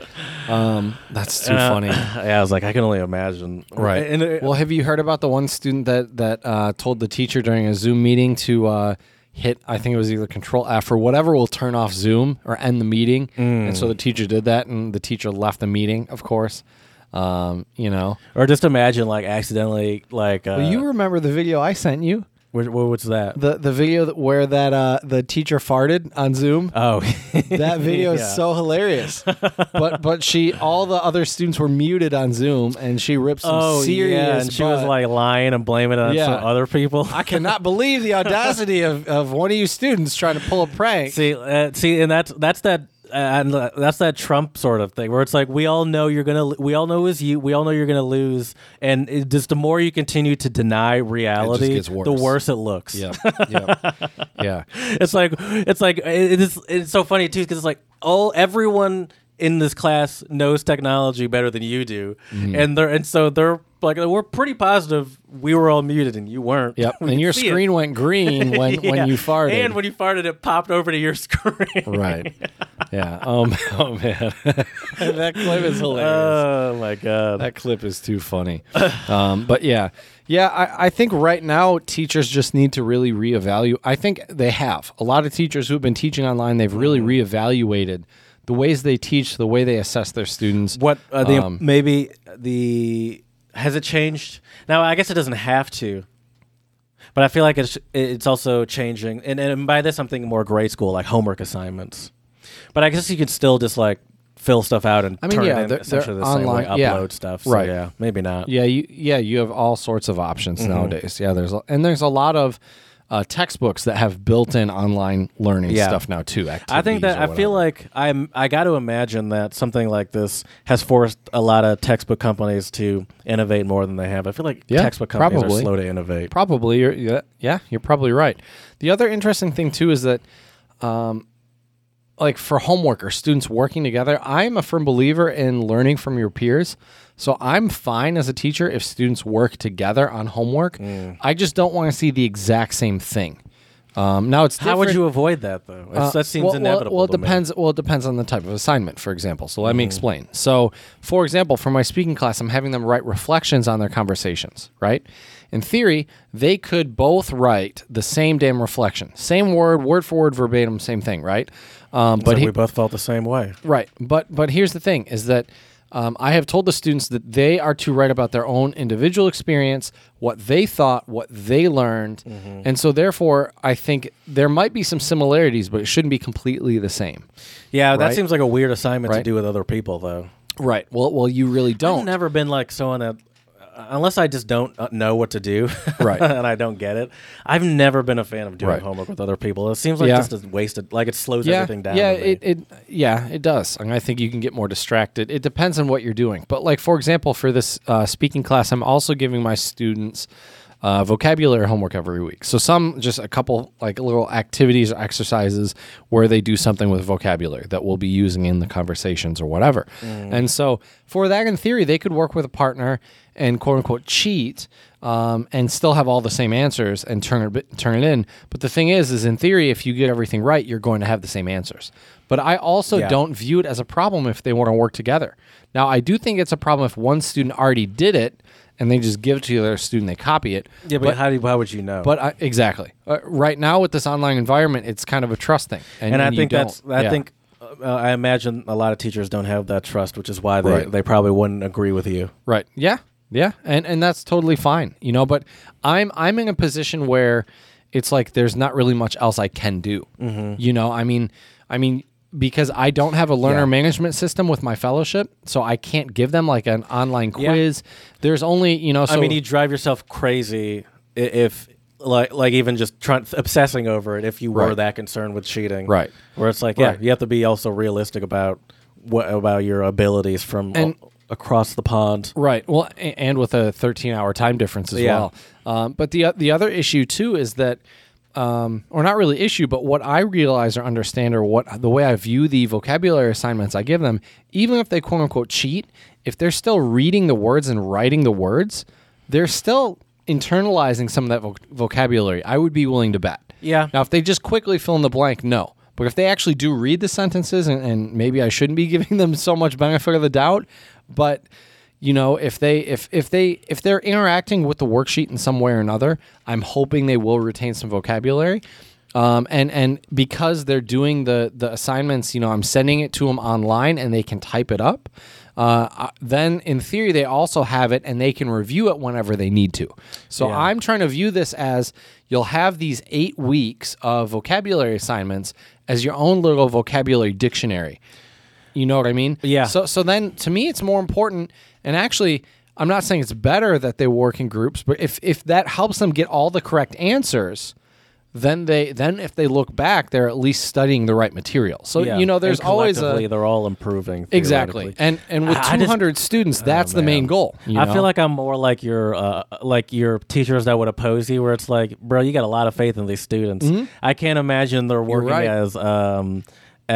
Um, that's too
And, uh,
funny.
(laughs) Yeah, I was like I can only imagine.
Right.
And it-
well, have you heard about the one student that that uh, told the teacher during a Zoom meeting to uh, hit? I think it was either Control F or whatever will turn off Zoom or end the meeting. And so the teacher did that, and the teacher left the meeting. Of course, um, you know.
or just imagine like accidentally like uh,
you remember the video I sent you?
what, what was that?
The the video that, where that uh, the teacher farted on (laughs) Zoom.
oh. (laughs)
that video
Yeah.
is so hilarious. but but she all the other students were muted on Zoom Oh, and she ripped some serious
Oh, and she was
butt.
like lying and blaming it on
Yeah.
some other people.
I cannot believe the audacity of, of one of you students trying to pull a prank.
(laughs) see, uh, see, and that's that's that. Uh, and uh, that's that Trump sort of thing where it's like we all know you're gonna lo- we all know is you we all know you're gonna lose and it just the more you continue to deny reality
gets worse.
the worse it looks
Yeah, yeah, yeah.
(laughs) it's like it's like it is it's so funny too because it's like all everyone in this class knows technology better than you do
Mm-hmm.
and they're and so they're like we're pretty positive we were all muted and you
(laughs)
weren't
Yep.
(laughs) We
and
could
your
see it.
screen went green (laughs)
(laughs)
when,
Yeah.
when you farted.
And when you farted, it popped over to your (laughs) screen.
(laughs) right. Yeah. Oh, man. (laughs) Oh, man. that clip is hilarious. (laughs)
Oh my god.
that clip is too funny. um, but yeah, yeah, I, I think right now teachers just need to really reevaluate. I think they have a lot of teachers who have been teaching online. They've really reevaluated the ways they teach, the way they assess their students.
What uh, the
Um,
maybe the has it changed? Now I guess it doesn't have to. But I feel like it's it's also changing, and, and by this I'm thinking more grade school, like homework assignments. But I guess you could still just like fill stuff out and
I mean,
turn
yeah,
it in
they're-
essentially
they're
the same way,
online- yeah.
upload stuff. So
Right.
Yeah, maybe not. Mm-hmm.
Yeah, you yeah, you have all sorts of options nowadays. Yeah, there's a- and there's a lot of uh, textbooks that have built-in online learning
Yeah.
stuff now too. Activities
I think that
or
I feel
whatever.
like I'm. I got to imagine that something like this has forced a lot of textbook companies to innovate more than they have. I feel like
Yeah,
textbook companies
probably.
are slow to innovate.
probably you're, yeah, yeah, you're probably right. The other interesting thing too is that, um, like for homework or students working together, I'm a firm believer in learning from your peers. So I'm fine as a teacher if students work together on homework.
Mm.
I just don't want to see the exact same thing. Um, now it's
How would
different-
you avoid that though? It's-
uh,
that seems
well, well-
inevitable.
Well, it
to me. Mm-hmm.
depends. Well, it depends on the type of assignment, for example. So let me explain. So, for example, for my speaking class, I'm having them write reflections on their conversations. Right? In theory, they could both write the same damn reflection, same word, word for word, verbatim, same thing. Right? Um, but
But
he-
we both felt the same way.
Right, but but here's the thing: is that um, I have told the students that they are to write about their own individual experience, what they thought, what they learned, and so therefore, I think there might be some similarities, but it shouldn't be completely the same.
Yeah, that
Right?
seems like a weird assignment to
Right.
do with other people though.
Right. Well, well, you really
I've
don't.
never been like someone that, unless I just don't uh, know what to do, (laughs)
Right.
and I don't get it. I've never been a fan of doing
Right.
homework with other people. It seems like
Yeah.
just a wasted. Like it slows
yeah,
everything down.
yeah,
to me.
it, it yeah it does, and I think you can get more distracted. It depends on what you're doing, but like for example, for this uh, speaking class, I'm also giving my students uh, vocabulary homework every week. So some just a couple like little activities or exercises where they do something with vocabulary that we'll be using in the conversations or whatever. And so for that, in theory, they could work with a partner and quote unquote cheat um, and still have all the same answers and turn it turn it in. But the thing is, is in theory, if you get everything right, you're going to have the same answers. But I also
Yeah.
don't view it as a problem if they want to work together. Now, I do think it's a problem if one student already did it and they just give it to the other student, they copy it.
Yeah, but, how do you, how would you know?
But I, exactly uh, right now with this online environment, it's kind of a trust thing, and,
and I
you
think
don't.
that's I
Yeah.
think uh, I imagine a lot of teachers don't have that trust, which is why they,
Right.
they probably wouldn't agree with you.
Right. Yeah. Yeah. And and that's totally fine. You know, but I'm I'm in a position where it's like there's not really much else I can do.
Mm-hmm.
You know, I mean I mean because I don't have a learner
Yeah.
management system with my fellowship, so I can't give them like an online
Yeah.
quiz. There's only, you know, so
I mean, you drive yourself crazy i- if like like even just trying obsessing over it if you were
Right.
that concerned with cheating,
Right.
Where it's like, yeah,
Right.
you have to be also realistic about what about your abilities from
And-
a- across the pond.
Right. Well, a- and with a 13 hour time difference as
Yeah.
well. Um, but the o- the other issue too is that, um, or not really issue, but what I realize or understand or what the way I view the vocabulary assignments I give them, even if they quote unquote cheat, if they're still reading the words and writing the words, they're still internalizing some of that voc- vocabulary. I would be willing to bet.
Yeah.
Now, if they just quickly fill in the blank, no. But if they actually do read the sentences, and, and maybe I shouldn't be (laughs) giving them so much benefit of the doubt, but you know, if they if if they if they're interacting with the worksheet in some way or another, I'm hoping they will retain some vocabulary. Um, and and because they're doing the the assignments, you know, I'm sending it to them online, and they can type it up. Uh, I- then, in theory, they also have it, and they can review it whenever they need to. So
Yeah.
I'm trying to view this as you'll have these eight weeks of vocabulary assignments as your own little vocabulary dictionary. You know what I mean?
Yeah.
So so then to me it's more important and actually I'm not saying it's better that they work in groups, but if if that helps them get all the correct answers, then they then if they look back, they're at least studying the right material. So
Yeah.
you know there's
And
always
collectively,
a
they're all improving
Exactly.
theoretically.
And and with
I- I just- Oh,
200 students, that's the main goal. you
I
know?
feel like I'm more like your uh, like your teachers that would oppose you, where it's like, bro, you got a lot of faith in these students. I can't imagine they're working
Mm-hmm. right.
as um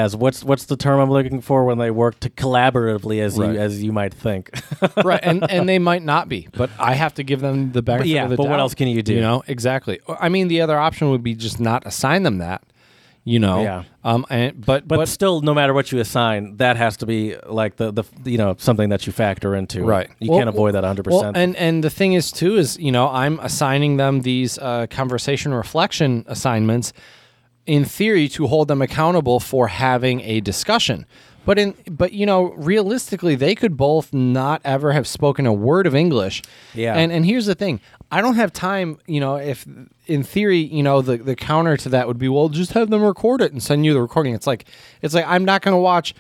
as what's what's the term I'm looking for when they work to collaboratively as
Right.
you as you might think. (laughs)
right and and they might not be but i have to give them the benefit
yeah,
of the
but
doubt
what else can you do?
you know exactly Or, i mean the other option would be just not assign them that you know
Yeah.
um and but
But,
but,
still, no matter what you assign, that has to be like the, the you know something that you factor into.
right
you
Well,
can't avoid that 100.
well,
percent
and and the thing is too is you know i'm assigning them these uh, conversation reflection assignments in theory to hold them accountable for having a discussion but in but you know realistically they could both not ever have spoken a word of english
Yeah.
and and here's the thing i don't have time you know if in theory you know the, the counter to that would be well just have them record it and send you the recording it's like it's like i'm not going to watch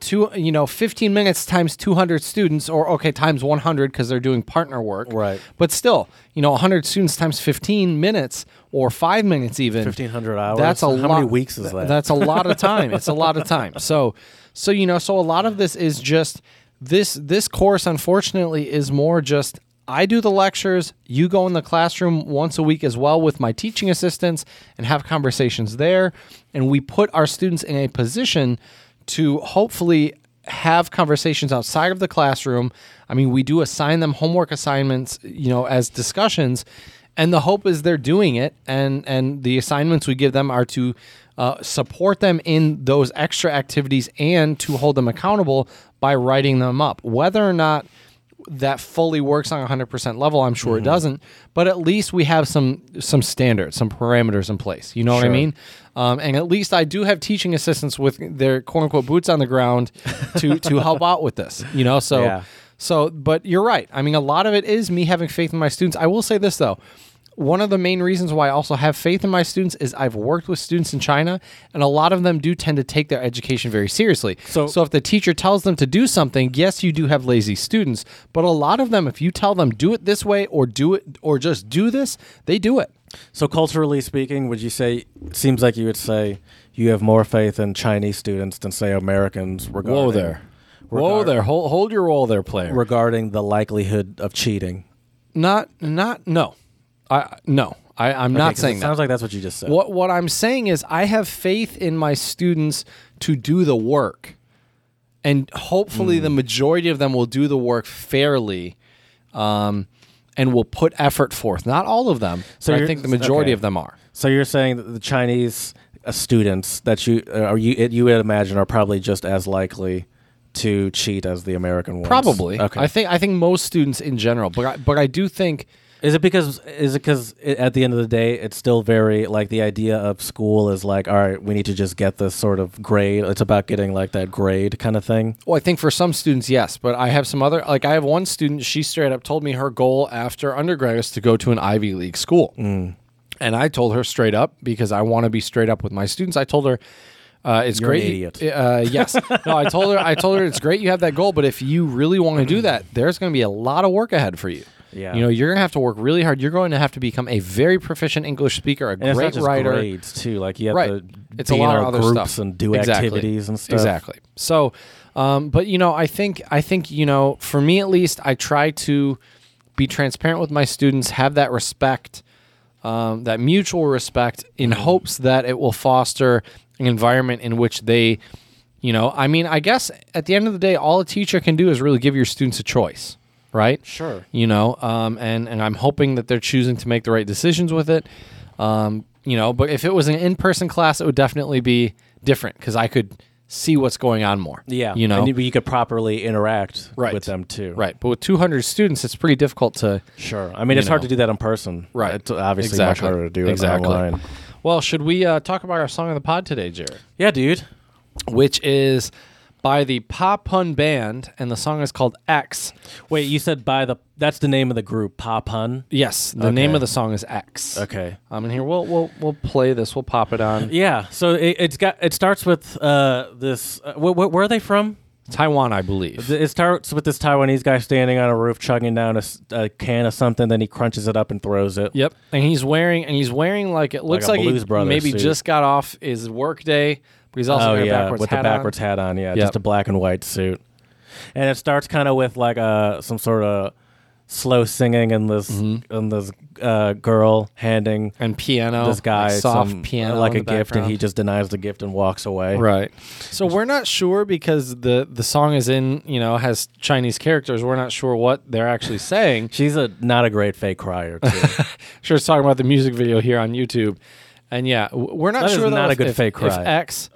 two, you know, 15 minutes times 200 students, or okay, times 100 because they're doing partner work.
Right.
But still, you know, 100 students times 15 minutes or five minutes even.
1,500 hours?
That's a
How
lot.
many weeks is that?
That's a lot of time. it's a lot
(laughs)
of time. So, so you know, so a lot of this is just this. This course, unfortunately, is more just. I do the lectures. You go in the classroom once a week as well with my teaching assistants and have conversations there. And we put our students in a position to hopefully have conversations outside of the classroom. I mean, we do assign them homework assignments, you know, as discussions, and the hope is they're doing it. And and the assignments we give them are to uh, support them in those extra activities and to hold them accountable by writing them up. Whether or not that fully works on a 100% level, I'm sure it doesn't, but at least we have some some standards, some parameters in place. You know what I mean? Um, and at least I do have teaching assistants with their quote unquote boots on the ground to to help out with this. You know, so
Yeah.
so but you're right. I mean, a lot of it is me having faith in my students. I will say this though. One of the main reasons why I also have faith in my students is I've worked with students in China, and a lot of them do tend to take their education very seriously.
So-
so if the teacher tells them to do something, yes, you do have lazy students, but a lot of them, if you tell them do it this way or do it or just do this, they do it.
So culturally speaking, would you say it seems like you would say you have more faith in Chinese students than say Americans regarding
Whoa there. Whoa
regard-
there. Hold, hold your roll there, player.
regarding the likelihood of cheating?
Not, not, no, I no, I, I'm not
'Cause
saying
it
that.
sounds like that's what you just said.
What what I'm saying is I have faith in my students to do the work. And hopefully the majority of them will do the work fairly um, and will put effort forth. Not all of them,
So
but I
you're-
think the majority
okay.
of them are.
So you're saying that the Chinese uh, students that you uh, are you you would imagine are probably just as likely to cheat as the American ones.
Probably.
Okay.
I think I think most students in general, but I, but I do think
Is it because is it because at the end of the day it's still very like the idea of school is like all right we need to just get this sort of grade it's about getting like that grade kind of thing.
Well, I think for some students, yes, but I have some other. Like, I have one student. She straight up told me her goal after undergrad is to go to an Ivy League school,
Mm.
and I told her straight up because I want to be straight up with my students. I told her. Uh, it's
You're an
great.
idiot.
Uh,
(laughs)
yes. No, I told her. I told her it's great you have that goal, but if you really want to do that, there's going to be a lot of work ahead for you.
Yeah.
You know, you're going to have to work really hard. You're going to have to become a very proficient English speaker, a
And it's
great
not just
writer.
grades too. Like you have
right.
to
It's
be
a lot
in
of
our
other
groups
stuff
and do
Exactly.
activities and stuff.
Exactly. So, um, but you know, I think I think you know, for me at least, I try to be transparent with my students, have that respect, um, that mutual respect, in
Mm.
hopes that it will foster an environment in which they, you know, I mean, I guess at the end of the day, all a teacher can do is really give your students a choice, right?
Sure.
you know um, and and i'm hoping that they're choosing to make the right decisions with it um, you know but if it was an in-person class it would definitely be different because i could see what's going on more
Yeah.
you know
and you, you could properly interact
right
with them too.
right but with 200 students it's pretty difficult to
Sure. I mean, it's hard to do that in person.
right
It's obviously
exactly.
much harder to do
exactly
it online.
well should we uh, talk about our song of the pod today jared
Yeah, dude.
which is by the pop pun band and the song is called x
Wait, you said by the that's the name of the group, Pop Hun.
yes the name of the song is x
Okay.
um, and here we'll we'll we'll play this. We'll pop it on.
Yeah. So it, it's got it starts with uh this. Uh, wh- wh- where are they from?
Taiwan, I believe.
Th- It starts with this Taiwanese guy standing on a roof, chugging down a, s- a can of something. Then he crunches it up and throws it.
Yep. And he's wearing and he's wearing like it looks
a
like,
Blues
he
Brothers
maybe
suit.
just got off his work day, but he's also
Oh
wearing a
yeah,
backwards
with
hat
the backwards
on.
hat on. Yeah,
Yep.
just a black and white suit. And it starts kind of with like uh, some sort of slow singing and this and this uh, girl handing
Mm-hmm. and piano.
this guy
like soft
some-
piano
like
in
a
the
gift, and he
background.
just denies the gift and walks away.
Right. So we're not sure because the the song is in, you know, has Chinese characters. We're not sure what they're actually saying.
She's a not a great fake crier. Too.
(laughs) sure it's talking about the music video here on YouTube. And yeah, w- we're not
That is
sure. though
not a
if-
good
if-
fake
if
cry. (laughs)
X,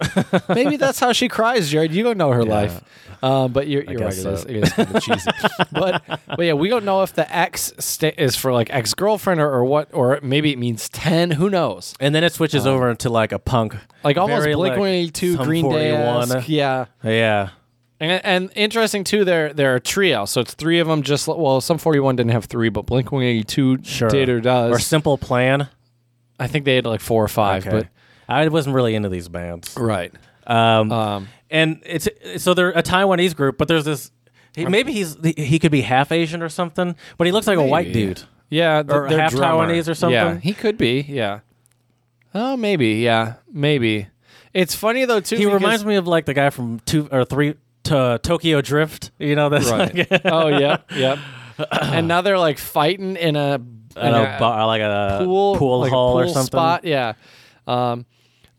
maybe that's how she cries, Jared. You don't know her life, uh, but you're, you're right.
guess
It is,
so.
it is kind of
(laughs)
cheesy. but but yeah, we don't know if the X sta is for like ex girlfriend or, or what, or maybe it means ten. Who knows?
and then it switches over into like a punk,
Uh, Like almost
very,
Blink One Eighty Two,
Sum
Green Day,
41.
yeah.
Yeah.
And, and interesting too, they're they're a trio, so it's three of them. Just li- well, some forty one didn't have three, but Blink One Eighty Two
Sure.
did or does.
Or simple plan.
I think they had like four or five,
Okay.
but
I wasn't really into these bands.
Right.
Um, and it's so they're a Taiwanese group, but there's this. He, maybe he's he could be half Asian or something, but he looks like a white dude.
Yeah, th-
Or
their
half
drummer.
Taiwanese or something?
Yeah, he could be. Yeah. Oh, maybe. Yeah, maybe. It's funny though too.
He
because-
reminds me of like the guy from two or three to Tokyo Drift. You know that's
Right.
(laughs) like,
oh yeah,
(clears throat)
yeah. And now they're like fighting in a
I
in
don't know,
a
bar, like a
pool, like a
hall or
pool
something.
Spot. Yeah. Um,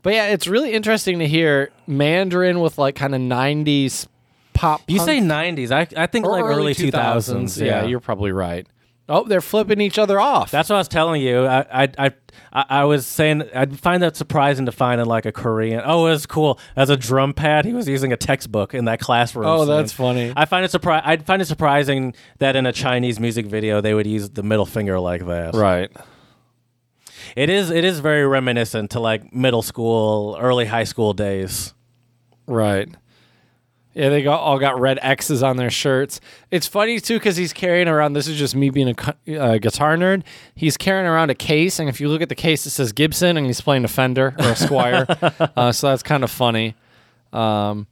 but yeah, it's really interesting to hear Mandarin with like kind of '90s pop.
You
punk
say '90s, I I think
or
like early 2000s.
Yeah, you're probably right. Oh, they're flipping each other off.
That's what I was telling you. I I I, I I was saying I'd find that surprising to find in like a Korean. Oh, it was cool. As a drum pad, he was using a textbook in that classroom.
Oh,
scene.
that's funny.
I find it surpri- I'd find it surprising that in a Chinese music video they would use the middle finger like that.
right.
It is it is very reminiscent to like middle school, early high school days.
Right. Yeah, they got all got red X's on their shirts. It's funny too because he's carrying around. This is just me being a cu- uh, guitar nerd. He's carrying around a case, and if you look at the case, it says Gibson, and he's playing a Fender or a
(laughs)
Squire. uh, so that's kind of funny. Um,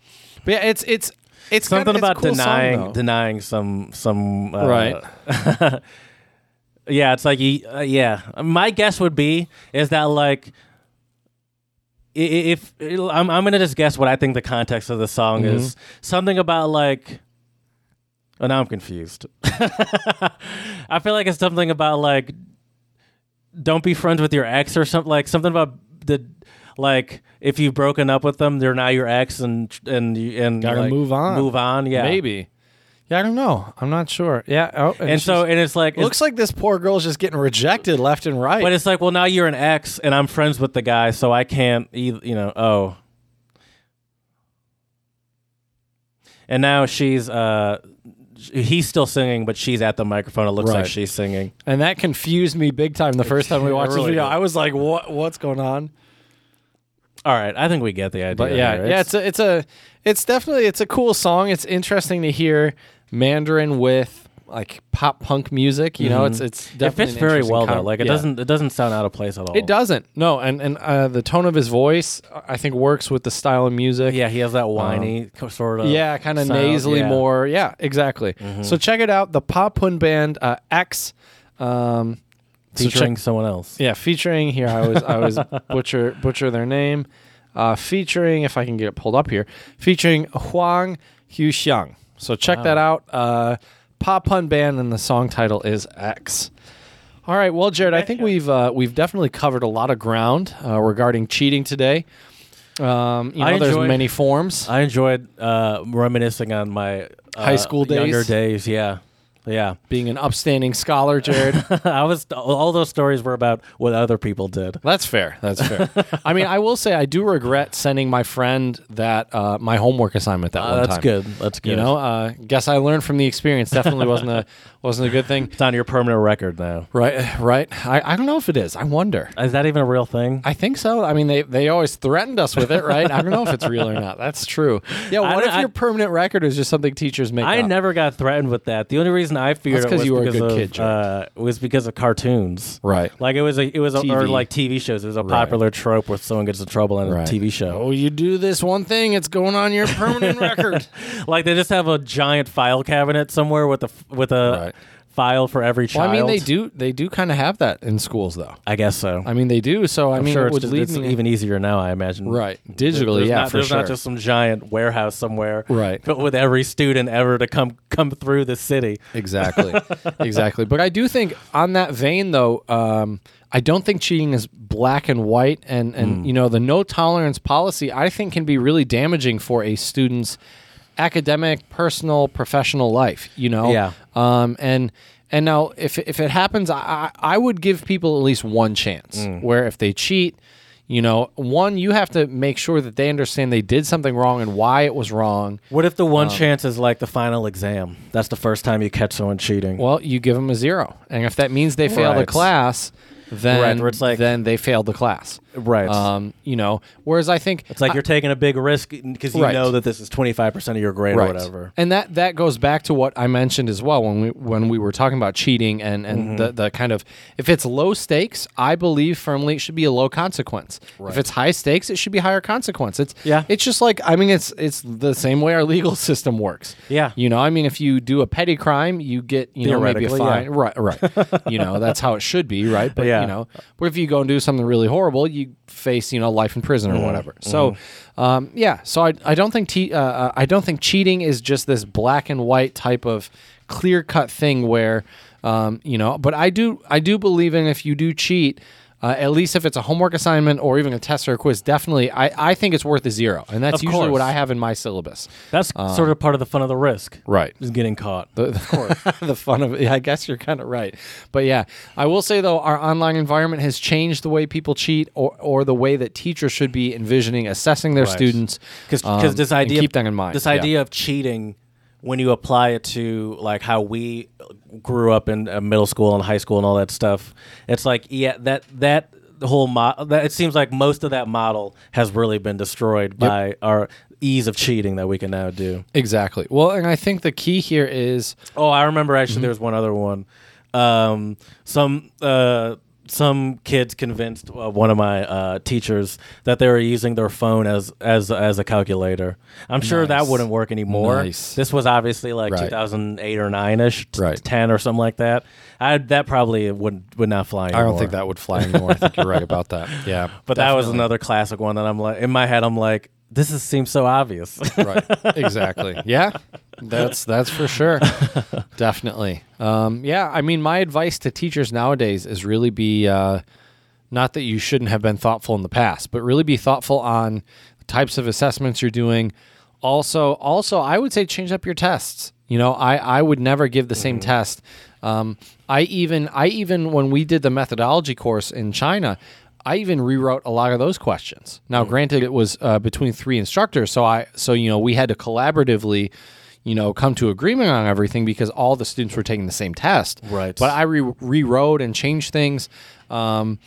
but yeah, it's it's it's
Something
kinda- it's a
about
cool song,
denying
though.
denying some some uh,
right.
(laughs) Yeah, it's like you- uh, yeah. My guess would be is that like i- i- if I'm I'm gonna just guess what I think the context of the song is
Mm-hmm.
something about like. Oh, now I'm confused. (laughs) I feel like it's something about like don't be friends with your ex or something like something about the like if you've broken up with them they're now your ex and and you and
Gotta
like,
move on.
move on yeah
Maybe. Yeah, I don't know. I'm not sure. Yeah. Oh,
and so and it's like
it looks like this poor girl's just getting rejected left and right.
But it's like, well, now you're an ex, and I'm friends with the guy, so I can't, either, you know. Oh, and now she's, uh, sh- he's still singing, but she's at the microphone. It looks like
Right.
she's singing.
and that confused me big time the first time we
(laughs) It
watched this
really
video.
did.
I was like, "What? What's going on?"
All right, I think we get the idea.
But yeah,
here.
yeah, it's a, it's a, it's definitely it's a cool song. It's interesting to hear Mandarin with like pop punk music. You know, it's it's
Mm-hmm. it
definitely
fits
an
very
interesting
well though.
con-
Like it
yeah.
doesn't, it doesn't sound out of place at all.
It doesn't. No, and and uh, the tone of his voice, uh, I think, works with the style of music.
Yeah, he has that whiny co- sort of.
Uh-huh. Yeah, kind of
sound,
nasally
yeah. Mm-hmm.
more. Yeah, exactly. So check it out, the Pop Pun Band uh, X. Um, so check-
featuring someone else.
Yeah, featuring here. I was I
(laughs)
was butcher butcher their name. Uh, featuring if I can get it pulled up here. Featuring Huang Huxiang. So check that out. Uh, Pop pun band and the song title is X. All right, well, Jared, I think we've uh, we've definitely covered a lot of ground uh, regarding cheating today. Um, you know,
I
there's
enjoyed-
many
(laughs)
forms.
I enjoyed uh, reminiscing on my uh,
High school days?
younger days. Yeah, yeah. (laughs)
Being an upstanding scholar, Jared.
I was all those stories were about what other people did.
That's fair. That's fair. I mean, I will say I do regret sending my friend that uh, my homework assignment that
Uh,
one
that's
time.
good. That's good.
You know, uh, guess I learned from the experience. Definitely wasn't
(laughs)
a wasn't a good thing.
it's on your permanent record now.
Right, right. I, I don't know if it is. I wonder.
Is that even a real thing?
I think so. I mean, they, they always threatened us with it, right? I don't know if it's real or not. That's true. Yeah.
I
What
don't-
if your
I-
permanent record is just something teachers make?
I
up?
never got threatened with that. The only reason I feared
That's
it
'cause
was
you were a
because
good
of
kid, Jared.
uh, was because of cartoons.
Right.
Like it was a it was a, or
TV.
like TV shows. It was a popular trope where someone gets in trouble in a
Right.
TV show.
Oh, you do this one thing, it's going on your
(laughs)
permanent record.
Like they just have a giant file cabinet somewhere with a f- with a
Right.
file for every
Well,
child.
I mean, they do they do kind of have that in schools, though.
I guess so.
I mean, they do. So I
I'm
mean,
sure
it
it's,
would
just,
lead
it's
me
even easier now. I imagine.
right digitally.
there's
yeah,
not,
for
there's
sure.
not just some giant warehouse somewhere,
Right.
But (laughs) with every student ever to come come through the city.
Exactly. exactly. But I do think, on that vein, though, um, I don't think cheating is black and white. And, and you know, the no tolerance policy, I think, can be really damaging for a student's academic, personal, professional life, you know?
Yeah.
Um, and. And now, if, if it happens, I, I I would give people at least one chance. Where if they cheat, you know, one, you have to make sure that they understand they did something wrong and why it was wrong.
What if the one
Um,
chance is like the final exam? That's the first time you catch someone cheating.
Well, you give them a zero, and if that means they fail the
Right.
class, then
where it's like-
then they failed the class.
Right.
Um, you know, whereas I think
It's like
I-
you're taking a big risk because you
Right.
know that this is 25% of your grade or
right.
whatever.
And that that goes back to what I mentioned as well when we when we were talking about cheating and and
Mm-hmm.
the the kind of if it's low stakes, I believe firmly it should be a low consequence. If it's high stakes, it should be higher consequence. It's
Yeah.
It's just like I mean, it's it's the same way our (laughs) legal system works.
Yeah.
You know, I mean, if you do a petty crime, you get you know maybe a
Theoretically, yeah.
fine. Right. Right. you
(laughs)
know, that's how it should be. Right. But
Yeah.
you know, but if you go and do something really horrible, you face you know life in prison or
Mm-hmm.
whatever. So, um, yeah. So I, I don't think te- uh, uh, I don't think cheating is just this black and white type of clear cut thing where um, you know. But I do I do believe in if you do cheat. Uh, at least if it's a homework assignment or even a test or a quiz, definitely I, I think it's worth a zero, and that's
Of
usually what
course.
I have in my syllabus.
That's sort of part of the fun of the risk.
Um, Right.
Is getting caught.
The, (laughs) the fun of it. Yeah, I guess you're kind of right. But yeah, I will say though, our online environment has changed the way people cheat or, or the way that teachers should be envisioning assessing their students.
Because
um,
this
and
idea
keep that in mind.
This
Yeah.
idea of cheating when you apply it to like how we grew up in uh, middle school and high school and all that stuff. It's like yeah, that that whole mo- that it seems like most of that model has really been destroyed by our ease of cheating that we can now do.
Exactly. Well, and I think the key here is
Oh, I remember actually there was one other one. Um, some uh, some kids convinced uh, one of my uh, teachers that they were using their phone as as as a calculator. I'm sure that
Nice.
wouldn't work anymore.
Nice.
This was obviously like
Right.
2008 or 9 ish, t-
Right.
10 or something like that. I, that probably would would not fly. Anymore.
I don't think that would fly anymore. I think you're right about that. (laughs) Yeah.
But that was another classic one that I'm like in my head. I'm like, this is, seems so obvious. (laughs)
right exactly yeah that's that's for sure definitely um, yeah i mean my advice to teachers nowadays is really be uh, not that you shouldn't have been thoughtful in the past but really be thoughtful on the types of assessments you're doing also also i would say change up your tests you know i i would never give the same test um, i even i even when we did the methodology course in china I even rewrote a lot of those questions. Now, granted, it was uh, between three instructors, so I so you know we had to collaboratively, you know, come to agreement on everything because all the students were taking the same test.
Right.
But I re- rewrote and changed things. Um,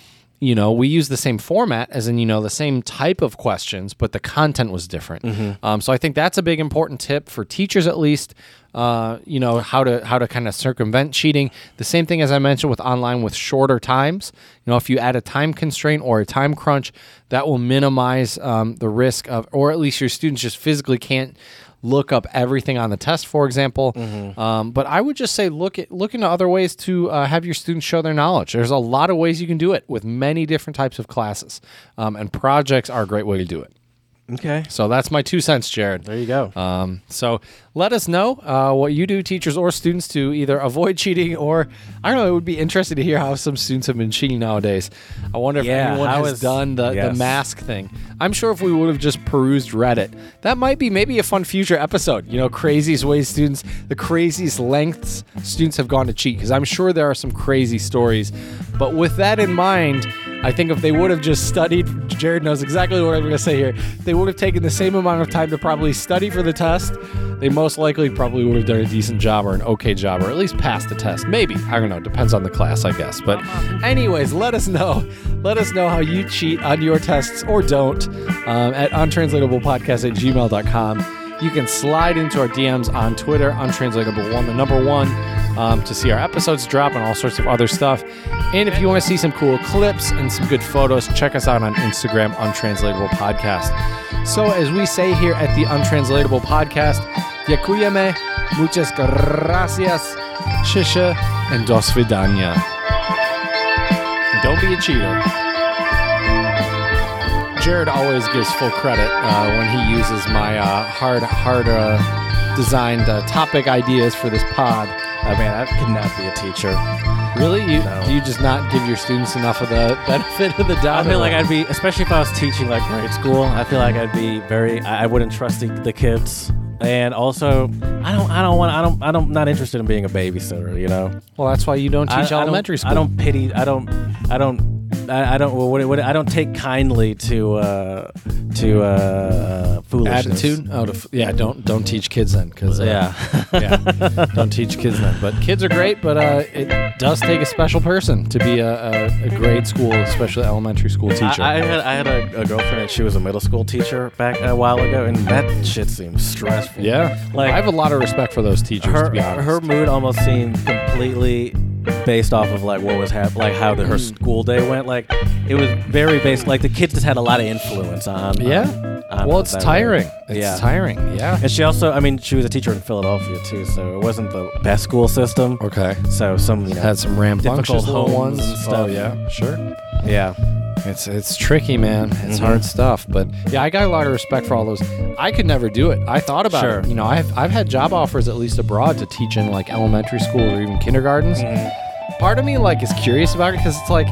you know, we used the same format, as in you know the same type of questions, but the content was different. Um, so I think that's a big important tip for teachers, at least. Uh, you know how to how to kind of circumvent cheating. The same thing as I mentioned with online with shorter times. You know, if you add a time constraint or a time crunch, that will minimize um, the risk of, or at least your students just physically can't look up everything on the test, for example.
Mm-hmm.
Um, but I would just say look at look into other ways to uh, have your students show their knowledge. There's a lot of ways you can do it with many different types of classes, um, and projects are a great way to do it.
okay.
So that's my two cents, Jared.
There you go.
Um, so let us know uh, what you do, teachers or students, to either avoid (laughs) cheating or I don't know. It would be interesting to hear how some students have been cheating nowadays. I wonder if
Yeah,
anyone
how
has
is-
done the, the
yes.
mask thing. I'm sure if we would have just perused Reddit, that might be maybe a fun future episode. You know, craziest ways students, the craziest lengths students have gone to cheat, because I'm sure there are some crazy stories. But with that in mind, I think if they would have just studied, Jared knows exactly what I'm going to say here. They would have taken the same amount of time to probably study for the test. They most likely probably would have done a decent job or an okay job or at least passed the test. Maybe. I don't know. Depends on the class, I guess. But, anyways, let us know. Let us know how you cheat on your tests or don't um, at untranslatablepodcast at gmail.com. You can slide into our DMs on Twitter, untranslatable1, the number one, um, to see our episodes drop and all sorts of other stuff. And if you want to see some cool clips and some good photos, check us out on Instagram, Untranslatable Podcast. So, as we say here at the Untranslatable Podcast, Yakuyame, muchas gracias, shisha, and dos vidania. Don't be a cheater. Jared always gives full credit uh, when he uses my uh, hard, hard uh, designed uh, topic ideas for this pod.
I mean, I could not be a teacher.
Really, you
No.
do you just not give your students enough of the (laughs) benefit of the
I
doubt?
feel like
or-
I'd be, especially if I was teaching like grade school. I feel like I'd be very. I I wouldn't trust the, the kids, and also I don't. I don't want. I don't. I don't. Not interested in being a babysitter. You know.
well, that's why you don't
I-
teach
I,
elementary
don't,
school.
I don't pity. I don't. I don't. I, I don't. What, what, I don't take kindly to uh, to uh, foolishness.
Attitude out of yeah. Don't don't teach kids then because uh,
(laughs) Yeah.
yeah. (laughs) Don't teach kids then. But kids are great, but uh, it does take a special person to be a, a, a grade school, especially elementary school teacher.
I, I had I had a, a girlfriend and she was a middle school teacher back uh, a while ago, and that shit seems stressful.
yeah,
Like-
I have a lot of respect for those teachers. to
her
be honest.
her mood almost seemed completely based off of like what was hap- like how the, her
Hmm.
school day went. Like it was very based. Like the kid just had a lot of influence on.
yeah.
on-
well,
on
it's
them.
tiring. It's
um, yeah.
tiring. Yeah.
And she also, I mean, she was a teacher in Philadelphia too, so it wasn't the best school system.
Okay.
So some you know,
Had some rambunctious
difficult
little
homes
ones
and
Oh
stuff.
yeah, sure.
yeah.
It's it's tricky, man. It's
Mm-hmm.
hard stuff, but yeah, I got a lot of respect for all those. I could never do it. I thought about
Sure.
it. You know, I've I've had job offers at least abroad to teach in like elementary schools or even kindergartens.
Mm-hmm.
Part of me like is curious about it because it's like,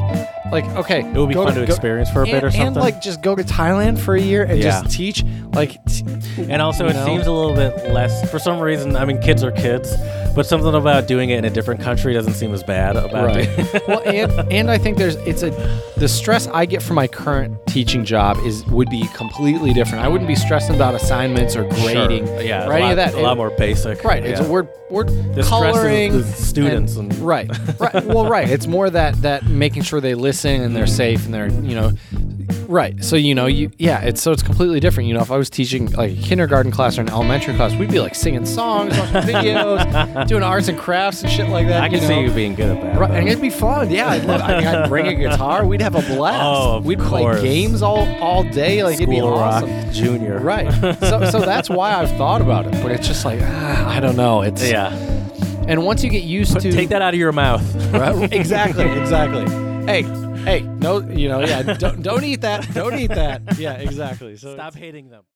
like okay, it
would be fun to experience for a bit or
and
something.
like just go to Thailand for a year and
Yeah.
just teach. Like, t-
And also,
You
it
know?
seems a little bit less. For some reason, I mean, kids are kids, but something about doing it in a different country doesn't seem as bad about it. (laughs)
right. well, and and I think there's it's a the stress I get from my current teaching job is would be completely different. I wouldn't be stressing about assignments or grading,
Sure. Yeah,
or any
a lot,
of that.
A lot
It-
more basic.
Right. It's
yeah.
a word word
The stress is
coloring
the students and-
(laughs) right. Right. Well, right. It's more that that making sure they listen and they're safe and they're you know right. So you know you yeah. It's so it's completely different. You know, if I was teaching like a kindergarten class or an elementary class, we'd be like singing songs,
(laughs)
watching videos, doing arts and crafts and shit like that.
I can
know?
see you being good at that.
Right,
though.
and it'd be fun. Yeah, I'd, love, I mean, I'd bring a guitar. We'd have a blast.
Oh, of
we'd
course.
play games all all day. Like it'd be
School Rock
awesome.
Junior.
Right. So, so that's why I've thought about it, but it's just like ah, I don't know. It's
Yeah.
And once you get used to
Take that out of your mouth.
(laughs)
(laughs)
Right? exactly, exactly. Hey, hey, no, you know, yeah, don't don't eat that. Don't eat that. Yeah, exactly. So
Stop hating them.